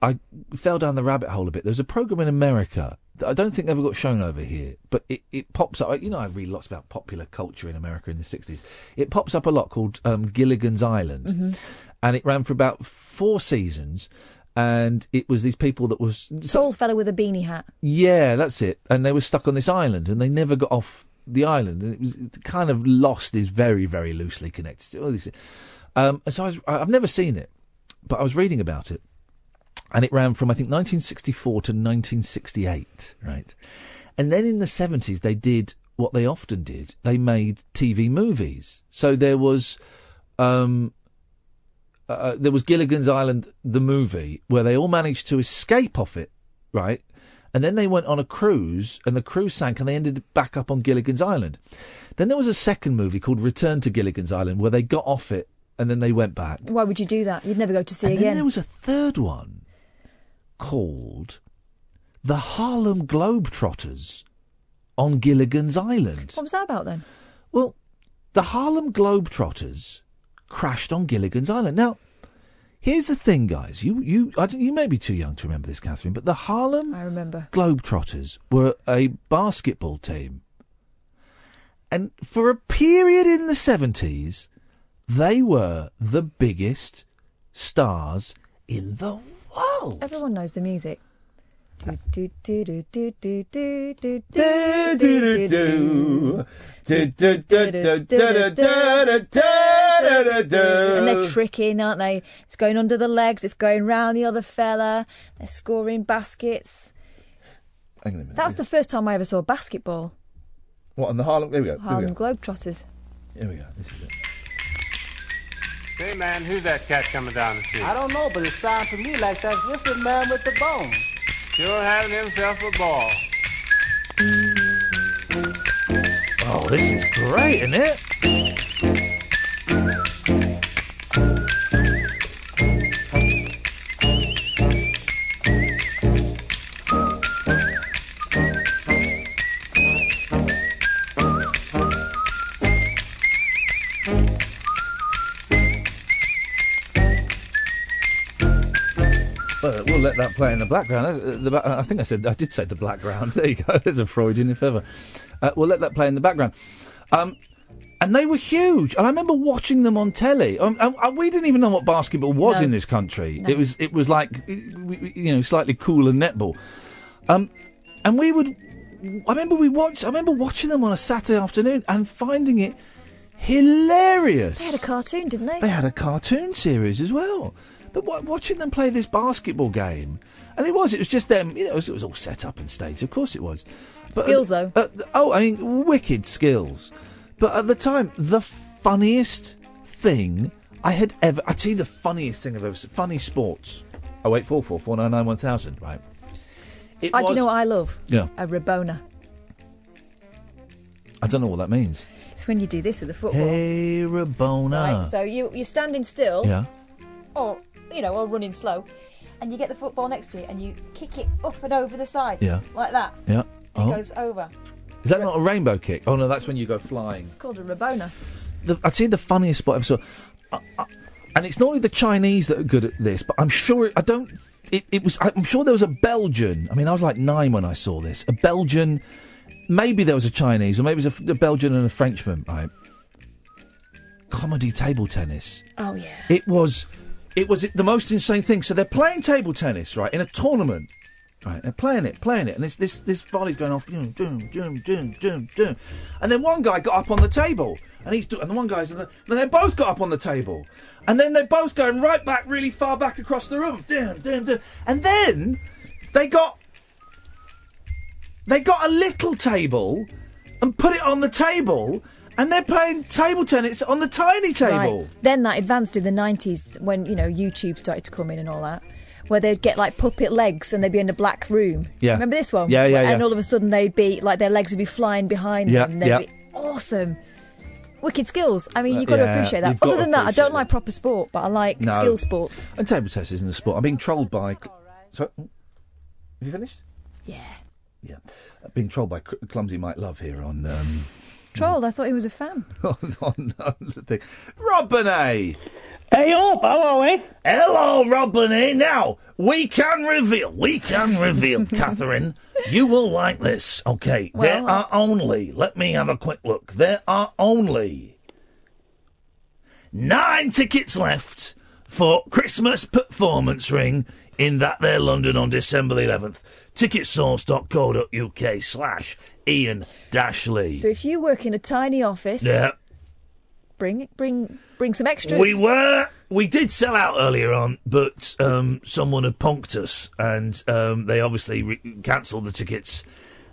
Speaker 3: I fell down the rabbit hole a bit. There's a program in America that I don't think ever got shown over here, but it, it pops up. You know, I read lots about popular culture in America in the '60s. It pops up a lot called um, Gilligan's Island,
Speaker 11: Mm-hmm.
Speaker 3: and it ran for about four seasons. And it was these people that was
Speaker 11: Tall fellow with a beanie hat.
Speaker 3: yeah, that's it. And they were stuck on this island, and they never got off the island. And it was it kind of lost is very, very loosely connected to all these. Um, and so I was, I- I've never seen it, but I was reading about it, and it ran from I think 1964 to 1968, right? And then in the 70s, they did what they often did: they made TV movies. So there was. Um, uh, there was Gilligan's Island, the movie, where they all managed to escape off it, right? And then they went on a cruise, and the cruise sank, and they ended back up on Gilligan's Island. Then there was a second movie called Return to Gilligan's Island, where they got off it and then they went back.
Speaker 11: Why would you do that? You'd never go to sea
Speaker 3: And
Speaker 11: again.
Speaker 3: then there was a third one called The Harlem Globetrotters on Gilligan's Island.
Speaker 11: What was that about then?
Speaker 3: Well, the Harlem Globetrotters crashed on Gilligan's Island. Now, here's the thing, guys. You you I don't- you may be too young to remember this, Catherine, but the Harlem
Speaker 11: I remember.
Speaker 3: Globetrotters were a basketball team, and for a period in the seventies, they were the biggest stars in the world.
Speaker 11: Everyone knows the music. Do, do, do, do, do, do, do, do, do, do, do. And they're
Speaker 3: And
Speaker 11: tricking, aren't they? It's going under the legs, it's going round the other fella, they're scoring baskets. That was the first time I ever saw basketball.
Speaker 3: What on the Harlem? There we go. Here we
Speaker 11: Harlem
Speaker 3: go.
Speaker 11: Globetrotters.
Speaker 3: Here we go. This is it.
Speaker 19: Hey man, who's that cat coming down the street?
Speaker 4: I don't know, but it sounds to me like that lifted man with the bone.
Speaker 19: Sure having himself a ball.
Speaker 3: Oh, this is great, isn't it? Well, we'll let that play in the background. That's, uh, the ba- I think I said I did say the background. *laughs* There you go. There's a Freudian if ever. Uh, we'll let that play in the background. Um, and they were huge. And I remember watching them on telly. Um, and, and we didn't even know what basketball was
Speaker 20: No.
Speaker 3: in this country.
Speaker 20: No.
Speaker 3: It was it was like we- we- you know slightly cooler netball. Um, and we would. I remember we watched. I remember watching them on a Saturday afternoon and finding it hilarious.
Speaker 11: They had a cartoon, didn't they?
Speaker 3: They had a cartoon series as well. But wa- watching them play this basketball game, and it was, it was just them, you know, it was, it was all set up and staged, of course it was.
Speaker 11: Skills,
Speaker 3: though. oh, I mean, wicked skills. But at the time, the funniest thing I had ever, I'd say the funniest thing I've ever seen, funny sports. Oh, wait, 1000, right. It
Speaker 11: I do you
Speaker 3: was-
Speaker 11: know what I love?
Speaker 3: Yeah.
Speaker 11: A rabona.
Speaker 3: I don't know what that means.
Speaker 11: It's when you do this with a football.
Speaker 3: Hey, Rabona.
Speaker 11: Right, so you you're standing still,
Speaker 3: yeah.
Speaker 11: or you know, or running slow, and you get the football next to you and you kick it up and over the side,
Speaker 3: Yeah.
Speaker 11: like that.
Speaker 3: Yeah.
Speaker 11: It
Speaker 3: Oh.
Speaker 11: goes over.
Speaker 3: Is that not a rainbow kick? Oh, no, that's when you go flying.
Speaker 11: It's called a rabona.
Speaker 3: the, I'd say the funniest spot I ever saw. I, I, and it's normally the Chinese that are good at this, but I'm sure it, I don't. It, it was. I'm sure there was a Belgian. I mean, I was like nine when I saw this. A Belgian. Maybe there was a Chinese, or maybe it was a, f- a Belgian and a Frenchman. I, comedy table tennis.
Speaker 11: Oh, yeah.
Speaker 3: It was, it was the most insane thing. So they're playing table tennis, right, in a tournament. Right, they're playing it, playing it, and this this this volley's going off, doom, doom, doom, doom, doom, doom, and then one guy got up on the table, and he's do- and the one guy's, and then they both got up on the table, and then they're both going right back, really far back across the room, doom, doom, doom, and then they got they got a little table and put it on the table, and they're playing table tennis on the tiny table.
Speaker 11: Right. Then that advanced in the 90s when, you know, YouTube started to come in and all that, where they'd get like puppet legs and they'd be in a black room.
Speaker 3: Yeah.
Speaker 11: Remember this one?
Speaker 3: Yeah, yeah,
Speaker 11: And
Speaker 3: yeah.
Speaker 11: all of a sudden they'd be like their legs would be flying behind
Speaker 3: Yeah,
Speaker 11: them. and They'd
Speaker 3: yeah.
Speaker 11: be awesome. Wicked skills. I mean,
Speaker 3: Uh,
Speaker 11: you've got
Speaker 3: yeah,
Speaker 11: to appreciate that.
Speaker 3: you've got
Speaker 11: Other
Speaker 3: to
Speaker 11: than that, I
Speaker 3: appreciate
Speaker 11: don't like proper sport, but I like
Speaker 3: No.
Speaker 11: skill sports.
Speaker 3: And table tennis isn't a sport. I'm being trolled by. So, hmm? have you finished?
Speaker 11: Yeah.
Speaker 3: Mm. Yeah. Uh, Being trolled by Cl- Clumsy Mike Love here on um, *laughs*
Speaker 11: Trolled, I thought he was a fan.
Speaker 3: on, on, on the thing. Robinay.
Speaker 20: Hey up, eh? how are we?
Speaker 11: *laughs*
Speaker 3: Hello, Robinay. Oh, Now we can reveal. We can reveal, Catherine. You will like this. Okay. there are only. Let me have a quick look. There are only nine tickets left for Christmas performance ring in that there London on December the 11th. Ticketsource.co.uk slash Ian Dashley.
Speaker 11: So if you work in a tiny office,
Speaker 3: yeah.
Speaker 11: bring bring bring some extras.
Speaker 3: We were. We did sell out earlier on, but um, someone had punked us, and um, they obviously re- cancelled the tickets,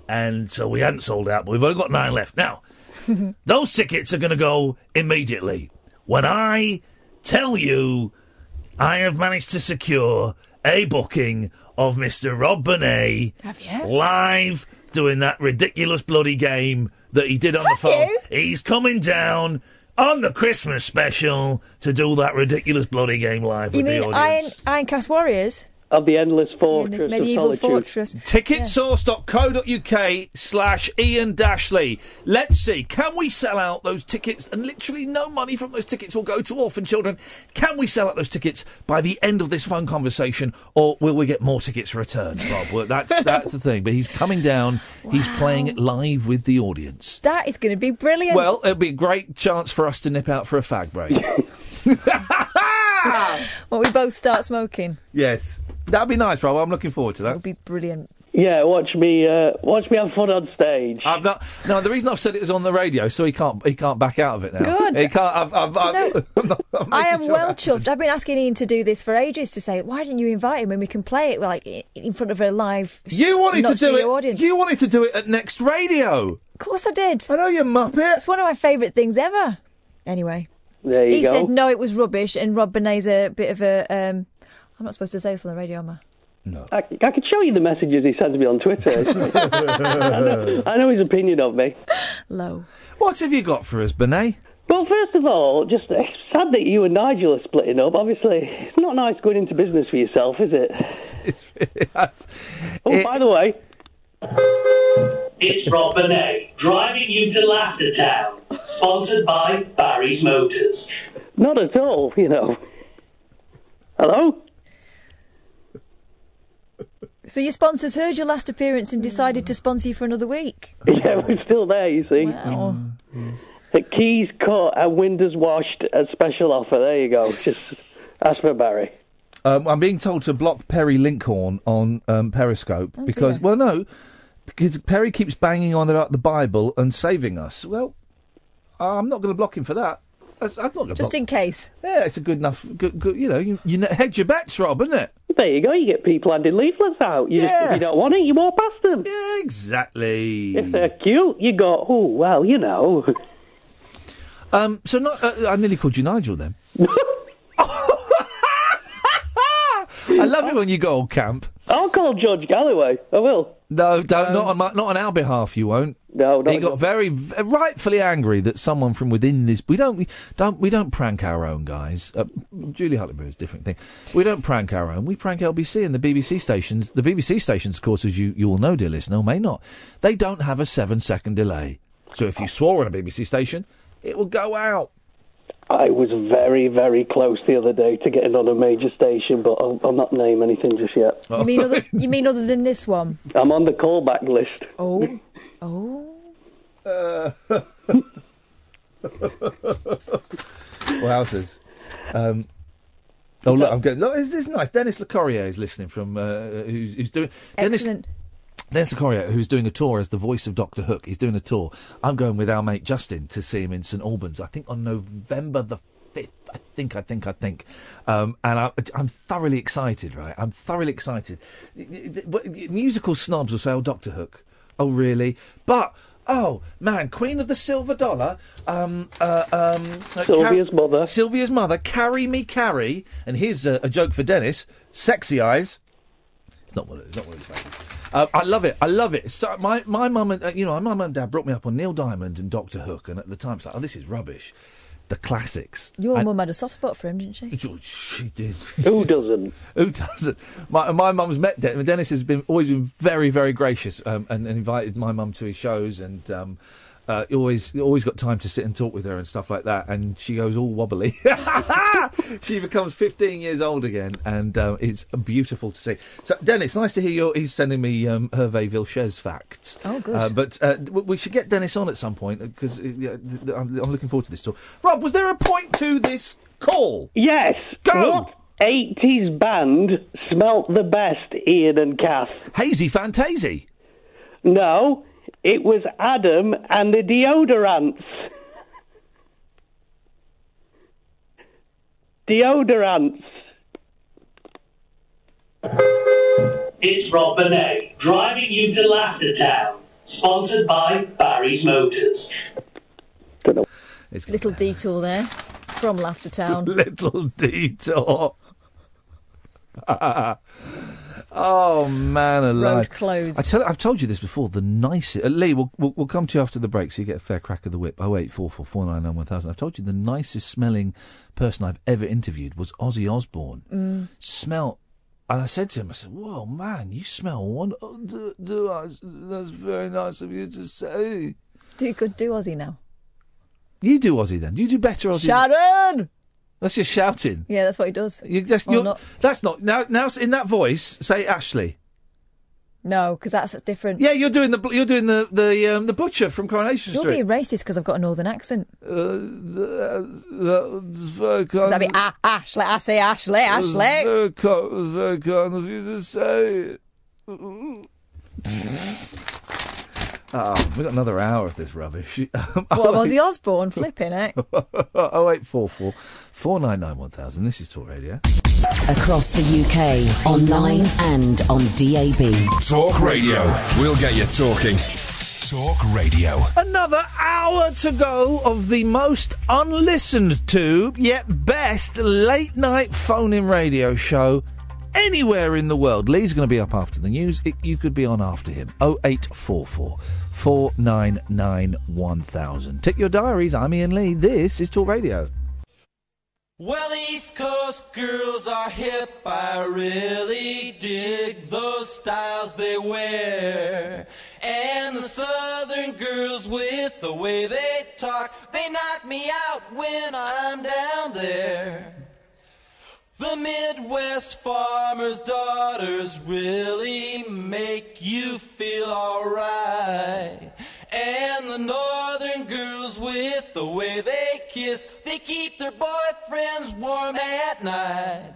Speaker 3: and so we hadn't sold out. But we've only got nine left now. Those tickets are going to go immediately when I tell you I have managed to secure a booking of Mister Rob Bonet
Speaker 11: Have you?
Speaker 3: live doing that ridiculous bloody game that he did on the phone.
Speaker 11: you?
Speaker 3: He's coming down on the Christmas special to do that ridiculous bloody game live
Speaker 11: You
Speaker 3: with
Speaker 11: mean
Speaker 3: the
Speaker 11: Iron,
Speaker 3: audience.
Speaker 11: Ironcast Warriors?
Speaker 3: Of the Endless
Speaker 11: Fortress of medieval Solitude. fortress.
Speaker 3: Ticketsource.co.uk slash Ian Dashley. Let's see, can we sell out those tickets? And literally no money from those tickets will go to orphan children. Can we sell out those tickets by the end of this phone conversation, or will we get more tickets returned, Rob? Well, that's, *laughs* that's the thing. But he's coming down, he's playing it live with the audience.
Speaker 11: That is going to be brilliant.
Speaker 3: Well, it'll be a great chance for us to nip out for a fag break.
Speaker 11: well, we both start smoking.
Speaker 3: yes. That'd be nice, Rob. I'm looking forward to that.
Speaker 11: Be brilliant.
Speaker 20: Yeah, watch me. Uh, watch me have fun on stage.
Speaker 3: I've not. No, the reason I've said it is on the radio, so he can't. He can't back out of it now.
Speaker 11: Good.
Speaker 3: He can't. I've, I've, I've, *laughs*
Speaker 11: I am well chuffed. I've been asking Ian to do this for ages to say, why didn't you invite him and we can play it like i- in front of a live s-
Speaker 3: you wanted
Speaker 11: not
Speaker 3: to do it.
Speaker 11: studio audience.
Speaker 3: You wanted to do it at Next Radio.
Speaker 11: Of course I did. I
Speaker 3: know you muppet.
Speaker 11: It's one of my favourite things ever. Anyway,
Speaker 20: There
Speaker 11: he said no, it was rubbish, and Rob Benet's a bit of a. Um, I'm not supposed to say this on the radio, am I?
Speaker 20: I, I could show you the messages he sends me on
Speaker 3: *laughs*
Speaker 20: Twitter. I, know, I know his opinion of me.
Speaker 11: Low.
Speaker 3: What have you got for us, Benet?
Speaker 20: Well, first of all, just uh, sad that you and Nigel are splitting up. Obviously, it's not nice going into business for yourself, is it? oh, by the way,
Speaker 21: It's Rob Bonet, driving you to Laughter Town, sponsored by Barry's Motors.
Speaker 20: not at all. You know. Hello.
Speaker 11: So your sponsors heard your last appearance and decided to sponsor you for another week.
Speaker 20: *laughs* Yeah, we're still there, you see. Mm.
Speaker 11: Wow.
Speaker 3: Mm,
Speaker 20: The keys cut and windows washed, a special offer. There you go. Just ask for Barry.
Speaker 3: Um, I'm being told to block Perry Linkhorn on um, Periscope
Speaker 11: Oh,
Speaker 3: because, well, no, because Perry keeps banging on about the Bible and saving us. Well, I'm not going to block him for that. That's, I'm not going to
Speaker 11: Just
Speaker 3: block.
Speaker 11: in
Speaker 3: *laughs*
Speaker 11: case.
Speaker 3: yeah, it's a good enough. Good, good, you know, you, you ne- hedge your bets, Rob, isn't it?
Speaker 20: There you go. You get people handing leaflets out. You just, if
Speaker 3: Yeah.
Speaker 20: you don't want it, you walk past them.
Speaker 3: Exactly.
Speaker 20: If they're cute, you go, oh, well, you know.
Speaker 3: Um, so not, uh, I nearly called you Nigel
Speaker 20: *laughs*
Speaker 3: then. I love it when you go old camp.
Speaker 20: I'll call George Galloway. I will.
Speaker 3: No, don't, not on my, not on our behalf. You won't.
Speaker 20: No,
Speaker 3: He got very, v- rightfully angry that someone from within this. We don't, we don't, we don't prank our own guys. Uh, Julie Huttenberg is a different thing. We don't prank our own. We prank LBC and the BBC stations. The BBC stations, of course, as you you will know, dear listener, or may not. They don't have a seven second delay. So if you swore on a BBC station, it will go out.
Speaker 20: I was very, very close the other day to getting on a major station, but I'll, I'll not name anything just yet.
Speaker 3: Oh.
Speaker 20: *laughs*
Speaker 11: You mean other? You mean other than
Speaker 3: *laughs*
Speaker 11: this one?
Speaker 20: I'm on the callback list.
Speaker 11: Oh, oh. Uh, *laughs*
Speaker 3: What else is? Um, oh look, I'm going. Look, this this is nice. Dennis Lecorrier is listening from uh, who's, who's doing. Dennis,
Speaker 11: Excellent.
Speaker 3: Dennis Lecorrier, who's doing a tour as the voice of Doctor Hook, he's doing a tour. I'm going with our mate Justin to see him in St Albans. I think on November the fifth. I think. I think. I think. Um, and I, I'm thoroughly excited. Right, I'm thoroughly excited. Y- y- y- but Musical snobs will say, "Oh, Doctor Hook." Oh, really? But oh man, Queen of the Silver Dollar. Um, uh, um, uh,
Speaker 20: Sylvia's
Speaker 3: mother. Sylvia's mother. Carry me, carry. And here's a, a joke for Dennis. Sexy eyes. It's not what it, it's not what it's about. Uh, I love it. I love it. So my my mum and uh, you know my mum and dad brought me up on Neil Diamond and Doctor Hook, and at the time it's like, oh, this is rubbish. The classics.
Speaker 11: Your
Speaker 3: And-
Speaker 11: mum had a soft spot for him, didn't she?
Speaker 3: Oh, She did. Who
Speaker 20: doesn't?
Speaker 3: *laughs* Who doesn't? My my mum's met Dennis. Dennis has been always been very very gracious um, and, and invited my mum to his shows and. Um, uh, always, always got time to sit and talk with her and stuff like that, and she goes all wobbly. *laughs* she becomes 15 years old again, and um, it's beautiful to see. So, Dennis, nice to hear your. He's sending me um, Hervé Vilches facts.
Speaker 11: Oh, good.
Speaker 3: Uh, but uh, w- we should get Dennis on at some point because uh, yeah, th- th- I'm, I'm looking forward to this talk. Rob, was there a point to this call?
Speaker 20: Yes.
Speaker 3: Go.
Speaker 20: What 80s band smelt the best, Ian and Kath?
Speaker 3: Hazy Fantasy.
Speaker 20: No, it was Adam and the Deodorants. Deodorants.
Speaker 21: It's Rob Bonet, driving you to Laughter Town, sponsored by Barry's Motors.
Speaker 11: Little detour there from Laughter
Speaker 3: *laughs*
Speaker 11: Town.
Speaker 3: Little detour. oh man, alive!
Speaker 11: closed.
Speaker 3: I tell, I've told you this before. The nicest, uh, Lee. We'll, we'll, we'll come to you after the break, so you get a fair crack of the whip. Oh eight four four four nine nine one thousand. I've told you the nicest smelling person I've ever interviewed was Ozzy Osbourne.
Speaker 18: Mm.
Speaker 3: Smelt, and I said to him, I said, "Whoa, man, you smell one. Oh, do, do I? That's very nice of you to say."
Speaker 11: Do good, do Aussie now.
Speaker 3: You do Ozzy then. You do better Ozzy.
Speaker 11: Sharon.
Speaker 3: That's just shouting.
Speaker 11: Yeah, that's what he does.
Speaker 3: You just,
Speaker 11: Or
Speaker 3: you're,
Speaker 11: not.
Speaker 3: That's not now. Now in that voice, say Ashley.
Speaker 11: No, because that's different.
Speaker 3: Yeah, you're doing the bl- you're doing the the um, the butcher from Coronation
Speaker 11: You're
Speaker 3: Street. Uh,
Speaker 11: being racist because I've got a northern accent.
Speaker 3: Because
Speaker 11: That'd be ah, Ashley. I say
Speaker 3: *laughs*
Speaker 11: Ashley, Ashley.
Speaker 3: Very kind, it was very kind of you to say. Oh, we've got another hour of this rubbish. *laughs*
Speaker 11: What was he Osborne flipping eh? it?
Speaker 3: 0844 499 1000. This is Talk Radio.
Speaker 1: Across the UK, online and on DAB.
Speaker 2: Talk Radio. We'll get you talking. Talk Radio.
Speaker 3: Another hour to go of the most unlistened to yet best late night phone in radio show anywhere in the world. Lee's going to be up after the news. It, you could be on after him. 0844 499 1000. Tick your diaries. I'm Ian Lee. This is Talk Radio.
Speaker 22: Well, East Coast girls are hip. I really dig those styles they wear. And the Southern girls with the way they talk, they knock me out when I'm down there. The Midwest farmer's daughters really make you feel alright. And the northern girls with the way they kiss, they keep their boyfriends warm at night.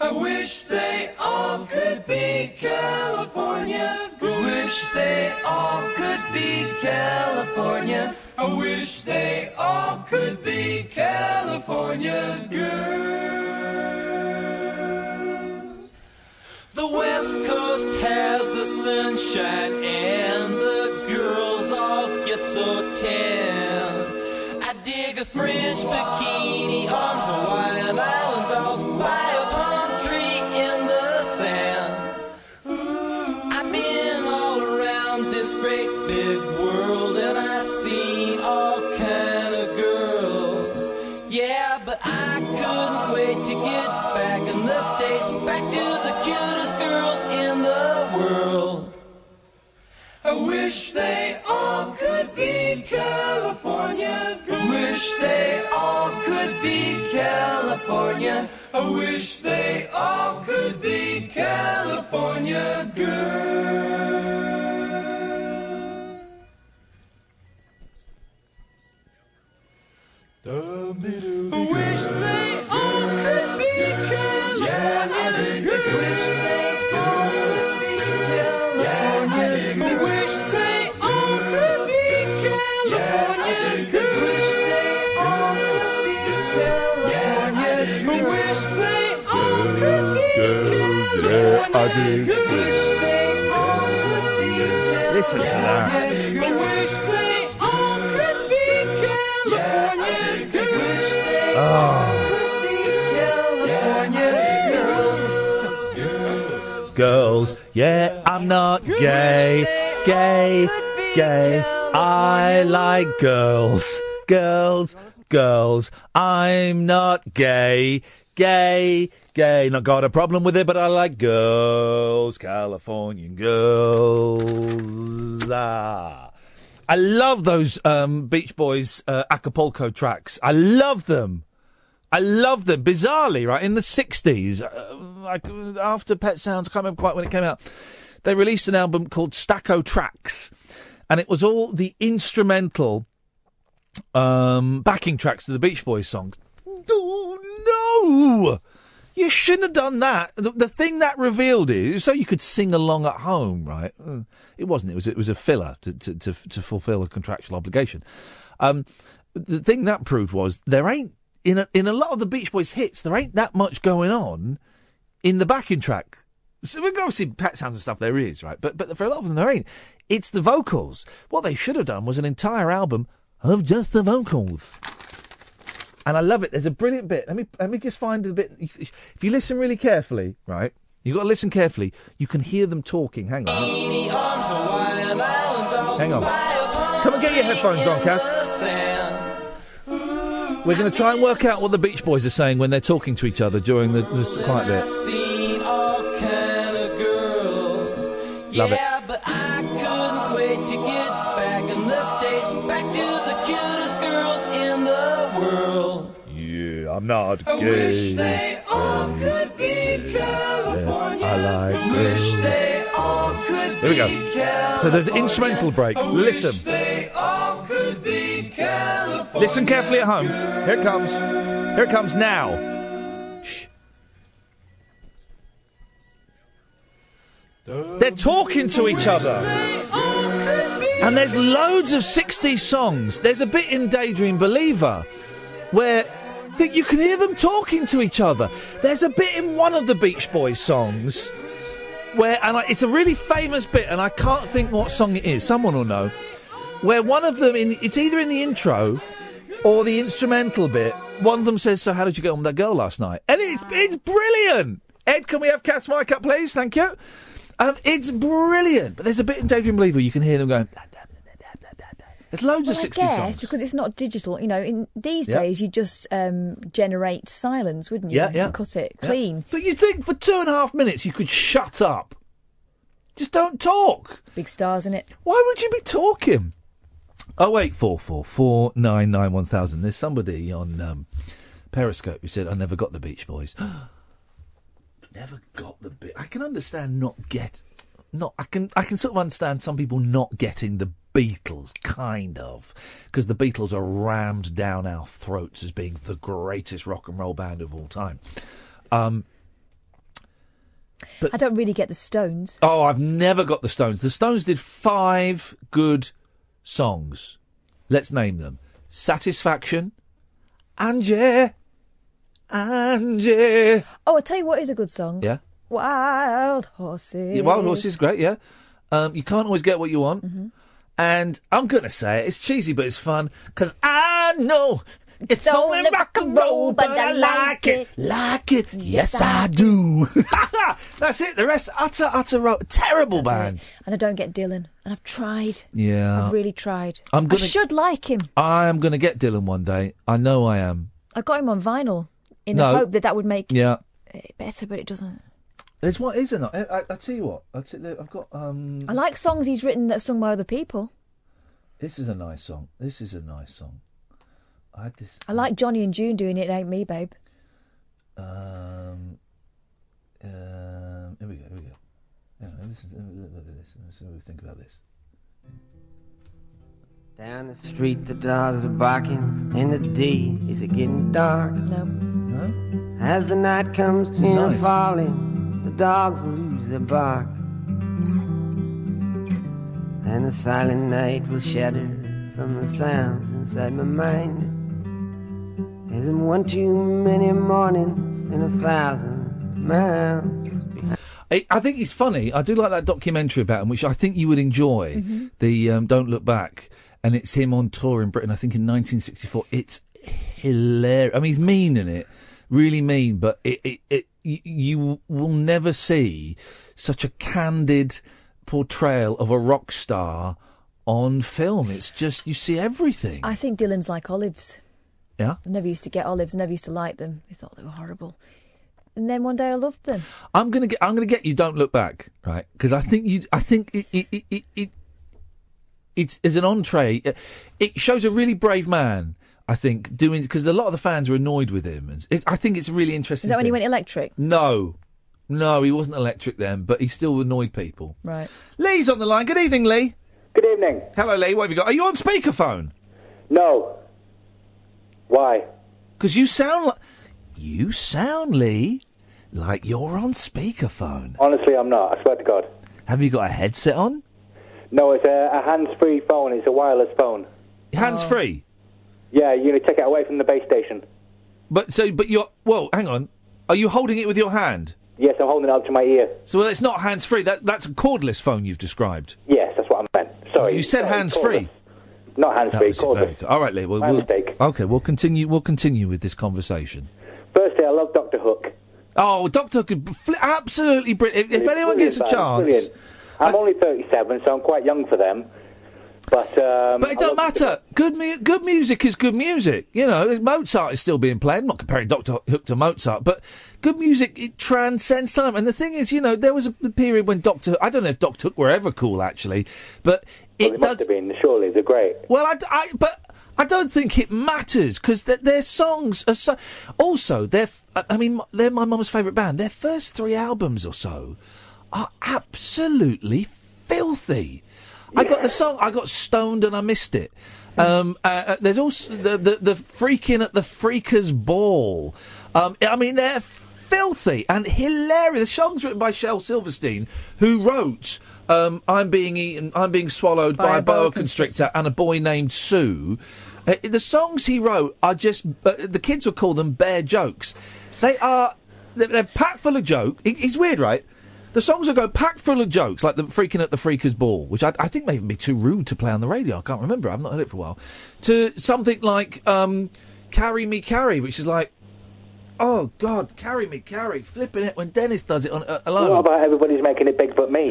Speaker 22: I wish they all could be
Speaker 11: Uh,
Speaker 22: California. I wish they all could be California. I wish they all could be California girls. The West Coast has the sunshine and the girls all get so tan. I dig a fringe bikini on Hawaiian Island dolls by a palm tree in the sand. I've been all around this great big world and I've seen all kind of girls. Yeah, but I couldn't wait to get back in the States, back to the cutest girls in the world. I wish they all could be California. I wish wish they all could be California. I wish they all could be California girls. I wish they all could be California girls. I wish they all could be California girls. I wish they all could be California girls.
Speaker 3: Listen to that.
Speaker 22: I wish they all could be California girls.
Speaker 3: Oh,
Speaker 22: California girls.
Speaker 3: girls, yeah, I'm not gay, gay, gay. I like girls, girls, girls. I'm not gay, gay, gay. Not got a problem with it, but I like girls, Californian girls. Ah. I love those um, Beach Boys uh, Acapulco tracks. I love them. I love them. Bizarrely, right in the sixties, uh, like uh, after Pet Sounds, I can't remember quite when it came out. They released an album called Stacco Tracks, and it was all the instrumental um, backing tracks to the Beach Boys songs. No, you shouldn't have done that. The, the thing that revealed it, it was so you could sing along at home, right? Mm, It wasn't. It was. It was a filler to to to, to fulfil a contractual obligation. Um, the thing that proved was there ain't in a, in a lot of the Beach Boys hits there ain't that much going on in the backing track. So we've got obviously Pat Sounds and stuff there is right, but but for a lot of them there ain't. It's the vocals. What they should have done was an entire album of just the vocals and I love it. There's a brilliant bit. Let me let me just find the bit. If you listen really carefully, right, you got to listen carefully. You can hear them talking. Hang on, hang on. Come and get your headphones on, Kath. We're going to try and work out what the Beach Boys are saying when they're talking to each other during the this quiet bit.
Speaker 22: Seen all kind of girls.
Speaker 3: Love it.
Speaker 22: yeah, but I couldn't wait to get back in the states, back to the cutest girls in the world.
Speaker 3: Yeah, I'm not
Speaker 22: I wish they all could be California. I like wish they all could
Speaker 3: Here we go.
Speaker 22: be
Speaker 3: So there's an
Speaker 22: California.
Speaker 3: instrumental break.
Speaker 22: I wish
Speaker 3: Listen.
Speaker 22: they all could be California.
Speaker 3: Listen carefully at home. Here it comes. Here it comes now. Shh. They're talking to each other. And there's loads of 60s songs. There's a bit in Daydream Believer where that you can hear them talking to each other. There's a bit in one of the Beach Boys songs where, and I, it's a really famous bit, and I can't think what song it is. Someone will know. Where one of them, in it's either in the intro or the instrumental bit. One of them says, "So how did you get on with that girl last night?" And it's it's brilliant. Ed, can we have Cat's mic up, please? Thank you. Um, it's brilliant. But there's a bit in Daydream Believer you can hear them going. *laughs* There's loads
Speaker 11: Well,
Speaker 3: of
Speaker 11: I
Speaker 3: 60s
Speaker 11: guess,
Speaker 3: songs.
Speaker 11: because it's not digital. You know, in these
Speaker 3: Yeah.
Speaker 11: days, you just um, generate silence, wouldn't you?
Speaker 3: Yeah,
Speaker 11: You
Speaker 3: yeah.
Speaker 11: Cut it
Speaker 3: Yeah.
Speaker 11: clean.
Speaker 3: But you'd think for two and a half minutes you could shut up. Just don't talk.
Speaker 11: Big stars in it.
Speaker 3: Why would you be talking? Oh wait, four four four nine nine one thousand. There's somebody on um, Periscope who said I never got the Beach Boys. *gasps* never got the bit. I can understand not get, not I can I can sort of understand some people not getting the Beatles, kind of, because the Beatles are rammed down our throats as being the greatest rock and roll band of all time. Um,
Speaker 11: I don't really get the Stones.
Speaker 3: Oh, I've never got the Stones. The Stones did five good songs. Let's name them Satisfaction, Angie, Angie.
Speaker 11: Oh, I tell you what is a good song.
Speaker 3: Yeah.
Speaker 11: Wild horses.
Speaker 3: yeah Mm-hmm. Wild Horses, great, yeah. Um, you can't always get what you want. And I'm going to say it, it's cheesy, but it's fun because I know it's, only rock and roll, but I like it. Like it. Yes, I do. *laughs* That's it. The rest, utter, utter, ro- terrible band.
Speaker 11: And I don't get Dylan. And I've tried.
Speaker 3: Yeah.
Speaker 11: I've really tried.
Speaker 3: I'm
Speaker 11: I
Speaker 3: gonna-
Speaker 11: should like him.
Speaker 3: I am going to get Dylan one day. I know I am.
Speaker 11: I got him on vinyl in
Speaker 3: No.
Speaker 11: the hope that that would make
Speaker 3: Yeah.
Speaker 11: it better, but it doesn't.
Speaker 3: There's what is it not? I, I, I tell you what. I tell, I've got. um
Speaker 11: I like songs he's written that are sung by other people.
Speaker 3: This is a nice song. This is a nice song. I had this.
Speaker 11: I like Johnny and June doing it, ain't me, babe.
Speaker 3: Um, um, here we go. Here we go. Yeah, this is, look at this. Let's see what we think about this.
Speaker 8: Down the street, the dogs are barking. In the D, is it getting dark?
Speaker 11: No.
Speaker 8: No? As the night comes
Speaker 3: is
Speaker 8: in
Speaker 3: nice.
Speaker 8: falling, the dogs lose their bark. And the silent night will shatter from the sounds inside my mind. Isn't one too many mornings in a thousand miles?
Speaker 3: I, I think he's funny. I do like that documentary about him, which I think you would enjoy.
Speaker 8: Mhm.
Speaker 3: The um, Don't Look Back, and it's him on tour in Britain. I think in 1964. It's hilarious. I mean, he's mean in it, really mean, but it, it, it y- you will never see such a candid portrayal of a rock star on film. It's just you see everything.
Speaker 11: I think Dylan's like olives.
Speaker 3: Yeah.
Speaker 11: I never used to get olives. Never used to like them. I thought they were horrible. And then one day I loved them.
Speaker 3: I'm gonna get. I'm gonna get you. Don't look back, right? Because I think you. I think it. It. It. it, it it's as an entree. uh, It shows a really brave man. I think doing because a lot of the fans were annoyed with him. And it, I think it's a really
Speaker 11: Is
Speaker 3: interesting.
Speaker 11: that when he
Speaker 3: thing.
Speaker 11: went electric?
Speaker 3: No, no, he wasn't electric then, but he still annoyed people.
Speaker 11: Right.
Speaker 3: Lee's on the line. Good evening, Lee.
Speaker 10: Good evening.
Speaker 3: Hello, Lee. What have you got? Are you on speakerphone?
Speaker 10: No. Why?
Speaker 3: Because you sound like you sound Lee like you're on speakerphone.
Speaker 10: Honestly, I'm not. I swear to God.
Speaker 3: Have you got a headset on?
Speaker 10: No, it's a, a hands-free phone. It's a wireless phone. Um,
Speaker 3: Hands free.
Speaker 10: Yeah, you're gonna take it away from the base station.
Speaker 3: But so, but you're. Well, hang on. Are you holding it with your hand?
Speaker 10: Yes, I'm holding it up to my ear.
Speaker 3: So well, it's not hands free. That that's a cordless phone you've described.
Speaker 10: Yes, that's what I meant. Sorry.
Speaker 3: You said
Speaker 10: Sorry,
Speaker 3: hands free.
Speaker 10: Not hands-free.
Speaker 3: Very
Speaker 10: Cordless.
Speaker 3: good. All right, Lee. Well,
Speaker 10: My
Speaker 3: we'll,
Speaker 10: mistake.
Speaker 3: okay, we'll continue. We'll continue with this conversation.
Speaker 10: Firstly, I love Doctor Hook.
Speaker 3: Oh, Doctor could fl- absolutely brilliant. If, if
Speaker 10: It's
Speaker 3: anyone
Speaker 10: brilliant,
Speaker 3: gets a
Speaker 10: man,
Speaker 3: chance,
Speaker 10: it's brilliant. I'm only 37, so I'm quite young for them. But um,
Speaker 3: but it
Speaker 10: I love- *laughs*
Speaker 3: don't matter. Good mu- good music is good music. You know, Mozart is still being played. I'm not comparing Doctor Hook to Mozart, but good music it transcends time. And the thing is, you know, there was a the period when Doctor I don't know if Doctor Hook were ever cool actually, but it does.
Speaker 10: Must have been. Surely they're great.
Speaker 3: Well, I, d- I- but I don't think it matters because th- their songs are so. Also, they're. f- I I mean, they're my mum's favourite band. Their first three albums or so are absolutely filthy. I got the song. I got stoned and I missed it. Um, uh, uh, there's also the, the the freaking at the freakers ball. Um, I mean, they're filthy and hilarious. The song's written by Shel Silverstein, who wrote um, "I'm being eaten, I'm being swallowed by, a boa constrictor and a boy named Sue." Uh, the songs he wrote are just uh, the kids would call them bear jokes. They are they're, they're packed full of joke. He, he's weird, right? The songs will go packed full of jokes, like the freaking at the freakers ball, which I, I think may even be too rude to play on the radio. I can't remember. I've not heard it for a while. To something like um, "Carry Me, Carry," which is like, oh God, "Carry Me, Carry," flipping it when Dennis does it on uh, alone.
Speaker 10: What about everybody's making it big but me?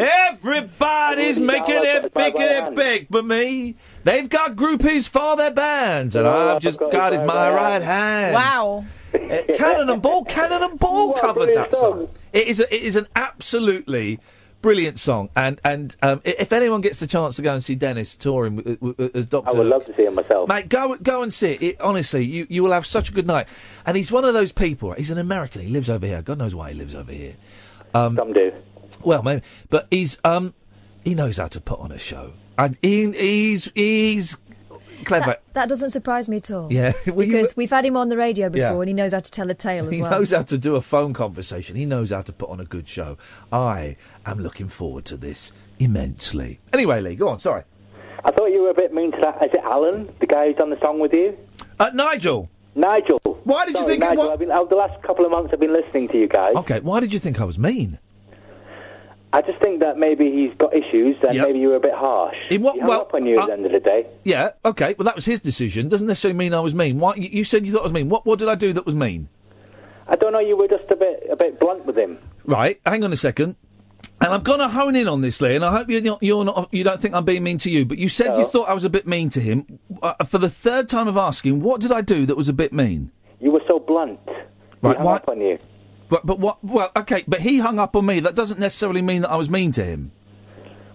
Speaker 3: Everybody's making it big and it big, but me. They've got groupies for their bands, and
Speaker 10: No,
Speaker 3: I've
Speaker 10: I've
Speaker 3: just
Speaker 10: got it
Speaker 3: got it
Speaker 10: by
Speaker 3: my
Speaker 10: my
Speaker 3: right
Speaker 10: hand.
Speaker 3: hand.
Speaker 11: Wow.
Speaker 3: Uh, Cannon and Ball, Cannon and Ball covered that song. It is a, it is an absolutely brilliant song, and and um, i- if anyone gets the chance to go and see Dennis touring w- w- w- as Doctor,
Speaker 10: I would love to see him myself.
Speaker 3: Mate, go go and see it. It- Honestly, you, you will have such a good night. And he's one of those people. He's an American. He lives over here. God knows why he lives over here. Um,
Speaker 10: Some do.
Speaker 3: Well, maybe, but he's um, he knows how to put on a show, and he, he's he's clever.
Speaker 11: *laughs* That, that doesn't surprise me at all.
Speaker 3: yeah, *laughs* well, you-
Speaker 11: Because we've had him on the radio before
Speaker 3: Yeah.
Speaker 11: and he knows how to tell a tale
Speaker 3: *laughs*
Speaker 11: as
Speaker 3: He
Speaker 11: well.
Speaker 3: knows how to do a phone conversation. He knows how to put on a good show. I am looking forward to this immensely. Anyway, Lee, go on. Sorry.
Speaker 10: I thought you were a bit mean to that. Is it Alan, the guy who's done the song with you?
Speaker 3: Uh, Nigel.
Speaker 10: Nigel.
Speaker 3: Why did you
Speaker 10: Sorry,
Speaker 3: think it
Speaker 10: Nigel,
Speaker 3: wa- Oh.
Speaker 10: I've been, over the last couple of months, I've been listening to you guys.
Speaker 3: Okay, why did you think I was mean?
Speaker 10: I just think that maybe he's got issues, and maybe you were a bit harsh. In what? He hung
Speaker 3: well, uh,
Speaker 10: up on you at the end of the day.
Speaker 3: Yeah, okay. Well, that was his decision. Doesn't necessarily mean I was mean. Why? You you said you thought I was mean. What? What did I do that was mean?
Speaker 10: I don't know. You were just a bit, a bit blunt with him.
Speaker 3: Right. Hang on a second. And I'm going to hone in on this, Lee. And I hope you're not, you're not, you don't think I'm being mean to you. But you said you thought I was a bit mean to him. Uh, for the third time of asking, what did I do that was a bit mean?
Speaker 10: You were so blunt.
Speaker 3: Right,
Speaker 10: he hung
Speaker 3: why-
Speaker 10: up on you.
Speaker 3: But but what? Well, okay. But he hung up on me. That doesn't necessarily mean that I was mean to him.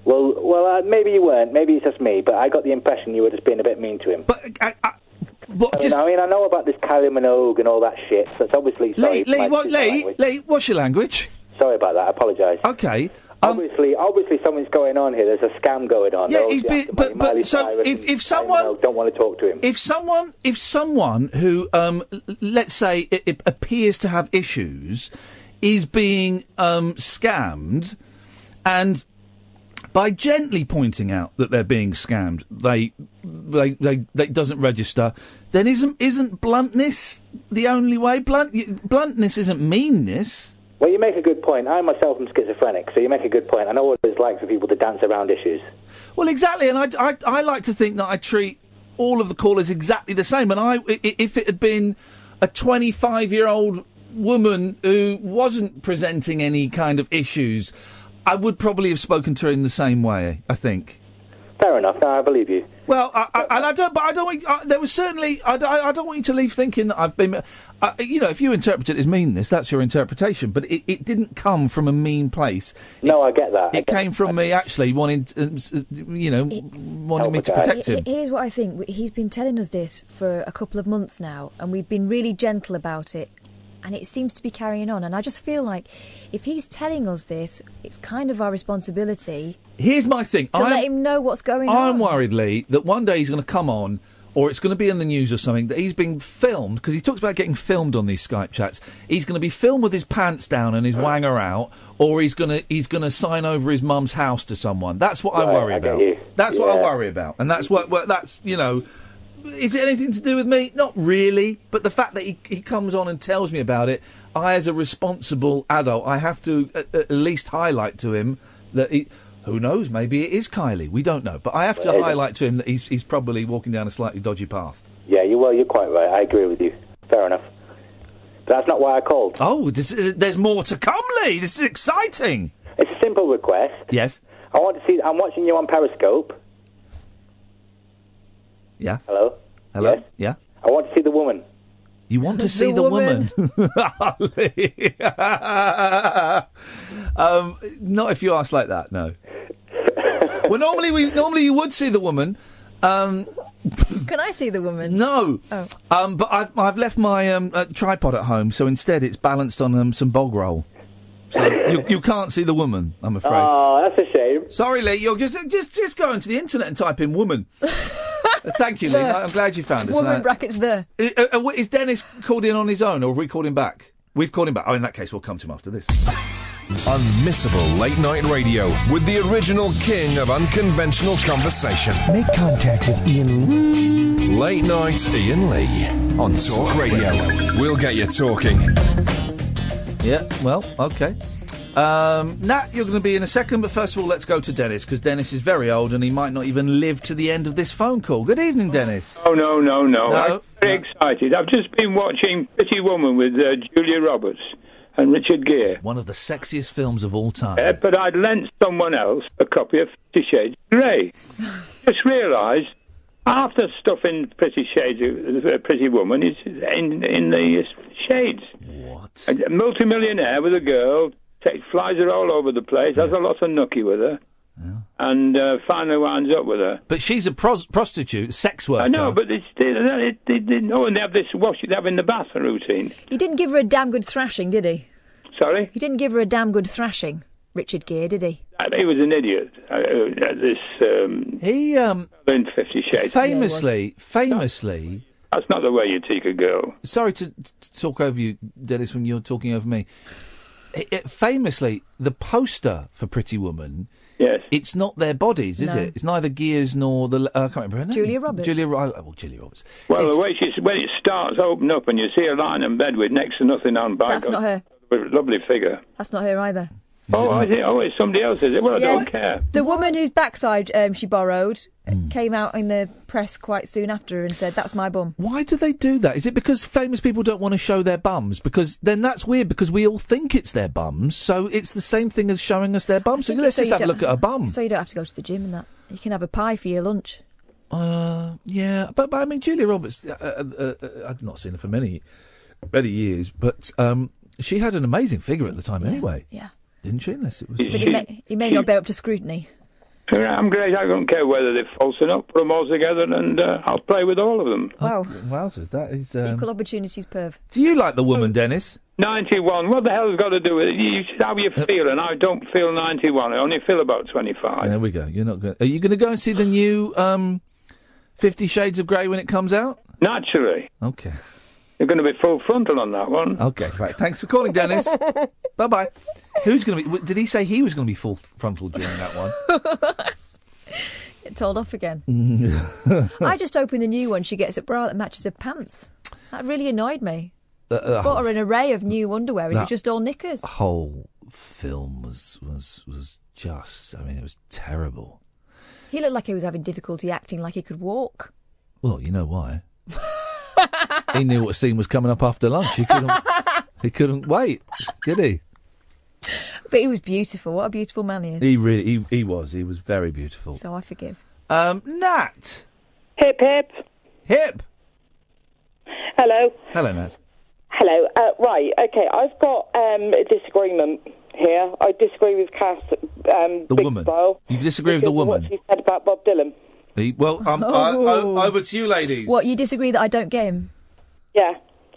Speaker 10: Well, well, uh, maybe you weren't. Maybe it's just me, but I got the impression you were just being a bit mean to him.
Speaker 3: But But
Speaker 10: I, mean, I mean, I know about this Kylie Minogue and all that shit. So it's obviously sorry
Speaker 3: Lee,
Speaker 10: for
Speaker 3: Lee,
Speaker 10: my
Speaker 3: what,
Speaker 10: stupid
Speaker 3: Lee,
Speaker 10: language.
Speaker 3: Lee, what's your language?
Speaker 10: Sorry about that. I apologise.
Speaker 3: Okay. um,
Speaker 10: obviously, obviously, something's going on here. There's a scam going on.
Speaker 3: Yeah,
Speaker 10: They're
Speaker 3: he's
Speaker 10: obviously
Speaker 3: been-
Speaker 10: after
Speaker 3: but-
Speaker 10: Miley-
Speaker 3: but-
Speaker 10: Miley
Speaker 3: so
Speaker 10: Cyrus
Speaker 3: if-
Speaker 10: and
Speaker 3: if someone-
Speaker 10: Kylie Minogue don't want to talk to him,
Speaker 3: If someone, if someone who, um, l- let's say, i i appears to have issues, is being um, scammed, and by gently pointing out that they're being scammed, they, they, they, they doesn't register. Then isn't isn't bluntness the only way? Blunt y- bluntness isn't meanness.
Speaker 10: well, you make a good point. I myself am schizophrenic, so you make a good point. I know what it's like for people to dance around issues.
Speaker 3: Well, exactly, and I, I, I like to think that I treat all of the callers exactly the same. And I, i- i- if it had been a 25 year old woman who wasn't presenting any kind of issues, I would probably have spoken to her in the same way. I think.
Speaker 10: Fair enough. No, I believe you.
Speaker 3: Well, I, I, and I don't, but I don't. want- I, there was certainly. I, don't- I, I don't want you to leave thinking that I've been. I, you know, if you interpret it as meanness, that's your interpretation. But it, it didn't come from a mean place.
Speaker 10: No, I get that.
Speaker 3: It came from me actually wanting, to, um, s- you know, wanting me to protect
Speaker 11: He-
Speaker 3: him.
Speaker 11: he- Here's what I think. W- He's been telling us this for a couple of months now, and we've been really gentle about it, and it seems to be carrying on. And I just feel like if he's telling us this, it's kind of our responsibility
Speaker 3: Here's my thing.
Speaker 11: to let him know what's going
Speaker 3: I'm
Speaker 11: on.
Speaker 3: worried, Lee, that one day he's going to come on, or it's going to be in the news or something, that he's being filmed, because he talks about getting filmed on these Skype chats. He's going to be filmed with his pants down and his
Speaker 10: Oh.
Speaker 3: wanger out, or he's going to he's going to sign over his mum's house to someone. That's what I
Speaker 10: Right,
Speaker 3: worry
Speaker 10: I get
Speaker 3: about.
Speaker 10: you.
Speaker 3: That's what I
Speaker 10: Yeah.
Speaker 3: worry about. And that's what, what that's, you know, is it anything to do with me? Not really. But the fact that he, he comes on and tells me about it, I, as a responsible adult, I have to at, at least highlight to him that he. Who knows? Maybe it is Kylie. We don't know. But I have to
Speaker 10: Well, it-
Speaker 3: highlight to him that he's, he's probably walking down a slightly dodgy path.
Speaker 10: Yeah, you well, you're quite right. I agree with you. Fair enough. But that's not why I called.
Speaker 3: Oh, this, uh, there's more to come, Lee. This is exciting.
Speaker 10: It's a simple request.
Speaker 3: Yes.
Speaker 10: I want to see. I'm watching you on Periscope.
Speaker 3: Yeah.
Speaker 10: Hello.
Speaker 3: Hello? Yeah.
Speaker 10: I want to see the woman.
Speaker 3: You want to see the, woman? *laughs* um, not if you ask like that, no. well, normally we normally you would see the woman. Um,
Speaker 11: Can I see the woman?
Speaker 3: No.
Speaker 11: Oh.
Speaker 3: Um, but I've, I've left my um, uh, tripod at home, so instead it's balanced on um, some bog roll. So you, you can't see the woman, I'm afraid.
Speaker 10: Oh, that's a shame.
Speaker 3: Sorry, Lee. You're just just just go onto the internet and type in
Speaker 11: *laughs*
Speaker 3: "woman." Thank you, Lee.
Speaker 11: There.
Speaker 3: I'm glad you found us.
Speaker 11: Woman
Speaker 3: And I-
Speaker 11: brackets there.
Speaker 3: uh, uh, uh, Is Dennis called in on his own, or have we called him back? We've called him back. Oh, in that case, we'll come to him after this.
Speaker 2: Unmissable late night radio with the original king of unconventional conversation. Make contact with Ian Lee. Late night Ian Lee on Talk Radio. We'll get you talking.
Speaker 3: Yeah, well, okay. Um, Nat, you're going to be in a second, but first of all, let's go to Dennis because Dennis is very old and he might not even live to the end of this phone call. Good evening, Dennis.
Speaker 6: Oh no, no, no!
Speaker 3: No,
Speaker 6: I'm very excited. I've just been watching Pretty Woman with uh, Julia Roberts and Richard Gere.
Speaker 3: One of the sexiest films of all time.
Speaker 6: Uh, but I'd lent someone else a copy of Fifty Shades
Speaker 3: *sighs*
Speaker 6: of Grey. just realised half the stuff in Pretty Shades, of- uh, Pretty Woman is in in the shades.
Speaker 3: What?
Speaker 6: A multimillionaire with a girl takes flies her all over the place. Has a lot of nookie with her, and uh, finally winds up with her.
Speaker 3: But she's a pros- prostitute, sex worker.
Speaker 6: I know, but it's, they, they, they, they, no, and they have this wash they have in the bath routine.
Speaker 11: He didn't give her a damn good thrashing, did he?
Speaker 6: Sorry,
Speaker 11: He didn't give her a damn good thrashing, Richard Gere, did he?
Speaker 6: Uh, he was an idiot. Uh, uh, this um,
Speaker 3: he um,
Speaker 6: in Fifty Shades.
Speaker 3: famously, famously.
Speaker 6: that's not the way you take a girl.
Speaker 3: Sorry to, to talk over you, Dennis, when you're talking over me. It- it- famously, the poster for Pretty Woman.
Speaker 6: Yes.
Speaker 3: It's not their bodies, is
Speaker 6: No.
Speaker 3: it? It's neither Gears nor the. Uh, I can't remember her name.
Speaker 6: Julia Roberts.
Speaker 3: Julia. Ro- oh, Well, Julia Roberts.
Speaker 6: Well, the way she's when it starts open up and you see her lying in bed with next to nothing on. By
Speaker 11: That's
Speaker 6: God,
Speaker 11: not her.
Speaker 6: with a Lovely figure.
Speaker 11: That's not her either.
Speaker 6: oh, is it? Oh, it's somebody else, is it? Well, I
Speaker 11: Yeah.
Speaker 6: don't care.
Speaker 11: The woman whose backside um, she borrowed uh,
Speaker 3: Hmm.
Speaker 11: came out in the press quite soon after and said, "That's my bum."
Speaker 3: Why do they do that? Is it because famous people don't want to show their bums? Because then that's weird because we all think it's their bums, so it's the same thing as showing us their bums. So let's
Speaker 11: So you
Speaker 3: just have a
Speaker 11: don't-
Speaker 3: look at her bum.
Speaker 11: So you don't have to go to the gym and that. You can have a pie for your lunch.
Speaker 3: Uh, yeah, but, but I mean, Julia Roberts. Uh, uh, uh, I've not seen her for many, many years, but um, she had an amazing figure at the time, anyway.
Speaker 11: Yeah.
Speaker 3: Didn't she? Unless it was.
Speaker 11: But he may, he may not bear up to scrutiny.
Speaker 6: I'm great. I don't care whether they're false or not. Put them all together and uh, I'll play with all of them.
Speaker 11: Wow.
Speaker 3: Oh, Wowzers, that is. Um...
Speaker 11: Equal opportunities perv.
Speaker 3: Do you like the
Speaker 11: Oh.
Speaker 3: woman, Dennis?
Speaker 6: 91. What the hell's got to do with it? You should have
Speaker 3: Uh,
Speaker 6: your feeling. I don't feel 91. I only feel about 25.
Speaker 3: There we go. You're not going. Are you going to go and see the new um, Fifty Shades of Grey when it comes out?
Speaker 6: Naturally.
Speaker 3: Okay.
Speaker 6: You're going to be full frontal on that one.
Speaker 3: Okay, right. Thanks for calling, Dennis. bye bye. Who's going to be? w- Did he say he was going to be full frontal during that one? *laughs*
Speaker 11: Get told off again.
Speaker 3: uh,
Speaker 11: I just opened the new one she gets a bra that matches her pants. That really annoyed me.
Speaker 3: uh,
Speaker 11: Bought her an array of new underwear and it
Speaker 3: That-
Speaker 11: was just all knickers.
Speaker 3: whole film was was was just. I mean, it was terrible.
Speaker 11: He looked like he was having difficulty acting like he could walk.
Speaker 3: Well, you know why? he knew what scene was coming up after lunch. He couldn't. he couldn't wait, did he?
Speaker 11: But he was beautiful. What a beautiful man he is.
Speaker 3: He really. He, he was. He was very beautiful.
Speaker 11: So I forgive.
Speaker 3: Um, Nat.
Speaker 7: Hip hip.
Speaker 3: Hip.
Speaker 7: Hello.
Speaker 3: Hello, Nat.
Speaker 7: Hello. Uh, right. Okay. I've got um, a disagreement here. I disagree with Cass. Um,
Speaker 3: The
Speaker 7: Big
Speaker 3: woman.
Speaker 7: Style,
Speaker 3: You disagree with the
Speaker 7: because of
Speaker 3: woman?
Speaker 7: What she said about Bob Dylan.
Speaker 3: He- well, um, I-
Speaker 11: Oh.
Speaker 3: I- over to you, ladies.
Speaker 11: What, you disagree that I don't get him?
Speaker 7: Yeah,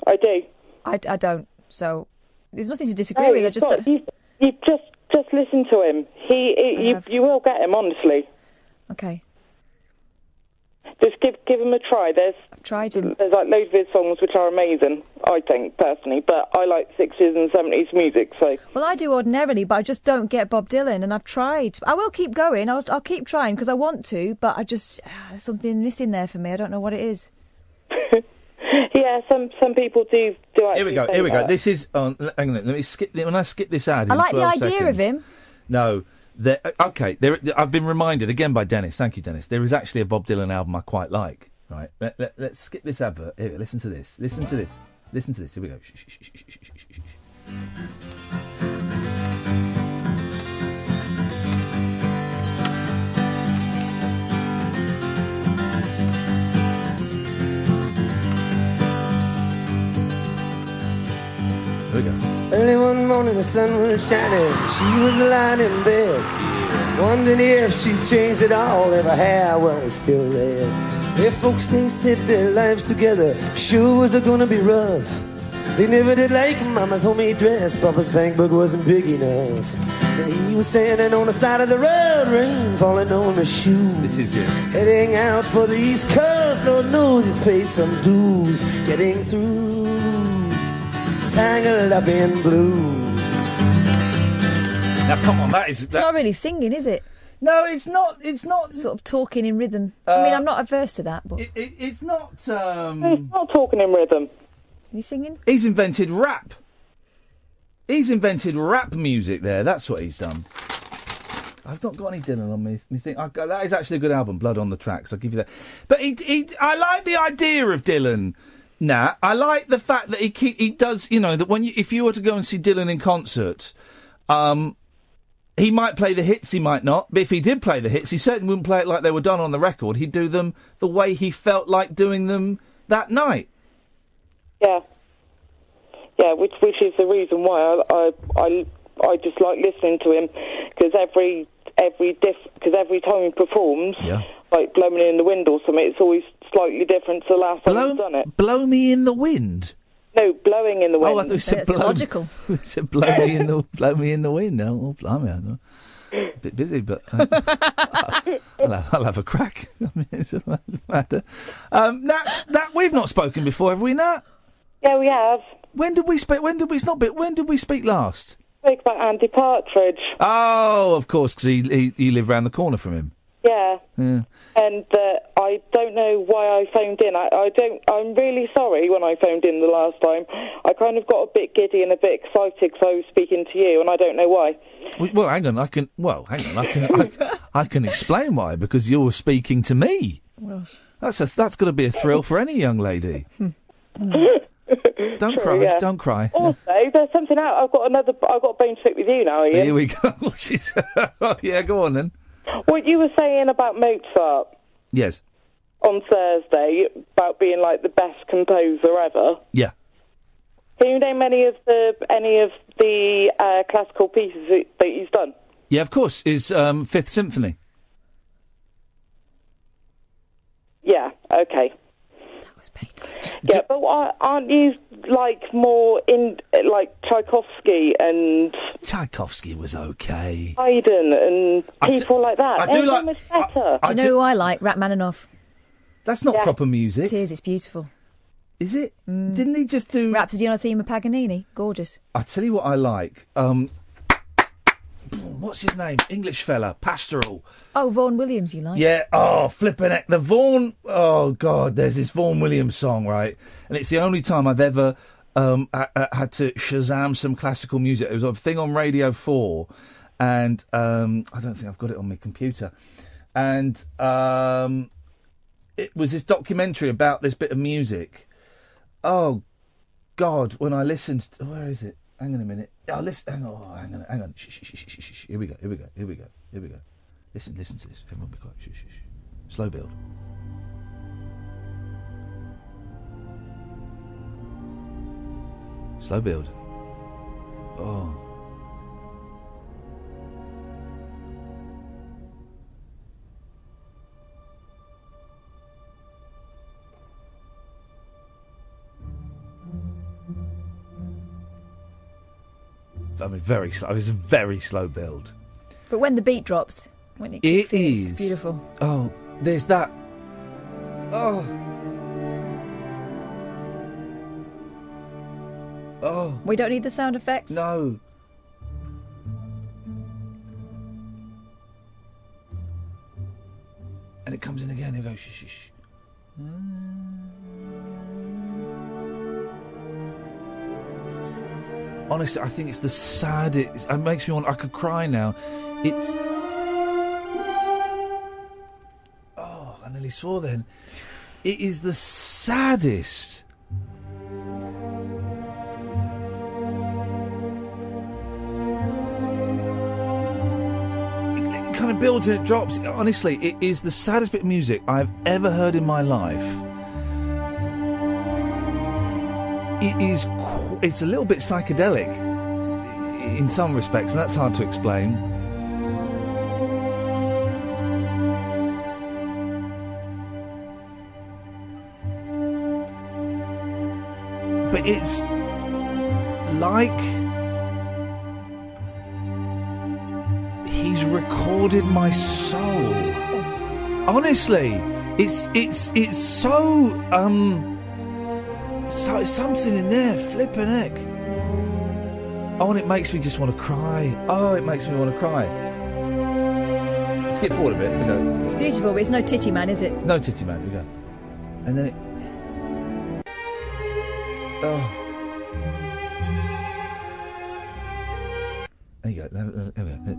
Speaker 7: I do.
Speaker 11: I, I don't. So there's nothing to disagree
Speaker 7: No,
Speaker 11: with. I
Speaker 7: you've
Speaker 11: just
Speaker 7: got-
Speaker 11: don't.
Speaker 7: you, you just just listen to him. He,
Speaker 11: I
Speaker 7: he you,
Speaker 11: have.
Speaker 7: you will get him. Honestly,
Speaker 11: Okay.
Speaker 7: just give give him a try. There's I've
Speaker 11: tried him.
Speaker 7: There's like loads of his songs which are amazing. I think personally, but I like sixties and seventies music. So
Speaker 11: Well, I do ordinarily, but I just don't get Bob Dylan, and I've tried. I will keep going. I'll, I'll keep trying because I want to, but I just ah, there's something missing there for me. I don't know what it is.
Speaker 7: *laughs* yeah, some some people do do.
Speaker 3: Here we go. Here we go. This is. On, hang on. Let me skip. When I skip this ad,
Speaker 11: I
Speaker 3: in
Speaker 11: like the
Speaker 3: 12
Speaker 11: idea of
Speaker 3: seconds-
Speaker 11: him.
Speaker 3: No. There, okay, there, I've been reminded again by Dennis. Thank you, Dennis. There is actually a Bob Dylan album I quite like. Right, let, let, us skip this advert. Here, listen to this. Listen to this. Listen to this. Here we go. Shh, shh, shh, shh, shh, shh, shh, shh. Here we go.
Speaker 18: Early one morning, the sun was shining. She was lying in bed, wondering if she changed at all. If her hair was still red. If folks they said their lives together sure was gonna be rough. They never did like Mama's homemade dress. Papa's bankbook wasn't big enough. And he was standing on the side of the road, rain falling on his shoes.
Speaker 3: This is it.
Speaker 18: Heading out for the East Coast, Lord knows he paid some dues. Getting through, tangled up in blue.
Speaker 3: Now, come on, that is.
Speaker 11: It's not really singing, is it?
Speaker 3: No, it's not. It's not Uh,
Speaker 11: sort of talking in rhythm. I mean, I'm not averse to that, but
Speaker 3: it's not. Um...
Speaker 7: He's not talking in rhythm.
Speaker 11: he's singing.
Speaker 3: He's invented rap. He's invented rap music there. That's what he's done. I've not got any Dylan on me. me think, I, that is actually a good album, Blood on the Tracks. I'll give you that. But he, he, I like the idea of Dylan. Nah, I like the fact that he keep, he does. You know that when you, if you were to go and see Dylan in concert, um, he might play the hits, he might not. But if he did play the hits, he certainly wouldn't play it like they were done on the record. He'd do them the way he felt like doing them that night.
Speaker 7: Yeah, yeah, which which is the reason why I I I, I just like listening to him because every every diff because every time he performs,
Speaker 3: Yeah.
Speaker 7: like blowing in the wind or something, it's always slightly different to the last time he's done it.
Speaker 3: Blow me in the wind.
Speaker 7: No, blowing in the wind.
Speaker 3: Oh, I thought you said blow, *laughs* It's a blow me in the blow me in the wind. No, oh, blimey, I know. A bit busy, but uh, *laughs* I'll, have, I'll have a crack. *laughs* I mean, it's a matter. Um, that that we've not spoken before, have we? Nat?
Speaker 7: Yeah, we have.
Speaker 3: When did we speak? When did we? It's not. Bit, when did we speak last?
Speaker 7: Speak about Andy Partridge.
Speaker 3: Oh, of course, because he, he you live round the corner from him.
Speaker 7: Yeah.
Speaker 3: Yeah.
Speaker 7: And uh, I don't know why I phoned in. I, I don't. I'm really sorry when I phoned in the last time. I kind of got a bit giddy and a bit excited because I was speaking to you, and I don't know why.
Speaker 3: We- Well, hang on. I can. Well, hang on. I can. I, can- I can explain why because you're speaking to me. That's a, that's got to be a thrill for any young lady. *laughs* Don't
Speaker 7: Sure,
Speaker 3: cry.
Speaker 7: Mm. yeah.
Speaker 3: Don't cry.
Speaker 7: Also, there's something out. I've got another. I've got a bone to pick with you now. Ian.
Speaker 3: Here we go. *laughs* Oh, She's oh, yeah, go on then.
Speaker 7: What you were saying about Mozart
Speaker 3: Yes.
Speaker 7: on Thursday about being like the best composer ever.
Speaker 3: Yeah.
Speaker 7: Do you name any of the any of the uh, classical pieces that, that he's done?
Speaker 3: Yeah, of course. Is um, Fifth Symphony.
Speaker 7: Yeah. Okay. Yeah, but why aren't you like more in like Tchaikovsky and
Speaker 3: Tchaikovsky was okay.
Speaker 7: Haydn and
Speaker 3: I do-
Speaker 7: people like that?
Speaker 3: I do
Speaker 7: Everyone
Speaker 3: like-
Speaker 7: was better.
Speaker 11: Do you know who I like? Ratmaninoff.
Speaker 3: That's not
Speaker 11: Yeah.
Speaker 3: proper music.
Speaker 11: It is. It's beautiful. Mm.
Speaker 3: Is it? Didn't he just do
Speaker 11: Rhapsody on a Theme of Paganini? Gorgeous.
Speaker 3: I tell you what I like. Um, *clears throat* what's his name? English fella, pastoral.
Speaker 11: Oh, Vaughan Williams, you like?
Speaker 3: Yeah, oh, flipping it. The Vaughan, oh, God, there's this Vaughan Williams song, right? And it's the only time I've ever um, ha- ha- had to Shazam some classical music. It was a thing on Radio 4, and um, I don't think I've got it on my computer. And um, it was this documentary about this bit of music. Oh, God, when I listened, where is it? Hang on a minute. I listen, hang on, oh, hang on, hang on. Shh, shh, shh, shh, shh, shh. Here we go, here we go, here we go, here we go. Listen, listen to this. Everyone be quiet. Shh, shh, shh. Slow build. Slow build. Oh. I mean, very slow. It was a very slow build.
Speaker 11: But when the beat drops, when it,
Speaker 3: It
Speaker 11: kicks in, it's
Speaker 3: is.
Speaker 11: beautiful.
Speaker 3: Oh, there's that. Oh. Oh.
Speaker 11: We don't need the sound effects.
Speaker 3: No. And it comes in again. It goes Hmm. shh shh. shh. Honestly, I think it's the saddest. It makes me want. I could cry now. It's. Oh, I nearly swore then. It is the saddest. It kind of builds and it drops. Honestly, it is the saddest bit of music I've ever heard in my life. It is. qu- It's a little bit psychedelic in some respects, and that's hard to explain. But it's like he's recorded my soul. Honestly, it's it's it's so um. So, something in there, flipping heck. Oh, and it makes me just want to cry. Oh, it makes me want to cry. Skip forward a bit. We go.
Speaker 11: It's beautiful, but it's no titty man, is it?
Speaker 3: No titty man. We go. And then it. Oh. There you go. There, there- there we go. There.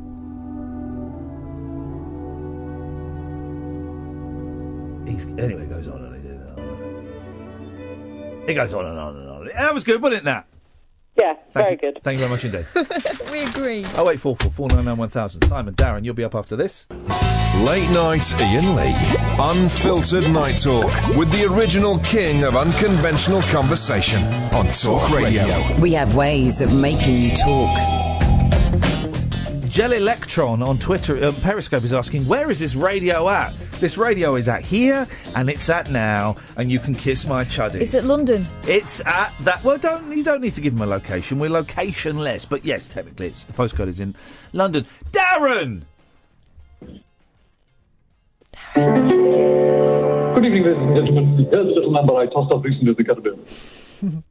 Speaker 3: He's, anyway, it goes on and it- it goes on and on and on. That was good, wasn't it? Nat?
Speaker 7: Yeah,
Speaker 3: very good. Thank you very much indeed.
Speaker 11: *laughs*
Speaker 3: *laughs*
Speaker 11: we agree.
Speaker 3: 0844 499 1000. Simon, Darren, you'll be up after this.
Speaker 2: Late Night Ian Lee. Unfiltered Night Talk with the original king of unconventional conversation on Talk Radio.
Speaker 1: We have ways of making you talk.
Speaker 3: Gel Electron on Twitter, um, Periscope is asking, where is this radio at? This radio is at here and it's at now, and you can kiss my chuddies.
Speaker 11: It's at London.
Speaker 3: It's at that. Well, don't you don't need to give them a location. We're locationless, but yes, technically, it's the postcode is in London. Darren,
Speaker 12: Good evening, ladies and gentlemen. Here's a little number I tossed up recently in the gutter bin.
Speaker 3: *laughs*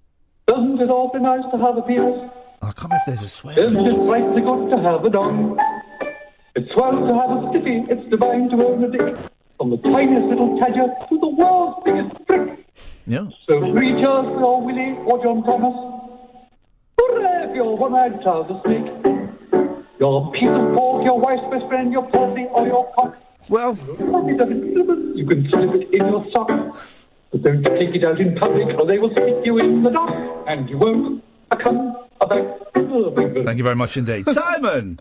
Speaker 12: Doesn't it all be nice to have a penis?
Speaker 3: I can't remember if there's a swear.
Speaker 12: Isn't it rightly good to have a dong? It's swell to have a stiffy. It's divine to own a dick. From the tiniest little tadger to the world's biggest prick.
Speaker 3: Yeah.
Speaker 12: So reach out for your Willie or John Thomas. Hooray for your one-eyed trouser snake. Your piece of pork, your wife's best friend, your pussy or your cock.
Speaker 3: Well,
Speaker 12: you can slip it in your sock. But don't take it out in public or they will stick you in the dock. And you won't become a bank. Thank
Speaker 3: you very much indeed. Simon!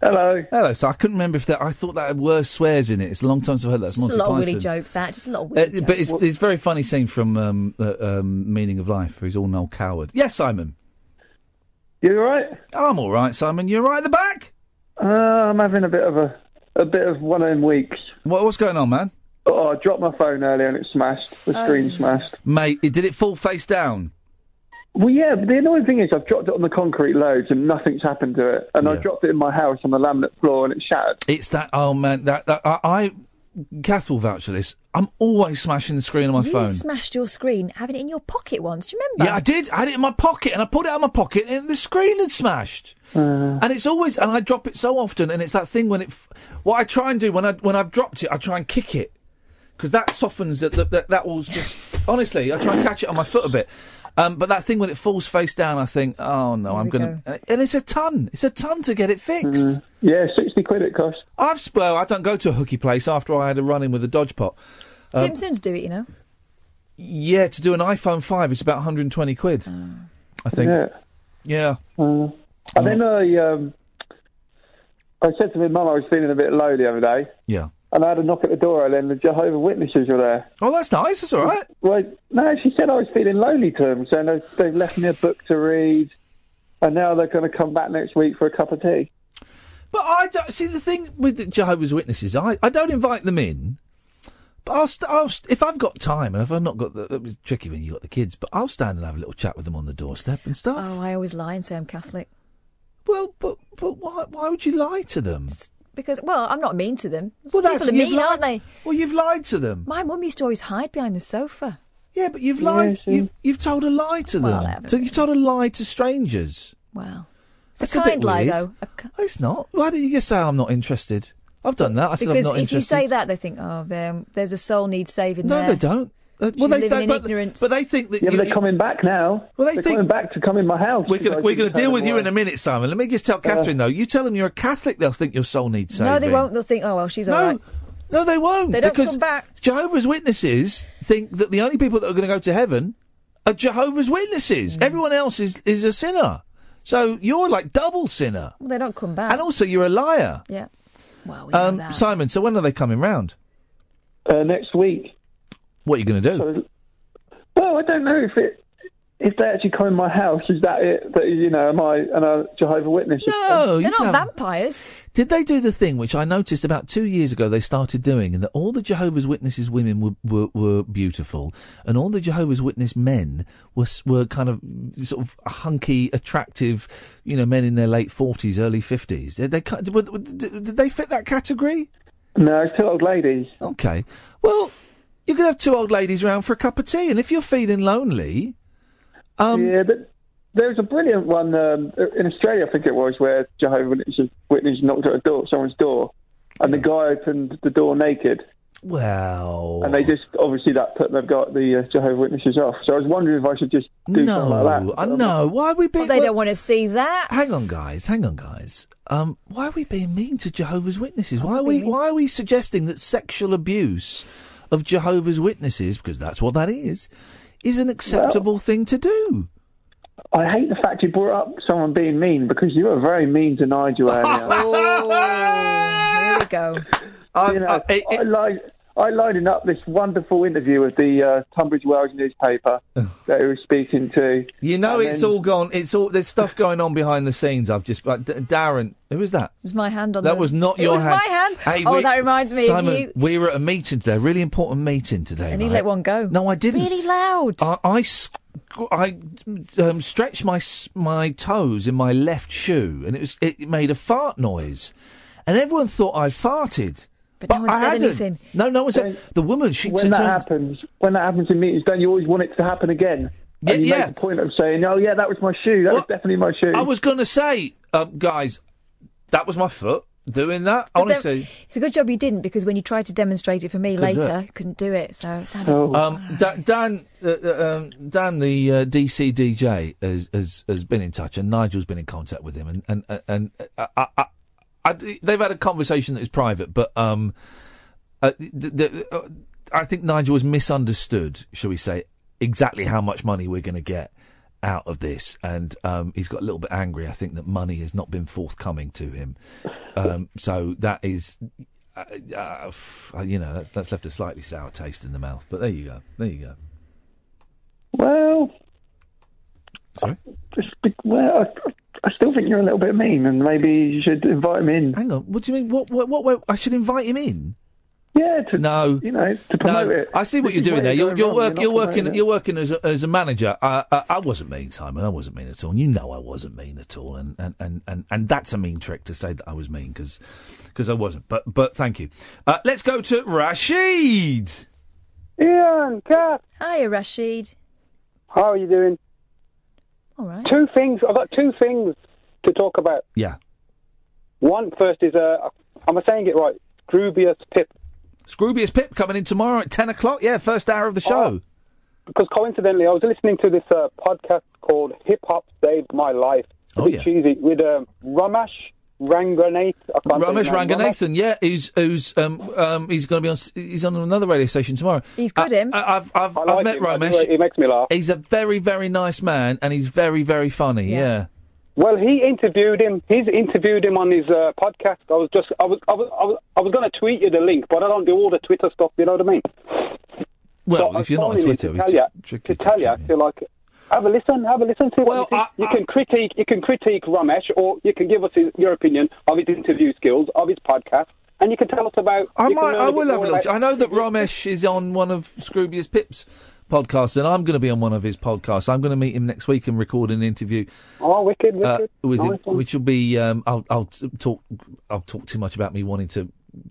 Speaker 12: Hello.
Speaker 3: Hello. So I couldn't remember if that. I thought that were swears in it. It's a long time since I've heard that. It's
Speaker 11: Just
Speaker 3: Monty
Speaker 11: a lot of
Speaker 3: Python.
Speaker 11: willy jokes, that. Just a lot of
Speaker 3: Uh,
Speaker 11: willy jokes.
Speaker 3: but it's, it's a very funny scene from um, uh, um, Meaning of Life, where he's all Noel Coward. Yes, Simon.
Speaker 12: You all right?
Speaker 3: I'm all right, Simon. You're right at the back.
Speaker 12: Uh, I'm having a bit of a a bit of one of them weeks.
Speaker 3: What, what's going on, man?
Speaker 12: Oh, I dropped my phone earlier and it smashed. The
Speaker 3: Oh.
Speaker 12: screen smashed.
Speaker 3: Mate, it- did it fall face down?
Speaker 12: Well, yeah, but the annoying thing is I've dropped it on the concrete loads and nothing's happened to it. And I dropped it in my house on the laminate floor and it shattered.
Speaker 3: It's that. Oh man, that, that I, I Kath will vouch for this. I'm always smashing the screen on my
Speaker 11: you
Speaker 3: phone.
Speaker 11: smashed your screen, having it in your pocket once. Do you remember?
Speaker 3: Yeah, I did. I had it in my pocket, and I pulled it out of my pocket, and the screen had smashed.
Speaker 12: Uh.
Speaker 3: and it's always, and I drop it so often, and it's that thing when it. F- what I try and do when I when I've dropped it, I try and kick it because that softens it. That that, that will just honestly, I try and catch it on my foot a bit. Um, but that thing when it falls face down, I think, oh no, I'm
Speaker 12: we Mm.
Speaker 3: gonna. And it's a ton. It's a ton to get it fixed.
Speaker 10: Mm.
Speaker 12: Yeah, 60 quid it cost.
Speaker 3: I've sp- well, I don't go to a hooky place after I had a run in with a dodge pot. Um,
Speaker 11: Simpsons do it, you know.
Speaker 3: yeah, to do an iPhone five, it's about 120 quid. I think.
Speaker 12: Yeah. uh.
Speaker 3: Yeah.
Speaker 12: And then I, um, I said to my mum I was feeling a bit low the other day.
Speaker 3: Yeah.
Speaker 12: And I had a knock at the door, and then the Jehovah Witnesses were there.
Speaker 3: Oh, that's nice. That's all right.
Speaker 12: Well, no, she said I was feeling lonely to them, so they- they've left me a book to read, and now they're going to come back next week for a cup of tea.
Speaker 3: But I don't see the thing with the Jehovah's Witnesses. I, I don't invite them in, but I'll, st- I'll st- if I've got time and if I've not got the it was tricky when you got the kids. But I'll stand and have a little chat with them on the doorstep and stuff.
Speaker 11: Oh, I always lie and say I'm Catholic
Speaker 3: Well, but but why why would you lie to them?
Speaker 11: because, well, I'm not mean to them.
Speaker 3: Well, that's-
Speaker 11: People are
Speaker 3: you've
Speaker 11: mean, aren't they?
Speaker 3: lied- Well, you've lied to them.
Speaker 11: My mum used to always hide behind the sofa.
Speaker 3: Yeah, but you've lied. you, you've told a lie to
Speaker 11: Well, I
Speaker 3: them.
Speaker 11: haven't
Speaker 3: So you've told a lie to strangers.
Speaker 11: Well, it's
Speaker 3: That's
Speaker 11: a
Speaker 3: a bit
Speaker 11: kind lie,
Speaker 3: weird.
Speaker 11: though. A ki-
Speaker 3: It's not. Why don't you just say I'm not interested? I've done that. I said
Speaker 11: because
Speaker 3: I'm not
Speaker 11: if
Speaker 3: interested.
Speaker 11: you say that, they think, oh, there, there's a soul needs saving
Speaker 3: no,
Speaker 11: there.
Speaker 3: they don't. Uh,
Speaker 11: She's living in
Speaker 3: but,
Speaker 11: ignorance.
Speaker 3: but they think that
Speaker 11: Yeah, but
Speaker 3: you-
Speaker 11: they're
Speaker 3: you-
Speaker 11: coming
Speaker 12: Back now.
Speaker 3: Well, they
Speaker 12: They're
Speaker 3: think-
Speaker 12: coming back to come in my house.
Speaker 3: We're
Speaker 12: because
Speaker 3: going
Speaker 12: I
Speaker 3: we're going
Speaker 12: didn't
Speaker 3: to
Speaker 12: tell
Speaker 3: deal
Speaker 12: them
Speaker 3: with you
Speaker 12: why.
Speaker 3: in a minute, Simon. Let me just tell Catherine though. You tell them you're a Catholic, they'll think your soul needs saving.
Speaker 11: Uh-huh. No, they won't. They'll think, oh, well, she's all
Speaker 3: No,
Speaker 11: right.
Speaker 3: no, they won't.
Speaker 11: They don't
Speaker 3: because
Speaker 11: come back.
Speaker 3: Jehovah's Witnesses think that the only people that are going to go to heaven are Jehovah's Witnesses.
Speaker 11: Mm.
Speaker 3: Everyone else is is a sinner. So you're like double sinner,
Speaker 11: Well, they don't come back.
Speaker 3: and also you're a liar.
Speaker 11: yeah.
Speaker 3: Um, Simon, so when are they coming round?
Speaker 12: Uh, next week.
Speaker 3: What are you going to do?
Speaker 12: Well, Oh, I don't know if it. If they actually come in my house, is that it? That you know, am I and a Jehovah Witness?
Speaker 3: No,
Speaker 11: They're
Speaker 3: you
Speaker 11: not
Speaker 3: can't-
Speaker 11: vampires.
Speaker 3: Did they do the thing which I noticed about two years ago they started doing, and that all the Jehovah's Witnesses women were, were, were beautiful, and all the Jehovah's Witness men were, s- were kind of sort of hunky, attractive, you know, men in their late 40s, early 50s? Did they, cut- were- were- did did they fit that category?
Speaker 12: No, it's two old ladies.
Speaker 3: Okay. Well, you could have two old ladies round for a cup of tea, and if you're feeling lonely. Um,
Speaker 12: yeah, but there was a brilliant one um, in Australia, I think it was, where Jehovah Witnesses, Witness knocked at a door, someone's door, and the guy opened the door naked,
Speaker 3: Well.
Speaker 12: and they just obviously that put they've got the uh, Jehovah Witnesses off. So I was wondering if I should just do something like
Speaker 3: No,
Speaker 12: that.
Speaker 3: I know. Why are we being.
Speaker 11: Well, they don't want to see that.
Speaker 3: Hang on, guys. Hang on, guys. Um, why are we being mean to Jehovah's Witnesses? Why are we Why are we suggesting that sexual abuse of Jehovah's Witnesses, because that's what that is, is an acceptable thing to do?
Speaker 12: I hate the fact you brought up someone being mean because you were very mean to Nigel
Speaker 3: *laughs*
Speaker 12: earlier.
Speaker 11: *laughs* Oh, here we go.
Speaker 12: you know, I lined I lined up this wonderful interview with the uh, Tunbridge Wells
Speaker 3: *sighs*
Speaker 12: newspaper that he was speaking to.
Speaker 3: You know,
Speaker 12: And
Speaker 3: it's
Speaker 12: then-
Speaker 3: all gone. It's all there's stuff going on behind the scenes. I've just like D- Darren. Who was that?
Speaker 11: It was my hand on
Speaker 3: That
Speaker 11: the-
Speaker 3: was not
Speaker 11: it
Speaker 3: your
Speaker 11: was
Speaker 3: hand.
Speaker 11: my hand.
Speaker 3: Hey,
Speaker 11: oh,
Speaker 3: we-
Speaker 11: that reminds me
Speaker 3: Simon,
Speaker 11: of you.
Speaker 3: we were at a meeting today, a really important meeting today.
Speaker 11: And you
Speaker 3: right?
Speaker 11: let one go.
Speaker 3: No, I didn't.
Speaker 11: Really loud.
Speaker 3: I, I, sc- I um, stretched my s- my toes in my left shoe, and it was it made a fart noise, and everyone thought I farted.
Speaker 11: But,
Speaker 3: no
Speaker 11: one said
Speaker 3: hadn't.
Speaker 11: anything.
Speaker 3: No, no one said. the woman, she
Speaker 12: when
Speaker 3: turned.
Speaker 12: that happens, when that happens in meetings, don't you always want it to happen again?
Speaker 3: Yeah,
Speaker 12: and you
Speaker 3: yeah.
Speaker 12: make the point of saying, "Oh, yeah, that was my shoe. That was definitely my shoe."
Speaker 3: I was going to say, um, guys, that was my foot doing that.
Speaker 11: But then-
Speaker 3: honestly.
Speaker 11: it's a good job you didn't because when you tried to demonstrate it for me
Speaker 3: Couldn't do
Speaker 11: later,
Speaker 3: it.
Speaker 11: couldn't do it. So it sounded.
Speaker 3: Um, Da- Dan, uh, uh, um, Dan, the uh, DC DJ has, has has been in touch, and Nigel's been in contact with him, and and uh, and uh, I, I, I, they've had a conversation that is private, but um, uh, th the, uh, I think Nigel was misunderstood, shall we say, exactly how much money we're going to get out of this, and um, he's got a little bit angry. I think that money has not been forthcoming to him, um, so that is. Uh, uh, f- you know that's that's left a slightly sour taste in the mouth, but there you go, there you go.
Speaker 12: well,
Speaker 3: Sorry?
Speaker 12: Just be- well, I, I still think you're a little bit mean, and maybe you should invite him in.
Speaker 3: Hang on, what do you mean? What what what? what I should invite him in? Yeah, to, no, you
Speaker 12: know, to promote
Speaker 3: no,
Speaker 12: it.
Speaker 3: I see what
Speaker 12: This
Speaker 3: you're
Speaker 12: is
Speaker 3: doing
Speaker 12: where
Speaker 3: there.
Speaker 12: you're
Speaker 3: You're,
Speaker 12: going
Speaker 3: you're,
Speaker 12: wrong.
Speaker 3: work,
Speaker 12: You're
Speaker 3: you're
Speaker 12: not
Speaker 3: working.
Speaker 12: promoting
Speaker 3: You're working as a, as a manager. I, I, I wasn't mean, Simon. I wasn't mean at all. And you know, I wasn't mean at all. And and, and, and, and that's a mean trick to say that I was mean because I wasn't. But but thank you. Uh, let's go to Rashid.
Speaker 23: Ian, Kath.
Speaker 11: Hiya, Rashid.
Speaker 23: How are you doing?
Speaker 11: All right.
Speaker 23: Two things. I've got two things to talk about.
Speaker 3: Yeah.
Speaker 23: One first is, uh, am I saying it right? Scroobius Pip.
Speaker 3: Scroobius Pip coming in tomorrow at 10 o'clock. Yeah, first hour of the show.
Speaker 23: Oh, because coincidentally, I was listening to this uh, podcast called Hip Hop Saved My Life. It's
Speaker 3: Oh,
Speaker 23: a bit
Speaker 3: yeah.
Speaker 23: cheesy with um, Ramesh Ranganath. I can't say his
Speaker 3: Ramesh
Speaker 23: name.
Speaker 3: Ranganathan, yeah, who's who's um um he's going to be on s- he's on another radio station tomorrow.
Speaker 11: He's good, him.
Speaker 3: I, have I've, I've met Ramesh.
Speaker 23: He makes me laugh.
Speaker 3: He's a very very nice man, and he's very very funny. Yeah.
Speaker 23: Well, he interviewed him. He's interviewed him on his uh, podcast. I was just, I was, I was, I was, I was going to tweet you the link, but I don't do all the Twitter stuff. You know what I mean?
Speaker 3: Well,
Speaker 23: I
Speaker 3: if you're not on
Speaker 23: finally need
Speaker 3: Twitter,
Speaker 23: to
Speaker 3: it's
Speaker 23: tell you,
Speaker 3: tricky.
Speaker 23: to tell you, to like, have a listen, have a listen to well, what you, think. you can critique, you can critique Ramesh, or you can give us his, your opinion of his interview skills, of his podcast, and you can tell us about. you
Speaker 3: I
Speaker 23: can
Speaker 3: might.
Speaker 23: learn
Speaker 3: I
Speaker 23: a bit
Speaker 3: will have a
Speaker 23: more
Speaker 3: look.
Speaker 23: about-
Speaker 3: I know that Ramesh is on one of Scroobius Pip's podcasts, and I'm going to be on one of his podcasts. I'm going to meet him next week and record an interview.
Speaker 23: Oh, wicked,
Speaker 3: uh,
Speaker 23: wicked.
Speaker 3: with him,
Speaker 23: Nice one.
Speaker 3: which will be. Um, I'll, I'll t- talk. I'll talk too much about me wanting to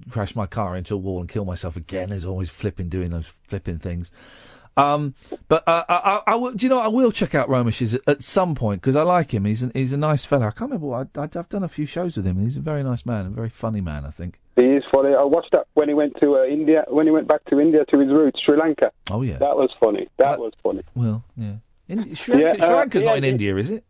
Speaker 3: crash my car into a wall and kill myself again. As always, flipping doing those flipping things. Um, but uh, I, I, I will, do you know I will check out Romish's at, at some point because I like him. He's an, he's a nice fella. I can't remember. What I, I've done a few shows with him. He's a very nice man, a very funny man. I think.
Speaker 23: He is funny. I watched that when he went to uh, India, when he went back to India to his roots, Sri Lanka.
Speaker 3: Oh yeah.
Speaker 23: That was funny. That was funny.
Speaker 3: Well, yeah. In, Sri, Lanka,
Speaker 23: Yeah,
Speaker 3: Sri
Speaker 23: uh,
Speaker 3: Lanka's
Speaker 23: yeah,
Speaker 3: not in
Speaker 23: yeah.
Speaker 3: India, is it?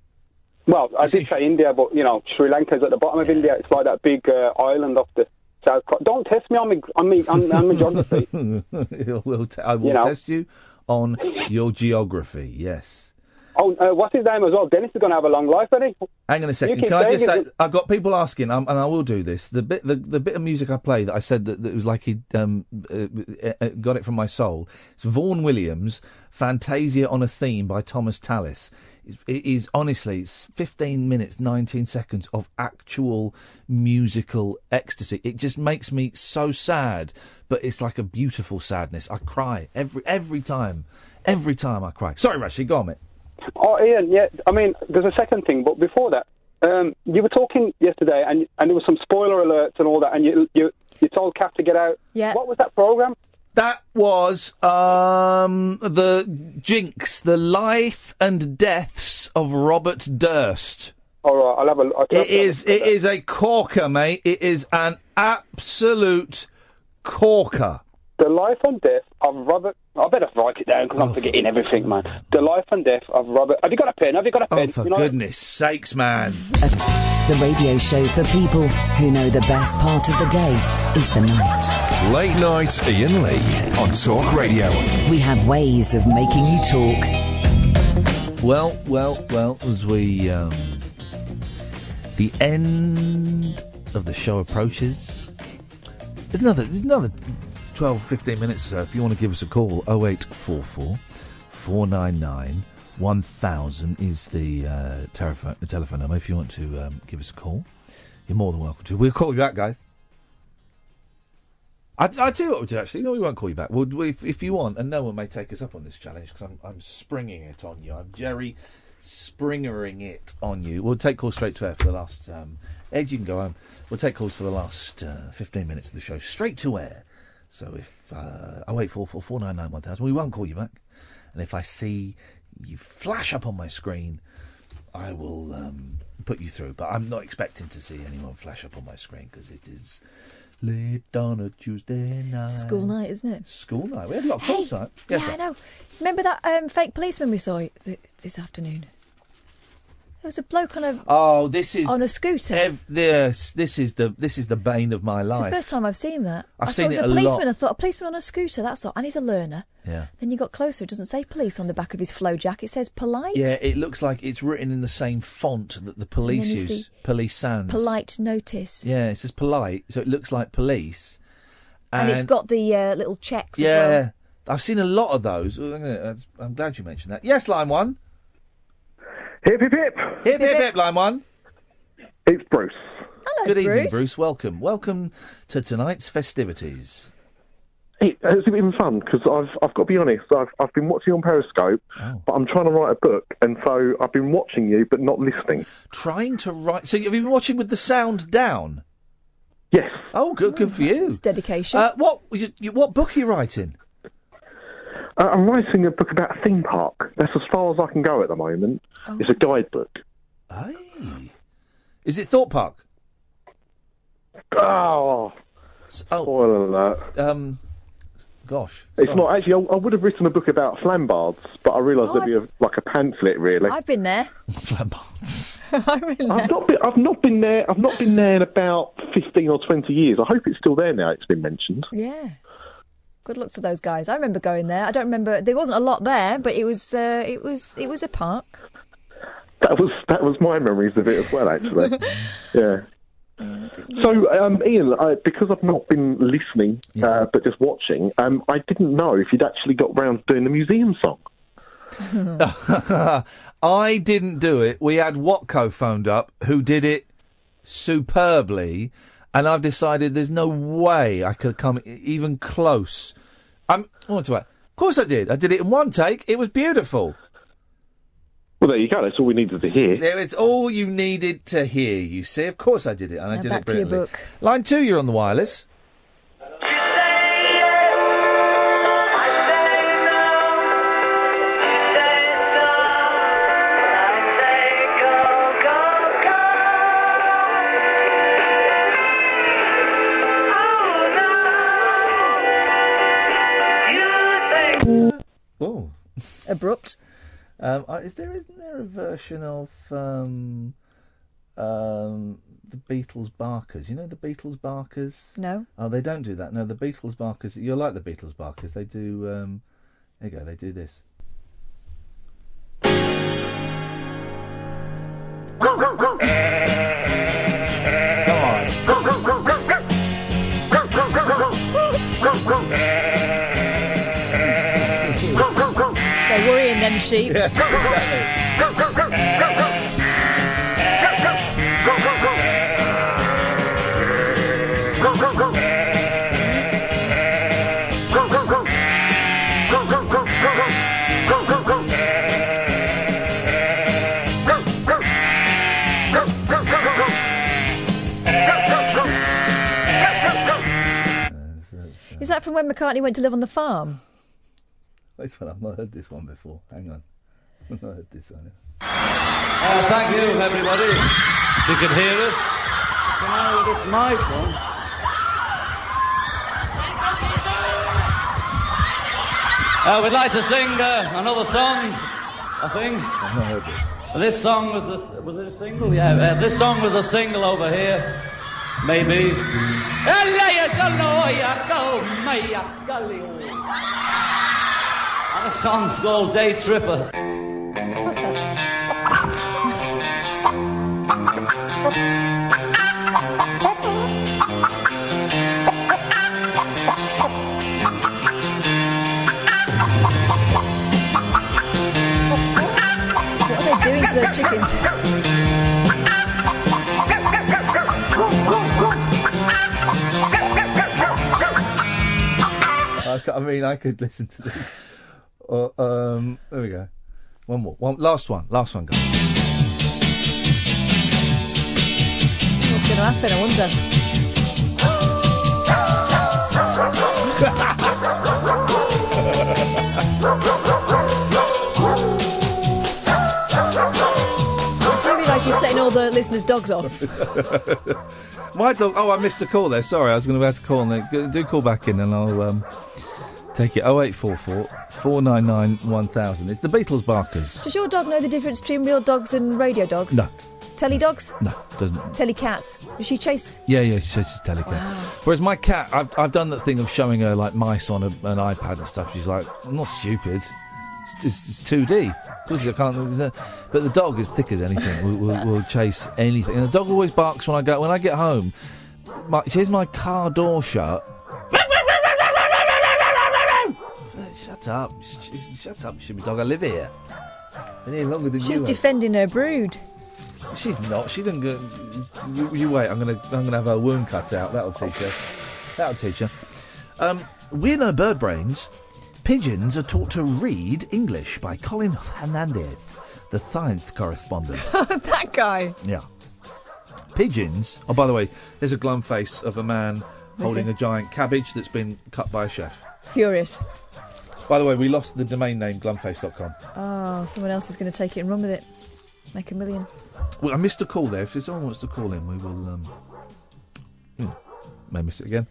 Speaker 23: Well, I did say India, but you know, Sri Lanka's at the bottom of India. It's like that big uh, island off the south. co- Don't test me on me on me on, on my
Speaker 3: *laughs*
Speaker 23: geography.
Speaker 3: I will te- I will
Speaker 23: You know.
Speaker 3: test you on your geography. Yes.
Speaker 23: Oh, uh, what's his name as well? Dennis is going to have a long life, isn't he?
Speaker 3: Hang on a second.
Speaker 23: keep
Speaker 3: Can I
Speaker 23: saying
Speaker 3: just say
Speaker 23: it-
Speaker 3: I've got people asking, um, and I will do this. The bit, the, the bit of music I play that I said that, that it was like he um, uh, uh, uh, got it from my soul. It's Vaughan Williams, "Fantasia on a Theme" by Thomas Tallis. It's, it is honestly it's 15 minutes, 19 seconds of actual musical ecstasy. It just makes me so sad, but it's like a beautiful sadness. I cry every every time, every time I cry. Sorry, Rashid, go on, mate.
Speaker 23: Oh, Ian. Yeah. I mean, there's a second thing, but before that, um, you were talking yesterday, and and there was some spoiler alerts and all that, and you you you told Kath to get out.
Speaker 11: Yeah.
Speaker 23: What was that program?
Speaker 3: That was um, the Jinx, the life and deaths of Robert Durst.
Speaker 23: All right, I'll have a. I'll
Speaker 3: It is it is a corker, mate. It is an absolute corker.
Speaker 23: The life and death of Robert. I better write it down because
Speaker 3: Oh,
Speaker 23: I'm forgetting everything, man. The life and death of Robert. Have you got a pen? Have you got a pen?
Speaker 3: Oh, For
Speaker 23: You know-
Speaker 3: goodness sakes, man.
Speaker 1: The radio show for people who know the best part of the day is the night.
Speaker 2: Late night Ian Lee on Talk Radio.
Speaker 1: We have ways of making you talk.
Speaker 3: Well, well, well, as we um, the end of the show approaches, there's another there's another 12, 15 minutes. So if you want to give us a call, 0844 499 1000 is the uh, telephone the telephone number. If you want to um, give us a call, you're more than welcome to. We'll call you back, guys. I, I tell you what we'll do, actually. No, we won't call you back. We'll, we- if, if you want, and no one may take us up on this challenge because I'm, I'm springing it on you. I'm Jerry Springering it on you. We'll take calls straight to air for the last. Um, Ed, you can go home. We'll take calls for the last uh, 15 minutes of the show straight to air. So if uh, I wait for 1000, we won't call you back. And if I see you flash up on my screen, I will um, put you through. But I'm not expecting to see anyone flash up on my screen because it is late on a Tuesday night.
Speaker 11: It's school night, isn't it?
Speaker 3: Uh, School night. We had a lot of calls tonight. Yes,
Speaker 11: yeah, I
Speaker 3: sir.
Speaker 11: know. Remember that um, fake policeman we saw th- this afternoon? There was a bloke on a.
Speaker 3: Oh, this is
Speaker 11: On a scooter.
Speaker 3: ev- this this is the this is the bane of my
Speaker 11: It's the
Speaker 3: life.
Speaker 11: first time I've seen that.
Speaker 3: I've
Speaker 11: I
Speaker 3: seen
Speaker 11: thought was
Speaker 3: it
Speaker 11: a
Speaker 3: a lot.
Speaker 11: policeman. I thought a policeman on a scooter. That's all. And he's a learner.
Speaker 3: yeah.
Speaker 11: Then you got closer. It doesn't say police on the back of his flow jack. It says polite.
Speaker 3: Yeah, it looks like it's written in the same font that the police
Speaker 11: you
Speaker 3: use.
Speaker 11: see
Speaker 3: Police sans.
Speaker 11: Polite notice.
Speaker 3: Yeah, it says polite, so it looks like police.
Speaker 11: And, it's got the uh, little checks
Speaker 3: Yeah,
Speaker 11: as well.
Speaker 3: I've seen a lot of those. Oh, I'm gonna- that's- I'm glad you mentioned that. Yes, line one.
Speaker 24: Hip hip hip.
Speaker 3: Hip hip hip. Line one.
Speaker 24: It's Bruce.
Speaker 11: Hello,
Speaker 3: Good evening,
Speaker 11: Bruce.
Speaker 3: Bruce. Welcome, welcome to tonight's festivities.
Speaker 12: it has been fun because I've I've got to be honest. I've I've been watching on Periscope,
Speaker 3: Oh.
Speaker 12: but I'm trying to write a book, and so I've been watching you but not listening.
Speaker 3: Trying to write. So have you been watching with the sound down?
Speaker 12: Yes.
Speaker 3: Oh, good, good for you. It's
Speaker 11: dedication.
Speaker 3: Uh, what *laughs* you, you- what book are you writing?
Speaker 12: Uh, I'm writing a book about a theme park. That's as far as I can go at the moment.
Speaker 11: Oh.
Speaker 12: It's a guidebook.
Speaker 3: Is it Thought Park?
Speaker 12: Oh,
Speaker 3: spoiler
Speaker 12: alert!
Speaker 3: Um, gosh,
Speaker 12: it's
Speaker 3: sorry.
Speaker 12: not actually. I, I would have written a book about flambards, but I realised
Speaker 11: Oh,
Speaker 12: there'd be a, like a pamphlet. Really,
Speaker 11: I've
Speaker 3: *laughs*
Speaker 11: been there. *laughs* I've been there.
Speaker 12: I've not been. I've not been there. I've not been there in about fifteen or twenty years. I hope it's still there now. It's been mentioned.
Speaker 11: Yeah. Good luck to those guys. I remember going there. I don't remember. There wasn't a lot there, but it was. Uh, it was. It was a park.
Speaker 12: That was that was my memories of it as well. Actually, yeah. So, um, Ian, I, because I've not been listening uh, but just watching, um, I didn't know if you'd actually got round to doing the museum song.
Speaker 3: I didn't do it. We had Watco phoned up, who did it superbly, and I've decided there's no way I could come e- even close. I'm. What's about? Of course I did. I did it in one take. It was beautiful.
Speaker 12: Well, there you go. That's all we needed to hear.
Speaker 3: There, it's all you needed to hear. You see, of course I did it, and I
Speaker 11: Now
Speaker 3: did
Speaker 11: back
Speaker 3: it
Speaker 11: to your
Speaker 3: brilliantly. Line two, you're on the wireless. Oh,
Speaker 11: abrupt.
Speaker 3: Um, I- is there isn't there a version of um, um, the Beatles Barkers? You know the Beatles Barkers.
Speaker 11: No.
Speaker 3: Oh, they don't do that. No, the Beatles Barkers. You're like the Beatles Barkers. They do. Um, there you go. They do this.
Speaker 11: They're worrying them sheep.
Speaker 3: Uh,
Speaker 11: Is that from when McCartney went to live on the farm?
Speaker 3: This one I've not heard this one before. Hang on, I've not heard this one.
Speaker 25: Oh, thank you, everybody. You can hear us. So now with this microphone. Uh, we'd like to sing uh, another song, I think.
Speaker 3: I've not heard this.
Speaker 25: This song was a, was it a single? Yeah, uh, this song was a single over here, maybe. And the song's called Day Tripper.
Speaker 11: What are they doing to those chickens?
Speaker 3: I, c- I mean, I could listen to this. *laughs* Uh, um, there we go. One more. One last one. Last one, guys.
Speaker 11: What's going to happen? I wonder. Do you realise you're setting all the listeners' dogs off?
Speaker 3: *laughs* My dog. Oh, I missed a call there. Sorry, I was going to have to call. And then, go- do call back in, and I'll um, take it. 0844 499 1000. It's the Beatles Barkers.
Speaker 11: Does your dog know the difference between real dogs and radio dogs?
Speaker 3: No,
Speaker 11: Telly dogs?
Speaker 3: no, doesn't.
Speaker 11: Telly cats? Does she chase?
Speaker 3: Yeah, yeah, she says she's telecat. Whereas my cat, I've, I've done that thing of showing her like mice on a, an iPad and stuff. She's like, I'm not stupid. It's, it's, it's 2D. Of course, I can't. uh, But the dog is thick as anything. Will will will chase anything. And the dog always barks when I go. When I get home, my, she hears my car door shut. Shut up! Sh- sh- Shut up! Should be dog. I live here. Been here longer than
Speaker 11: She's
Speaker 3: you. have.
Speaker 11: defending her brood. *laughs*
Speaker 3: She's not. She didn't go. You, you wait. I'm gonna. I'm gonna have her wound cut out. That'll teach her. That'll teach her. Um, We know bird brains. Pigeons are taught to read English by Colin Hernandez, the Science correspondent.
Speaker 11: that guy.
Speaker 3: Yeah. Pigeons. Oh, by the way, there's a glum face of a man holding
Speaker 11: he?
Speaker 3: a giant cabbage that's been cut by a chef.
Speaker 11: Furious.
Speaker 3: By the way, we lost the domain name glumface.com.
Speaker 11: Oh, someone else is going to take it and run with it. Make a million.
Speaker 3: Well, I missed a call there. If there's someone wants to call in, we will. Um, hmm, may miss it again.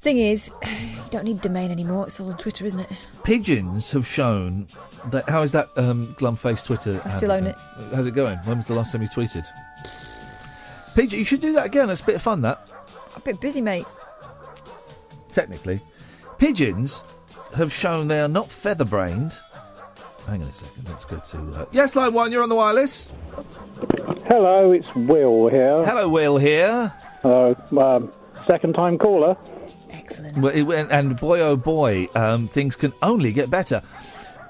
Speaker 11: Thing is, *sighs* you don't need domain anymore. It's all on Twitter, isn't it?
Speaker 3: Pigeons have shown that. How is that um, glumface Twitter?
Speaker 11: I still own
Speaker 3: handle? How's it going? When was the last time you tweeted? Pigeon, you should do that again. It's a bit of fun. That
Speaker 11: A bit busy, mate.
Speaker 3: technically, pigeons have shown they are not feather-brained. Hang on a second. Let's go to. Uh, yes, line one. You're on the wireless.
Speaker 19: Hello, it's Will here.
Speaker 3: Hello, Will here.
Speaker 19: Hello, um, second time caller.
Speaker 3: Well, it, and, and boy, oh boy, um, things can only get better.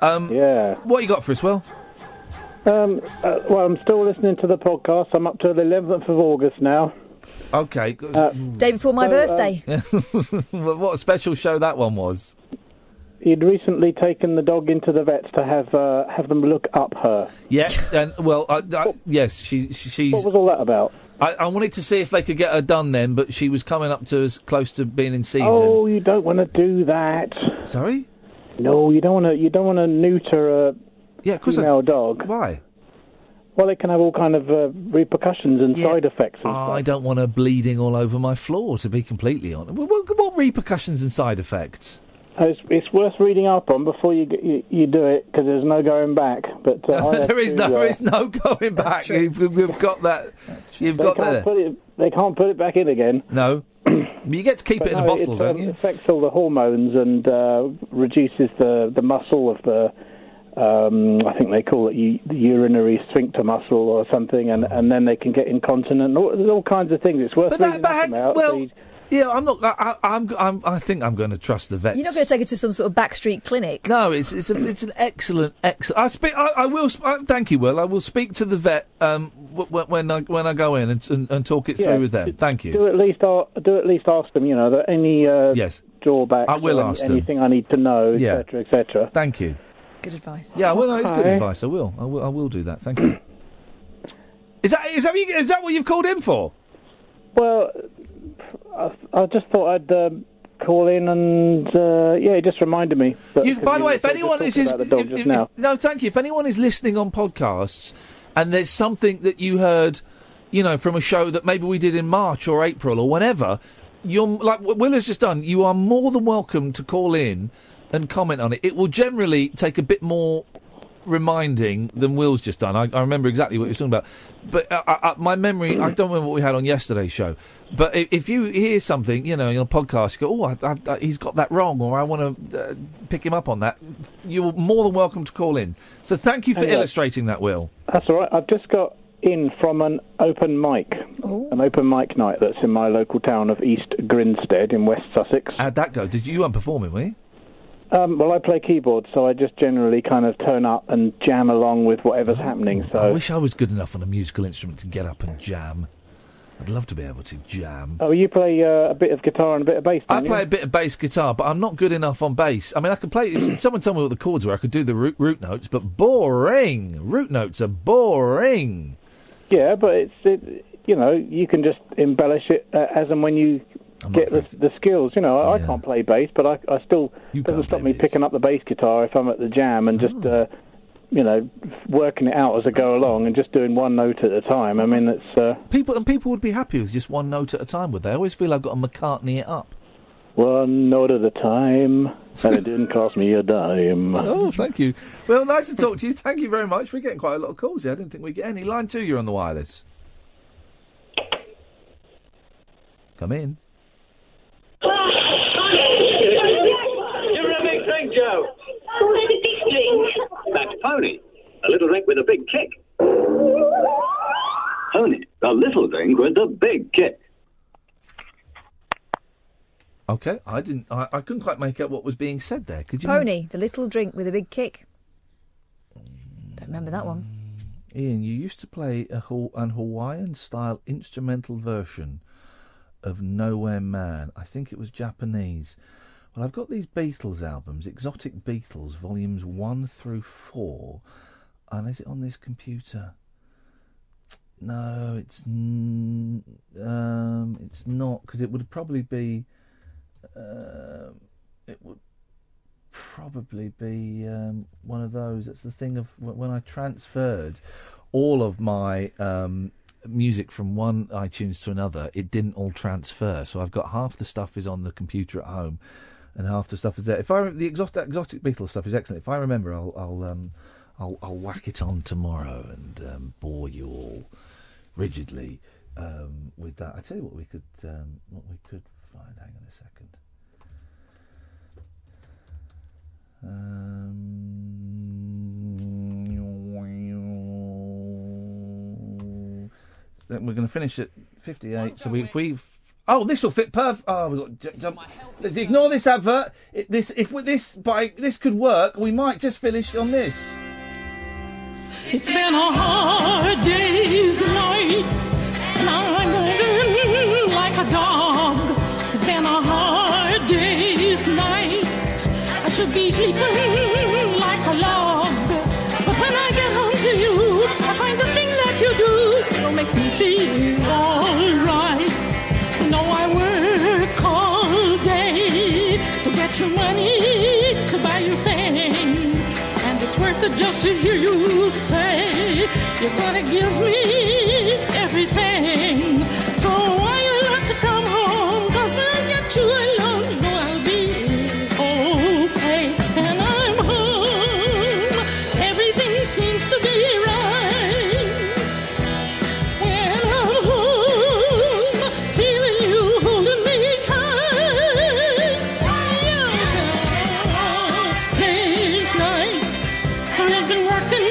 Speaker 3: Um, yeah. What you got for us, Will?
Speaker 19: Um, uh, well, I'm still listening to the podcast. I'm up to the 11th of August now.
Speaker 3: Okay. good.
Speaker 19: Uh,
Speaker 11: Day before my
Speaker 19: So, uh,
Speaker 11: birthday.
Speaker 3: Well, *laughs* what a special show that one was.
Speaker 19: He'd recently taken the dog into the vets to have uh, have them look up her.
Speaker 3: Yeah. And well, I, I, yes, she, she she's. What was
Speaker 19: all that about?
Speaker 3: I, I wanted to see if they could get her done then, but she was coming up to as close to being in season.
Speaker 19: Oh, you don't want to do that.
Speaker 3: Sorry.
Speaker 19: No, you don't want to. You don't want to neuter a
Speaker 3: yeah,
Speaker 19: course female dog.
Speaker 3: Why?
Speaker 19: Well, it can have all kind of uh, repercussions and side effects. And
Speaker 3: I don't want her bleeding all over my floor, to be completely honest. What, what, what repercussions and side effects?
Speaker 19: Uh, It's, it's worth reading up on before you get- you, you do it because there's no going back. But
Speaker 3: *laughs*
Speaker 19: uh, I had
Speaker 3: there is
Speaker 19: to,
Speaker 3: no,
Speaker 19: uh,
Speaker 3: there is no going back. You've, you've got that. You've
Speaker 19: they
Speaker 3: got
Speaker 19: can't
Speaker 3: there.
Speaker 19: Put it, they can't put it back in again. *clears throat*
Speaker 3: No. you get to keep it in a bottle,
Speaker 19: it, uh,
Speaker 3: don't you?
Speaker 19: affects all the hormones and uh, reduces the, the muscle of the. Um, I think they call it u- the urinary sphincter muscle or something, and, and then they can get incontinent. All, there's all kinds of things. It's worth
Speaker 3: But
Speaker 19: reading
Speaker 3: that, but
Speaker 19: up
Speaker 3: hang-
Speaker 19: about.
Speaker 3: well, yeah, I'm not. I, I, I'm, I'm. I think I'm going to trust the vets.
Speaker 11: You're not going to take her to some sort of backstreet clinic.
Speaker 3: No, it's it's a, it's an excellent excellent. I speak. I, I will. Sp- I, thank you, Will. I will speak to the vet um w- w- when I when I go in and and, and talk it
Speaker 19: Yeah,
Speaker 3: through with them.
Speaker 19: just
Speaker 3: Thank you.
Speaker 19: Do at least a- do at least ask them. You know, that any uh,
Speaker 3: yes
Speaker 19: drawbacks.
Speaker 3: I will
Speaker 19: or any-
Speaker 3: ask them.
Speaker 19: anything I need to know,
Speaker 3: Yeah.
Speaker 19: etc., etc.
Speaker 3: Thank you.
Speaker 11: Good advice.
Speaker 3: Yeah, well, no, it's good
Speaker 19: Okay.
Speaker 3: advice. I will. I will. I will do that. Thank you. is that is that you- is that what you've called in for?
Speaker 19: Well, I, I just thought I'd um, call in and uh, yeah, it just reminded me. that-
Speaker 3: You, by the way, if
Speaker 19: because
Speaker 3: anyone
Speaker 19: we were
Speaker 3: is,
Speaker 19: talking
Speaker 3: is
Speaker 19: about the dog
Speaker 3: if-
Speaker 19: just
Speaker 3: if-
Speaker 19: now.
Speaker 3: no, thank you. If anyone is listening on podcasts, and there's something that you heard, you know, from a show that maybe we did in March or April or whenever, you're like what Will has just done. You are more than welcome to call in and comment on it. It will generally take a bit more reminding than Will's just done. I, I remember exactly what he was talking about, but uh, I, I, my memory, I don't remember what we had on yesterday's show. But if, if you hear something, you know, in a podcast, you go, "Oh, I, I, I, he's got that wrong," or "I want to uh, pick him up on that." You're more than welcome to call in. So thank you for
Speaker 19: Hang on.
Speaker 3: illustrating that, Will.
Speaker 19: That's all right. I've just got in from an open mic, an open mic night that's in my local town of East Grinstead in West Sussex.
Speaker 3: How'd that go? Did you, you weren't performing, were you?
Speaker 19: Um, well, I play keyboard, so I just generally kind of turn up and jam along with whatever's happening.
Speaker 3: Oh. I
Speaker 19: So
Speaker 3: wish I was good enough on a musical instrument to get up and jam. I'd love to be able to jam.
Speaker 19: Oh, you play uh, a bit of guitar and a bit of bass.
Speaker 3: I
Speaker 19: don't you?
Speaker 3: play a bit of bass guitar, but I'm not good enough on bass. I mean, I could play. If someone told me what the chords were, I could do the root, root notes, but boring. Root notes are boring.
Speaker 19: Yeah, but it's it, you know you can just embellish it uh, as and when you get the, the skills. You know, I, I can't play bass, but I, I still doesn't stop me picking up the bass guitar if I'm at the jam and just uh, you know working it out as I go along and just doing one note at a time. I mean, it's uh,
Speaker 3: People and people would be happy with just one note at a time, would they? I always feel I've got to McCartney it up. *laughs*
Speaker 19: one note at a time, and it didn't cost me a dime.
Speaker 3: Oh, thank you. Well, nice to talk to you. Thank you very much. We're getting quite a lot of calls here. I didn't think we'd get any. Line two, you're on the wireless. Come in.
Speaker 5: Give her a big drink, Joe. Where's the big drink?
Speaker 12: That's pony. A little drink with a big kick. Pony. A little drink with a big kick.
Speaker 3: Okay, I didn't. I, I couldn't quite make out what was being said there. Could you?
Speaker 11: Pony, the little drink with a big kick. Don't remember that one.
Speaker 3: Ian, you used to play a, Haw- an Hawaiian style instrumental version of Nowhere Man. I think it was Japanese. Well, I've got these Beatles albums, Exotic Beatles, volumes one through four. And is it on this computer? No, it's n- um, it's not because it would probably be. Um, it would probably be um, one of those. That's the thing of wh- when I transferred all of my um, music from one iTunes to another, it didn't all transfer. So I've got half the stuff is on the computer at home, and half the stuff is there. If I re- the exotic, exotic Beatles stuff is excellent. If I remember, I'll I'll um, I'll, I'll whack it on tomorrow and um, bore you all rigidly um, with that. I tell you what, we could um, what we could find. Hang on a second. Um, then we're going to finish at 58. So we, if we've. Oh, this will fit perf. Oh, we've got. J- jump. Let's ignore this advert. It, this, if we, this by this could work, we might just finish on this.
Speaker 26: It's been a hard day's night, and I'm moving like a dog. It's been a hard day's night. I should be sleeping like a log. But when I get home to you, I find the thing that you do will make me feel alright. No, I work all day to get your money to buy you things. And it's worth it just to hear you say you're gonna give me everything. So why you love to come home? Cause when you're too alone, no, I'll be okay. And I'm home. Everything seems to be right. When I'm home, feeling you holding me tight. You're day's night. I've been working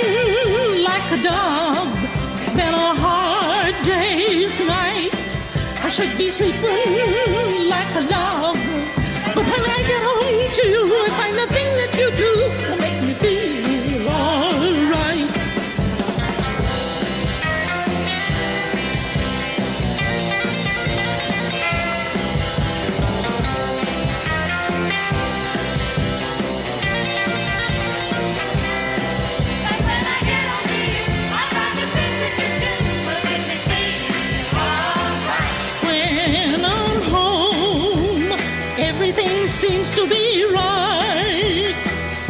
Speaker 26: like a dog. It's been a hard day's night. I should be sleeping like a log. But when I get home to you, I find the thing that you do will make me feel alright. When I'm home, everything seems to be right.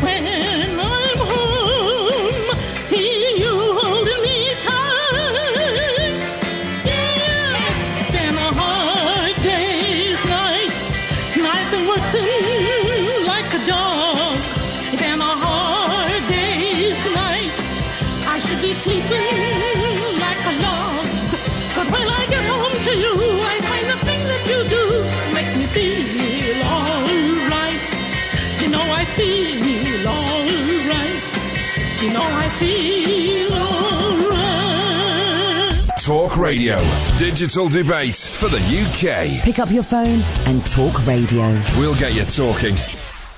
Speaker 26: When I'm home, feel you holding me tight. Yeah, it's been a hard day's night, and I've been working like a dog. It's been a hard day's night. I should be sleeping like a log. But when I get home to you, I find the thing that you do make me feel alright. You know I feel alright. You know I feel alright.
Speaker 2: Talk radio, digital debate for the UK.
Speaker 1: Pick up your phone and talk radio.
Speaker 2: We'll get you talking.